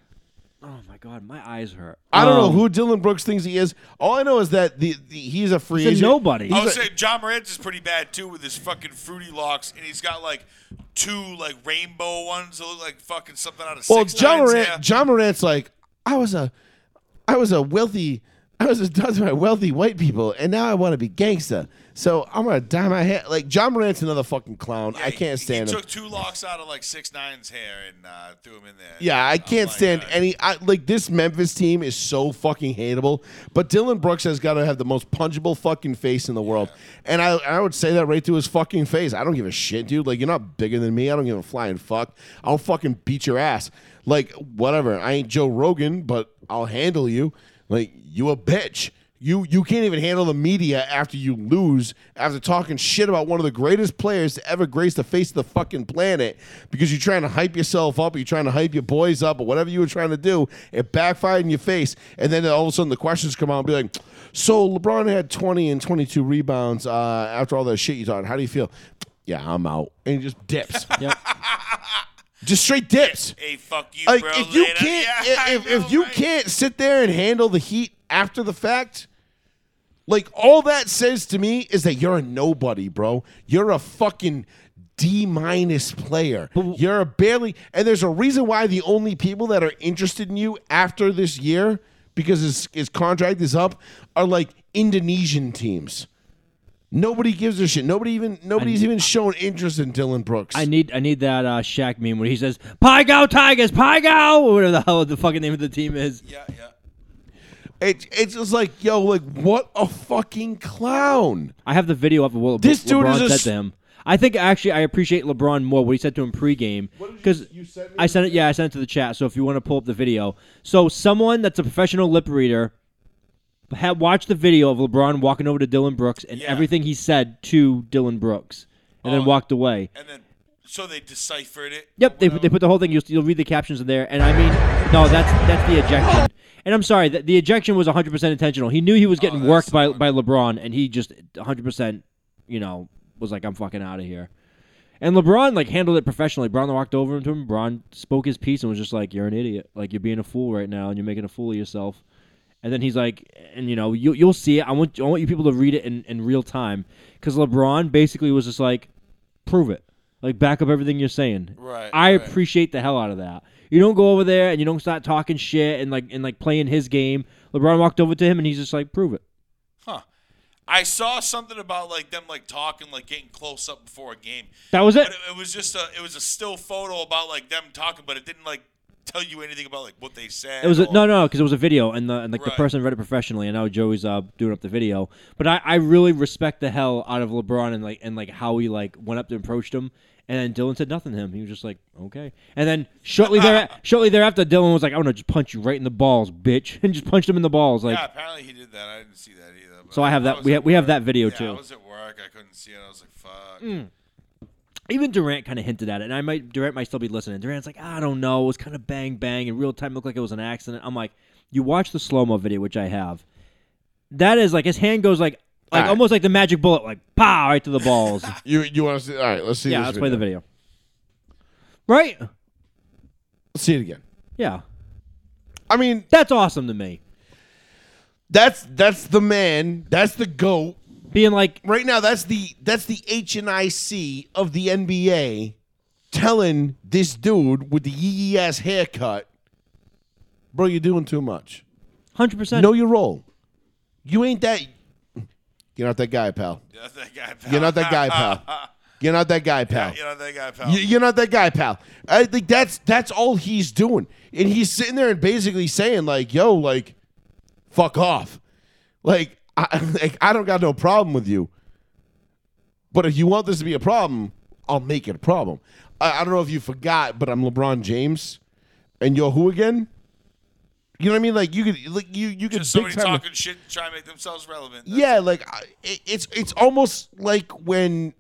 S1: Oh my god, my eyes hurt.
S2: I don't know
S1: Um,
S2: who Dylan Brooks thinks he is. All I know is that the, the he's a free
S1: He's a
S2: agent.
S1: nobody.
S3: I
S2: He's
S3: would
S2: a-
S3: say John Morant is pretty bad too with his fucking fruity locks, and he's got like two like rainbow ones that look like fucking something out of
S2: well,
S3: Six
S2: John
S3: Nines,
S2: Morant.
S3: yeah.
S2: John Morant's like I was a, I was a wealthy, I was a done by wealthy white people, and now I want to be gangsta. So I'm gonna dye my hair. Like John Morant's another fucking clown.
S3: Yeah,
S2: I
S3: he-
S2: can't stand
S3: He
S2: him.
S3: took two locks out of like Six Nine's hair and uh, threw him in there.
S2: Yeah, I
S3: I'm
S2: can't
S3: like,
S2: stand
S3: uh,
S2: any. I, like this Memphis team is so fucking hateable. But Dylan Brooks has got to have the most punchable fucking face in the world, and I I would say that right to his fucking face. I don't give a shit, dude. Like you're not bigger than me. I don't give a flying fuck. I'll fucking beat your ass. Like whatever. I ain't Joe Rogan, but I'll handle you. Like you a bitch. You you can't even handle the media after you lose after talking shit about one of the greatest players to ever grace the face of the fucking planet because you're trying to hype yourself up, you're trying to hype your boys up, or whatever you were trying to do, it backfired in your face, and then all of a sudden the questions come out and be like, "So LeBron had 20 and 22 rebounds uh, after all that shit you talking. How do you feel?" Yeah, I'm out, and he just dips.
S1: Yep.
S2: just straight dips
S3: Hey, fuck you,
S2: like
S3: bro.
S2: if you
S3: later.
S2: can't
S3: Yeah, I
S2: if, if,
S3: know,
S2: you
S3: right?
S2: can't sit there and handle the heat after the fact like all that says to me is that you're a nobody bro you're a fucking D minus player. You're a barely, and there's a reason why the only people that are interested in you after this year, because his, his contract is up, are like Indonesian teams. Nobody gives a shit. Nobody even nobody's even shown interest in Dylan Brooks.
S1: I need I need that uh, Shaq meme when he says Pygao Tigers, Pygao, or whatever the hell the fucking name of the team is.
S3: Yeah, yeah.
S2: It, it's just like, yo, like what a fucking clown.
S1: I have the video of what
S2: This dude
S1: LeBron
S2: is a
S1: said
S2: s-
S1: to him. I think actually I appreciate LeBron more what he said to him pregame because I sent it. Yeah, I sent it to the chat. So if you want to pull up the video, so someone that's a professional lip reader had watched the video of LeBron walking over to Dylan Brooks and
S3: Yeah.
S1: everything he said to Dylan Brooks, and
S3: Oh.
S1: then walked away.
S3: And then, so they deciphered it.
S1: Yep, they,
S3: Whatever.
S1: they put the whole thing. You'll, you'll read the captions in there, and I mean, no, that's that's the ejection. And I'm sorry, the, the ejection was 100 percent intentional. He knew he was getting
S3: that's
S1: worked
S3: the
S1: by
S3: one.
S1: by LeBron, and he just 100 percent, you know, was like, "I'm fucking out of here." And LeBron like handled it professionally. Braun walked over to him. Braun spoke his piece and was just like, "You're an idiot. Like you're being a fool right now, and you're making a fool of yourself." And then he's like, and you know, you, you'll see it. I want I want you people to read it in, in real time because LeBron basically was just like, "Prove it." Like back up everything you're saying.
S3: Right,
S1: I
S3: right.
S1: appreciate the hell out of that. You don't go over there and you don't start talking shit and like and like playing his game. LeBron walked over to him and he's just like, prove it.
S3: Huh. I saw something about like them like talking, like getting close up before a game.
S1: That was it.
S3: But it, it was just a it was a still photo about like them talking, but it didn't like tell you anything about like what they said.
S1: It was a,
S3: or-
S1: no, no, because it was a video, and the and like the
S3: Right.
S1: person read it professionally, and now Joey's uh, doing up the video. But I, I really respect the hell out of LeBron and like and like how he like went up to approached him, and then Dylan said nothing to him. He was just like, okay. And then shortly there shortly thereafter, Dylan was like, I'm gonna just punch you right in the balls, bitch, and just punched him in the balls. Like
S3: yeah, apparently he did that. I didn't see that either. but
S1: So I have that-
S3: was
S1: we
S3: at
S1: ha- we have
S3: work.
S1: that video,
S3: Yeah,
S1: too.
S3: I was at work. I couldn't see it. I was like, fuck.
S2: Hmm.
S1: even Durant kind of hinted at it, and I might Durant might still be listening. Durant's like, I don't know, it was kind of bang bang in real time, looked like it was an accident. I'm like, you watch the slow mo video, which I have. That is like his hand goes like like
S2: Alright.
S1: almost like the magic bullet, like pow right to the balls.
S2: You you want to see? All right, let's see.
S1: yeah,
S2: this
S1: let's play the video. Right?
S2: Let's see it again.
S1: Yeah,
S2: I mean,
S1: that's awesome to me.
S2: that's that's the man. That's the goat.
S1: Being like,
S2: Right now, that's the that's the H and I C of the NBA telling this dude with the yee yee ass haircut, bro, you're doing too much.
S1: hundred percent.
S2: Know your role. You ain't that. You're not that guy, pal.
S3: You're not that guy, pal.
S2: You're not that guy, pal. You're not that guy, pal.
S3: You're not that guy, pal.
S2: You- You're not that guy, pal. I think that's that's all he's doing, and he's sitting there and basically saying like, "Yo, like, fuck off." Like, I, like I don't got no problem with you, but if you want this to be a problem, I'll make it a problem. I, I don't know if you forgot, but I'm LeBron James, and you're who again? You know what I mean? Like you could, like you, you could
S3: Just
S2: big
S3: somebody
S2: time-
S3: talking shit and trying to make themselves relevant. That's-
S2: yeah, like I- it, it's it's almost like when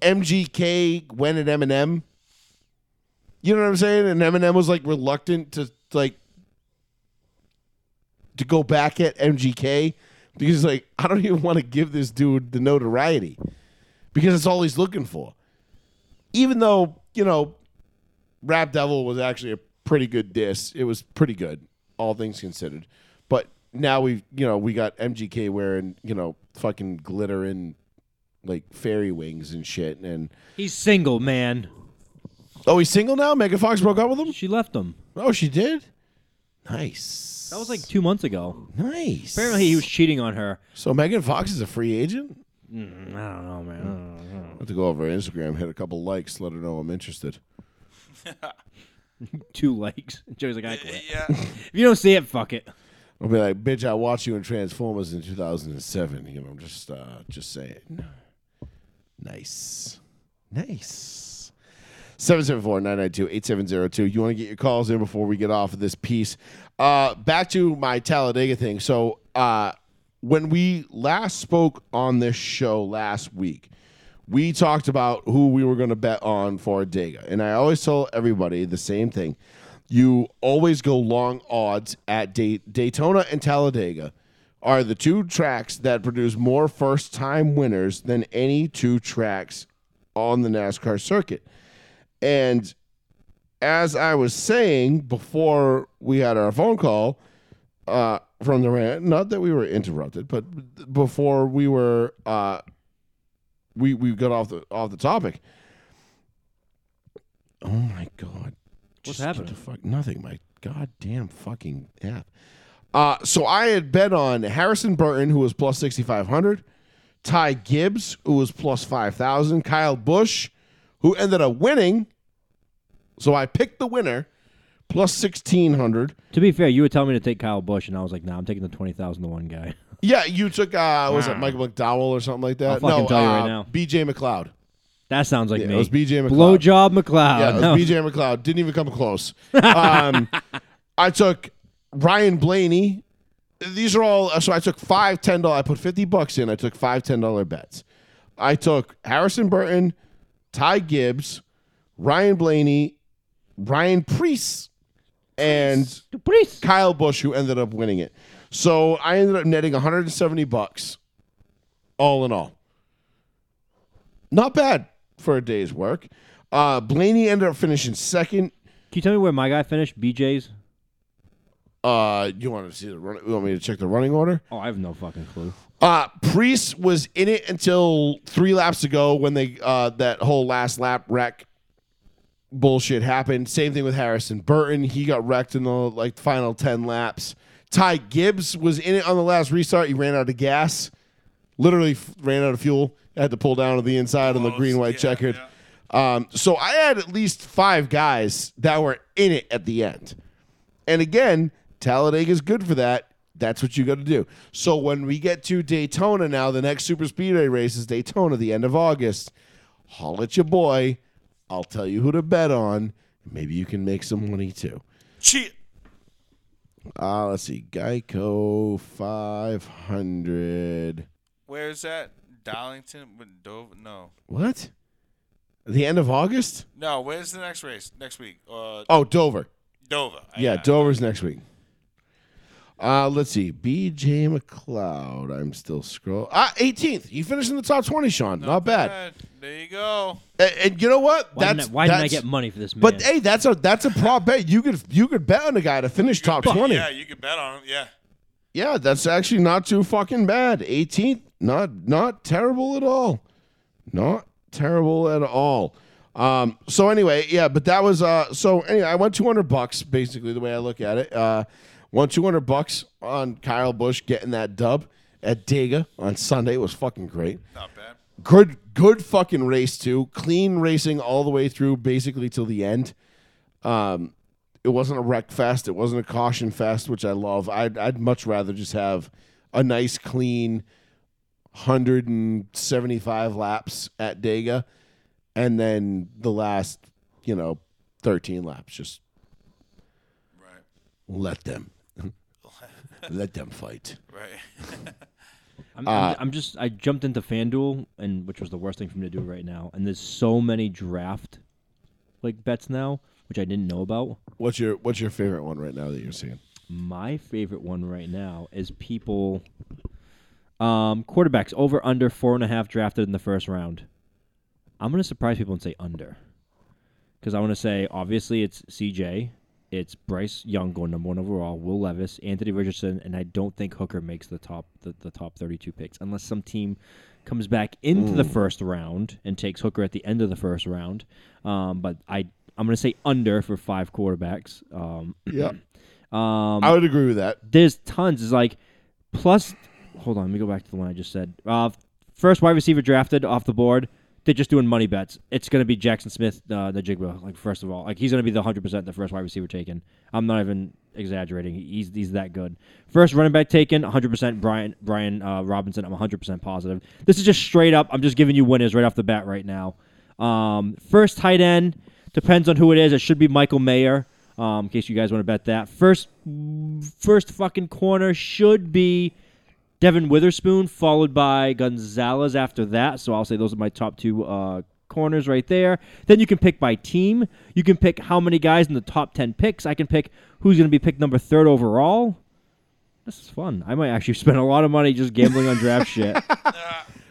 S2: MGK went at Eminem. You know what I'm saying? And Eminem was like reluctant to like to go back at MGK because he's like I don't even want to give this dude the notoriety because it's all he's looking for. Even though you know, Rap Devil was actually a pretty good diss. It was pretty good, all things considered. But now we, you know, we got MGK wearing, you know, fucking glitter and like fairy wings and shit. And
S1: he's single, man.
S2: oh, he's single now. Megan Fox broke up with him.
S1: She left him.
S2: Oh, she did. Nice.
S1: That was like two months ago.
S2: nice.
S1: Apparently, he was cheating on her.
S2: So Megan Fox is a free agent.
S1: Mm, I don't know, man. I don't know.
S2: I have to go over her Instagram, hit a couple likes, let her know I'm interested.
S1: Two likes. Joey's like, I quit.
S3: Yeah.
S1: If you don't see it, fuck it.
S2: I'll be like, bitch, I watched you in Transformers in 2007. You know, I'm just, uh, just saying. Nice. Nice. 774-992-8702. You want to get your calls in before we get off of this piece. Uh, back to my Talladega thing. So uh, when we last spoke on this show last week, we talked about who we were going to bet on for Dega. And I always tell everybody the same thing. You always go long odds at Day- Daytona and Talladega are the two tracks that produce more first time winners than any two tracks on the NASCAR circuit. And as I was saying before we had our phone call uh, from the rant, not that we were interrupted, but before we were uh, we we got off the off the topic. Oh my god!
S1: What's
S2: get
S1: happening?
S2: The fuck, nothing. My goddamn fucking app. Uh, so I had bet on Harrison Burton, who was plus sixty five hundred. Ty Gibbs, who was plus 5,000. Kyle Bush, who ended up winning. So I picked the winner, plus 1,600.
S1: To be fair, you were telling me to take Kyle Bush, and I was like, "Nah, I'm taking the twenty thousand to one guy."
S2: Yeah, you took, uh, what was it, Michael McDowell or something like that?
S1: I'll fucking
S2: no,
S1: tell you
S2: uh,
S1: right now. Uh,
S2: BJ McLeod.
S1: That sounds like
S2: Yeah,
S1: me.
S2: it was BJ McLeod.
S1: Blowjob McLeod.
S2: Yeah, it was
S1: No.
S2: BJ McLeod. Didn't even come close. Um, I took Ryan Blaney. These are all. So I took five ten dollar. I put fifty bucks in. I took five ten dollar bets. I took Harrison Burton, Ty Gibbs, Ryan Blaney, Ryan Priest, and
S1: Please.
S2: Kyle Bush, who ended up winning it. So I ended up netting 170 bucks, all in all. Not bad for a day's work. Uh, Blaney ended up finishing second.
S1: Can you tell me where my guy finished? BJ's.
S2: Uh, you want to see the run- you want me to check the running order?
S1: Oh, I have no fucking clue.
S2: Uh, Priest was in it until three laps ago when they uh, that whole last lap wreck bullshit happened. Same thing with Harrison Burton. He got wrecked in the like final ten laps. Ty Gibbs was in it on the last restart. He ran out of gas. Literally f- ran out of fuel. Had to pull down to the inside on the
S3: Oh,
S2: green white
S3: yeah,
S2: checkered.
S3: yeah.
S2: Um, so I had at least five guys that were in it at the end. And again, Talladega is good for that. That's what you got to do. So when we get to Daytona now, the next super speedway race is Daytona, the end of August. Haul at your boy. I'll tell you who to bet on. Maybe you can make some money too.
S3: Cheat.
S2: Uh, let's see. Geico 500.
S3: Where is that? Darlington, Dover? No,
S2: What? The end of August?
S3: no. Where's the next race? Next week? Uh,
S2: Oh, Dover.
S3: Dover. I
S2: yeah,
S3: got it.
S2: Dover's next week. Uh, let's see. BJ McLeod. I'm still scroll. Ah, 18th. He finished in the top 20, Sean. Not, bad.
S3: There you go.
S2: And, and you know what?
S1: Why, didn't I, why didn't I
S2: that's-
S1: get money for this man?
S2: But hey, that's a that's a prop bet. You could you could bet on a guy to finish top
S3: But,
S2: twenty.
S3: Yeah,
S2: Yeah.
S3: you can bet on him. Yeah.
S2: that's actually not too fucking bad. Eighteenth, not not terrible at all. Not terrible at all. Um, so anyway, yeah, but that was uh so anyway, I won two hundred bucks, basically the way I look at it. Uh won two hundred bucks on Kyle Bush getting that dub at Dega on Sunday. It was fucking great.
S3: Not bad.
S2: good good fucking race too. Clean racing all the way through, basically till the end. Um, it wasn't a wreck fest. It wasn't a caution fest, which I love. I'd, I'd much rather just have a nice clean 175 laps at Dega, and then the last, you know, 13 laps just
S3: Right.
S2: let them let them fight.
S3: Right.
S1: I'm,
S2: Uh,
S1: I'm- I'm just I jumped into FanDuel and which was the worst thing for me to do right now. And there's so many draft like bets now, which I didn't know about.
S2: What's your what's your favorite one right now that you're seeing?
S1: My favorite one right now is people um, quarterbacks over under four and a half drafted in the first round. I'm gonna surprise people and say under because I want to say obviously it's CJ, it's Bryce Young going number one overall, Will Levis, Anthony Richardson, and I don't think Hooker makes the top the, the top 32 picks unless some team comes back into the first round and takes Hooker at the end of the first round. Um, but I I'm gonna say under for five quarterbacks. Um,
S2: Yeah. Um, I would agree with that.
S1: there's tons. It's like plus. Hold on, let me go back to the one I just said. Uh, first wide receiver drafted off the board. They're just doing money bets. It's gonna be Jackson Smith, uh, the Jigba. Like first of all, like he's gonna be the hundred percent the first wide receiver taken. I'm not even exaggerating. He's he's that good. First running back taken, 100 percent Brian Brian uh, Robinson. I'm 100 percent positive. This is just straight up. I'm just giving you winners right off the bat right now. Um, first tight end depends on who it is. It should be Michael Mayer. Um, in case you guys want to bet that first first fucking corner should be Devin Witherspoon, followed by Gonzalez after that. So I'll say those are my top two uh, corners right there. Then you can pick by team. You can pick how many guys in the top 10 picks. I can pick who's going to be picked number third overall. This is fun. I might actually spend a lot of money just gambling on draft shit.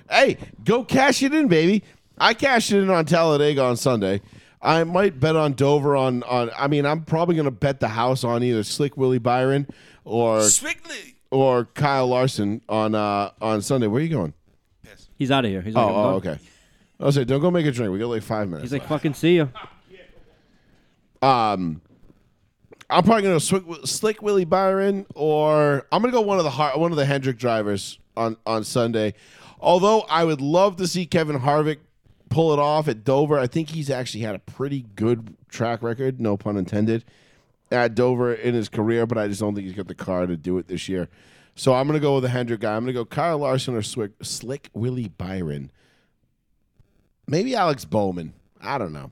S2: hey, go cash it in, baby. I cashed it in on Talladega on Sunday. I might bet on Dover on on. I mean, I'm probably gonna bet the house on either Slick Willie Byron or
S3: Swigley.
S2: or Kyle Larson on uh on Sunday. Where are you going?
S1: He's out of here. He's like,
S2: Oh,
S1: I'm
S2: oh
S1: done.
S2: okay. I was like, don't go make a drink. We got like five minutes.
S1: He's like, fucking see you.
S2: I'm probably gonna go Slick, Slick Willie Byron, or I'm gonna go one of the Har- one of the Hendrick drivers on on Sunday. Although I would love to see Kevin Harvick pull it off at Dover. I think he's actually had a pretty good track record, no pun intended, at Dover in his career. But I just don't think he's got the car to do it this year. So I'm gonna go with the Hendrick guy. I'm gonna go Kyle Larson or Swick, Slick Willie Byron. Maybe Alex Bowman. I don't know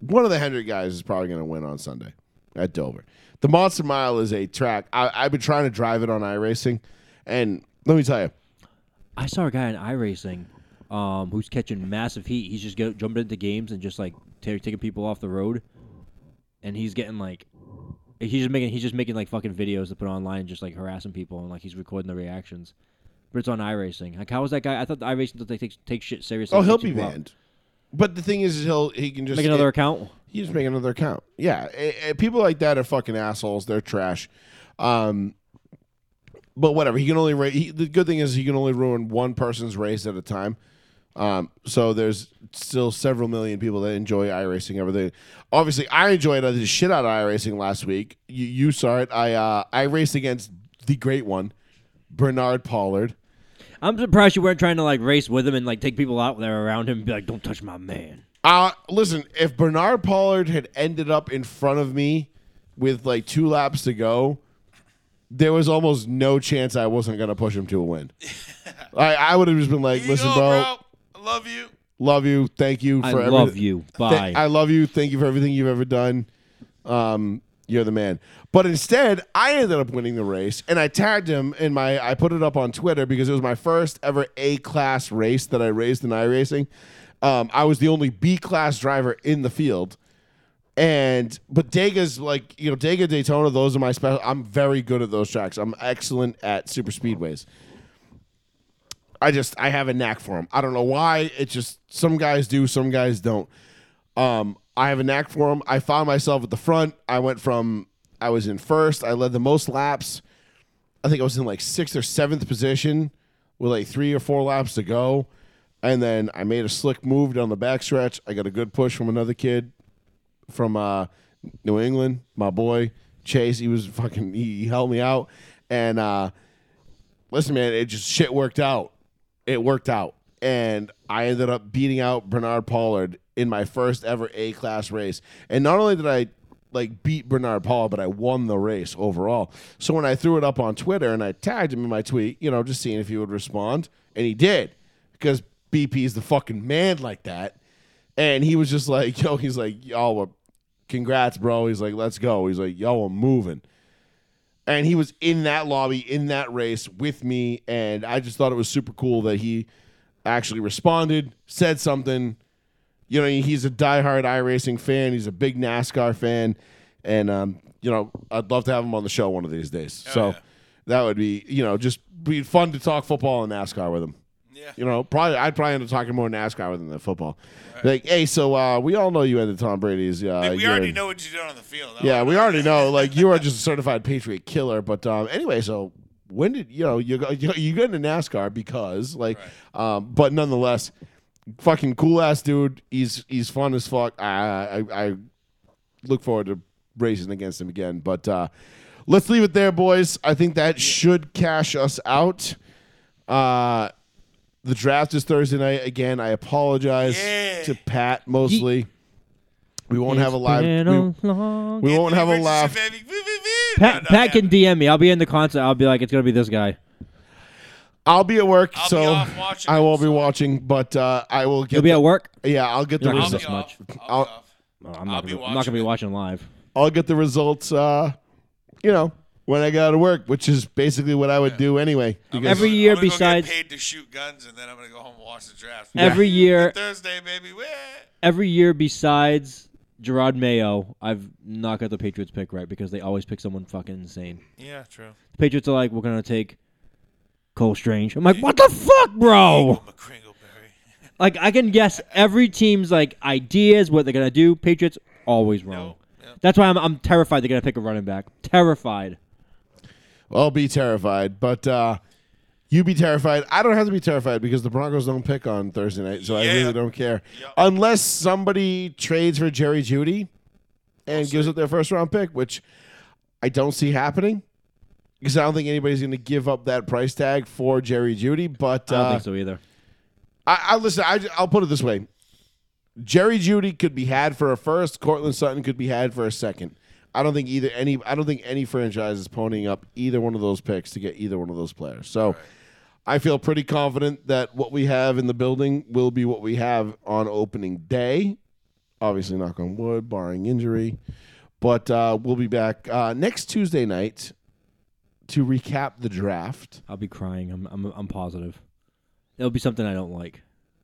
S2: one of the Hendrick guys is probably going to win on Sunday at Dover. The Monster Mile is a track. I, I've been trying to drive it on iRacing, and let me tell you,
S1: I saw a guy in iRacing um, who's catching massive heat. He's just go, jumping into games and just like ta- taking people off the road, and he's getting like he's just making he's just making like fucking videos to put online, just like harassing people and like he's recording the reactions. But it's on iRacing. Like, how was that guy? I thought the iRacing doesn't take, take, take shit seriously.
S2: oh, he'll
S1: Takes
S2: be
S1: people out.
S2: banned. But the thing is, is he'll he can just
S1: Make another
S2: it-
S1: account.
S2: You just make another account. Yeah, eh, eh, people like that are fucking assholes. They're trash. Um, but whatever, he can only ra- he, the good thing is he can only ruin one person's race at a time. Um, so there's still several million people that enjoy iRacing everything. Obviously, I enjoyed the shit out of iRacing last week. You, you saw it. I uh, I raced against the great one, Bernard Pollard.
S1: I'm surprised you weren't trying to like race with him and like take people out there around him and be like, "Don't touch my man."
S2: Uh, listen, if Bernard Pollard had ended up in front of me with like two laps to go, there was almost no chance I wasn't going to push him to a win. I, I would have just been like,
S3: Here you
S2: listen,
S3: go,
S2: bro,
S3: bro. I love you.
S2: love you. Thank you for
S1: I
S2: everything.
S1: love you.
S2: Th-
S1: Bye.
S2: I love you. Thank you for everything you've ever done. Um, you're the man. But instead, I ended up winning the race, and I tagged him in my. I put it up on Twitter because it was my first ever A class race that I raced in iRacing. Um, I was the only B class driver in the field, and but Dega's like you know Dega Daytona. Those are my special. I'm very good at those tracks. I'm excellent at super speedways. I just I have a knack for them. I don't know why. It's just some guys do, some guys don't. Um, I have a knack for them. I found myself at the front. I went from I was in first. I led the most laps. I think I was in like sixth or seventh position with like three or four laps to go. And then I made a slick move down the backstretch. I got a good push from another kid from uh, New England, my boy Chase. He was fucking. He helped me out. And uh, listen, man, it just shit worked out. It worked out. And I ended up beating out Bernard Pollard in my first ever A class race. And not only did I like beat Bernard Pollard, but I won the race overall. So when I threw it up on Twitter and I tagged him in my tweet, you know, just seeing if he would respond, and he did because BP's the fucking man like that. And he was just like, yo, he's like, yo, well, congrats, bro. He's like, let's go. He's like, yo, I'm moving and he was in that lobby in that race with me and i just thought it was super cool that he actually responded said something you know he's a diehard iRacing fan he's a big nascar fan and um, you know i'd love to have him on the show one of these days so
S3: yeah.
S2: that would be you know just be fun to talk football and nascar with him
S3: Yeah.
S2: you know, probably I'd probably end up talking more NASCAR with him than football. Like, hey, so uh, we all know you ended Tom Brady's. Uh,
S3: we
S2: year
S3: already
S2: in-
S3: know what you did on the field. I
S2: yeah,
S3: wanna
S2: we
S3: know
S2: already
S3: that.
S2: know. Like you are just a certified Patriot killer. But um, anyway, so when did you know you go, you, you got into NASCAR because like, um, but nonetheless, fucking cool ass dude. He's he's fun as fuck. I I, I look forward to racing against him again. But uh, let's leave it there, boys. I think that should cash us out. Uh, the draft is Thursday night again. I apologize
S3: Yeah.
S2: to Pat mostly. We won't have a live.
S1: Been
S2: we-
S1: a long-
S2: we won't have a
S3: Richardson,
S2: laugh.
S3: baby. Woo, woo, woo.
S1: Pat,
S3: No, no,
S1: Pat
S3: yeah.
S1: can DM me. I'll be in the concert. I'll be like, "It's gonna be this guy."
S2: I'll be at work,
S3: I'll be
S2: so
S3: off watching
S2: I
S3: it,
S2: won't be
S3: so-
S2: watching. But uh, I will get.
S1: You'll be
S2: the-
S1: at work.
S2: yeah, I'll get the
S1: You're not
S3: I'll
S1: This
S3: be
S2: results.
S1: much.
S3: off.
S2: I'll-
S3: I'll be off.
S1: Oh, I'm,
S3: I'll
S1: not
S3: be
S1: gonna, I'm not gonna be watching live.
S2: I'll get the results. Uh, you know, when I get out of work, which is basically what I would do anyway. Because
S1: Every
S3: I'm
S1: year
S3: gonna go
S1: besides-
S3: get paid to shoot guns, and then I'm gonna go home and watch the draft.
S1: Every year,
S3: Thursday, baby. Woo.
S1: every year besides Gerard Mayo, I've not got the Patriots pick right because they always pick someone fucking insane.
S3: Yeah, true.
S1: The Patriots are like, "We're gonna take Cole Strange." I'm like, "What the fuck, bro?"
S3: I'm a Kringleberry.
S1: Like I can guess every team's like ideas, what they're gonna do. Patriots always wrong.
S3: Nope.
S1: That's why I'm, I'm terrified they're gonna pick a running back. Terrified.
S2: I'll be terrified, but uh, you be terrified. I don't have to be terrified because the Broncos don't pick on Thursday night, so I
S3: Yeah.
S2: really don't care.
S3: Yep.
S2: Unless somebody trades for Jerry Judy and gives up their first round pick, which I don't see happening. Because I don't think anybody's going to give up that price tag for Jerry Judy, but
S1: I don't
S2: uh,
S1: think so either.
S2: I, I listen. I, I'll put it this way: Jerry Judy could be had for a first. Cortland Sutton could be had for a second. I don't think either any. I don't think any franchise is ponying up either one of those picks to get either one of those players. So, I feel pretty confident that what we have in the building will be what we have on opening day. Obviously, knock on wood, barring injury. But uh, we'll be back uh, next Tuesday night to recap the draft.
S1: I'll be crying. I'm I'm, I'm positive. It'll be something I don't like.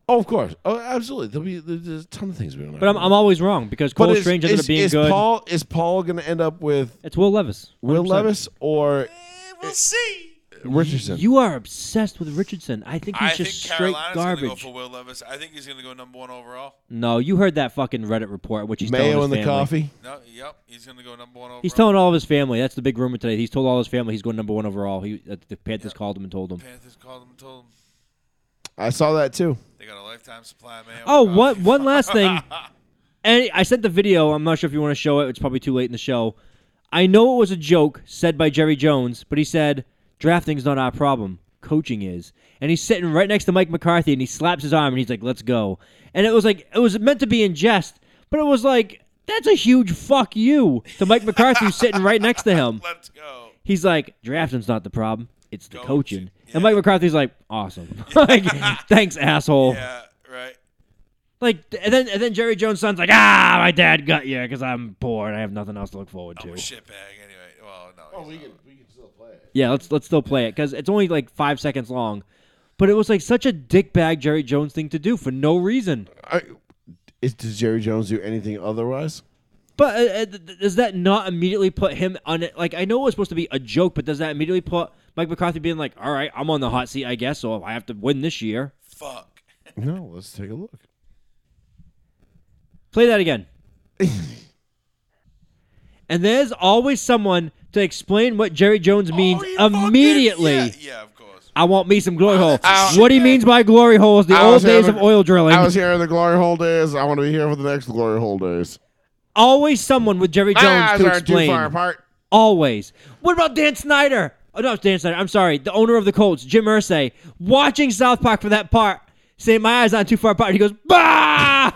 S2: Oh, of course. Oh, absolutely. There'll be there's- there's a ton of things we don't.
S1: But I'm, I'm always wrong because Cole Strange ended up being
S2: is
S1: good.
S2: Paul is Paul going to end up with
S1: it's Will Levis.
S2: Will
S1: 100%.
S2: Levis or
S3: Eh, We'll see.
S2: Richardson.
S1: You are obsessed with Richardson. I think he's
S3: I think
S1: just straight
S3: Carolina's gonna go
S1: garbage.
S3: for Will Levis. I think he's gonna go number one overall.
S1: no, you heard that fucking Reddit report, which he's
S2: Mayo
S1: telling
S2: and
S1: his
S2: the
S1: family.
S2: coffee.
S3: No, yep, he's gonna go number one overall.
S1: He's telling all of his family. That's the big rumor today. He's told all his family he's going number one overall. He uh, the Panthers called him and told him.
S3: Panthers called him, and told him
S2: I saw that too.
S3: they got a lifetime supply, man.
S1: Oh, what? One last thing. And I sent the video. I'm not sure if you want to show it. It's probably too late in the show. I know it was a joke said by Jerry Jones, but he said drafting's not our problem. Coaching is. And he's sitting right next to Mike McCarthy, and he slaps his arm, and he's like, "Let's go." And it was like it was meant to be in jest, but it was like that's a huge fuck you to Mike McCarthy who's sitting right next to him.
S3: Let's go.
S1: he's like, drafting's not the problem. It's the
S3: Coaching.
S1: coaching.
S3: Yeah.
S1: And Mike McCarthy's like, awesome. like, thanks, asshole.
S3: Yeah, right.
S1: Like, and then and then Jerry Jones' son's like, ah, my dad got you because I'm poor and I have nothing else to look forward
S3: I'm a
S1: to.
S3: shitbag anyway. Well, no. he's not.
S1: yeah, let's let's still play it because it's only like five seconds long, but it was like such a dickbag Jerry Jones thing to do for no reason.
S2: I, is, does Jerry Jones do anything otherwise?
S1: But uh, uh, th- th- does that not immediately put him on it? Like, I know it was supposed to be a joke, but does that immediately put Mike McCarthy being like, all right, I'm on the hot seat, I guess, so I have to win this year?
S3: Fuck.
S2: No. Let's take a look.
S1: Play that again. and there's always someone to explain what Jerry Jones means
S3: Oh, you fucking-
S1: immediately.
S3: Yeah, yeah, of course.
S1: I want me some glory hole.
S2: Ow.
S1: What he means by glory hole is the
S2: I
S1: old
S2: was
S1: days of
S2: having-
S1: oil drilling.
S2: I was here in the glory hole days. I want to be here for the next glory hole days.
S1: Always someone with Jerry
S2: My
S1: Jones
S2: eyes
S1: to
S2: aren't Ah, too far
S1: explain.
S2: apart.
S1: Always. What about Dan Snyder? Oh, no, it's Dan Snyder. I'm sorry. The owner of the Colts, Jim Irsay, watching South Park for that part, saying, My eyes aren't too far apart. He goes, Bah!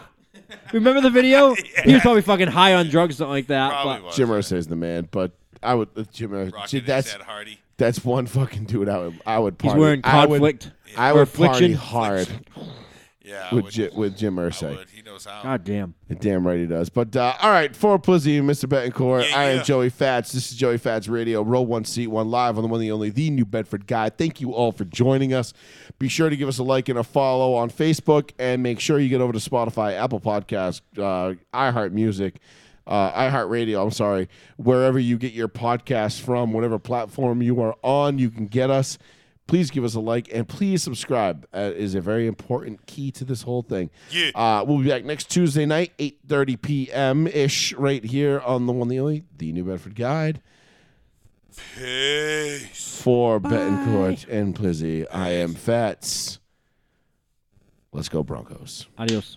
S1: Remember the video? He was probably fucking high on drugs, something like that.
S3: Probably
S1: Uh, but-
S3: was.
S2: Jim Irsay's the man, but I would uh, Jim
S3: Rocking
S2: Irsay.
S3: his
S2: That's
S3: Ed Hardy.
S2: that's one fucking dude. I would I would
S1: He's
S2: party.
S1: wearing
S2: I would-
S1: conflict.
S2: I
S1: or
S2: would party
S1: affliction.
S2: hard
S3: Yeah, I
S2: with
S3: would,
S2: Ji- with Jim
S3: I
S2: Irsay.
S3: would. He knows how.
S1: God damn.
S2: Damn right he does. But uh, all right, for Plizzy, Mr. Betancourt,
S3: Yeah,
S2: I am
S3: yeah.
S2: Joey Fats. This is Joey Fats Radio, Row One Seat One, live on the one, the only, the New Bedford guy. Thank you all for joining us. Be sure to give us a like and a follow on Facebook, and make sure you get over to Spotify, Apple Podcasts, uh, iHeart Music, uh, iHeartRadio. I'm sorry, wherever you get your podcasts from, whatever platform you are on, you can get us please give us a like and please subscribe uh, is a very important key to this whole thing
S3: Yeah.
S2: uh, we'll be back next tuesday night 8.30 p.m ish right here on the one the only the new bedford guide
S3: Peace.
S2: for betancourt and plizzy i am fats let's go broncos
S1: Adios.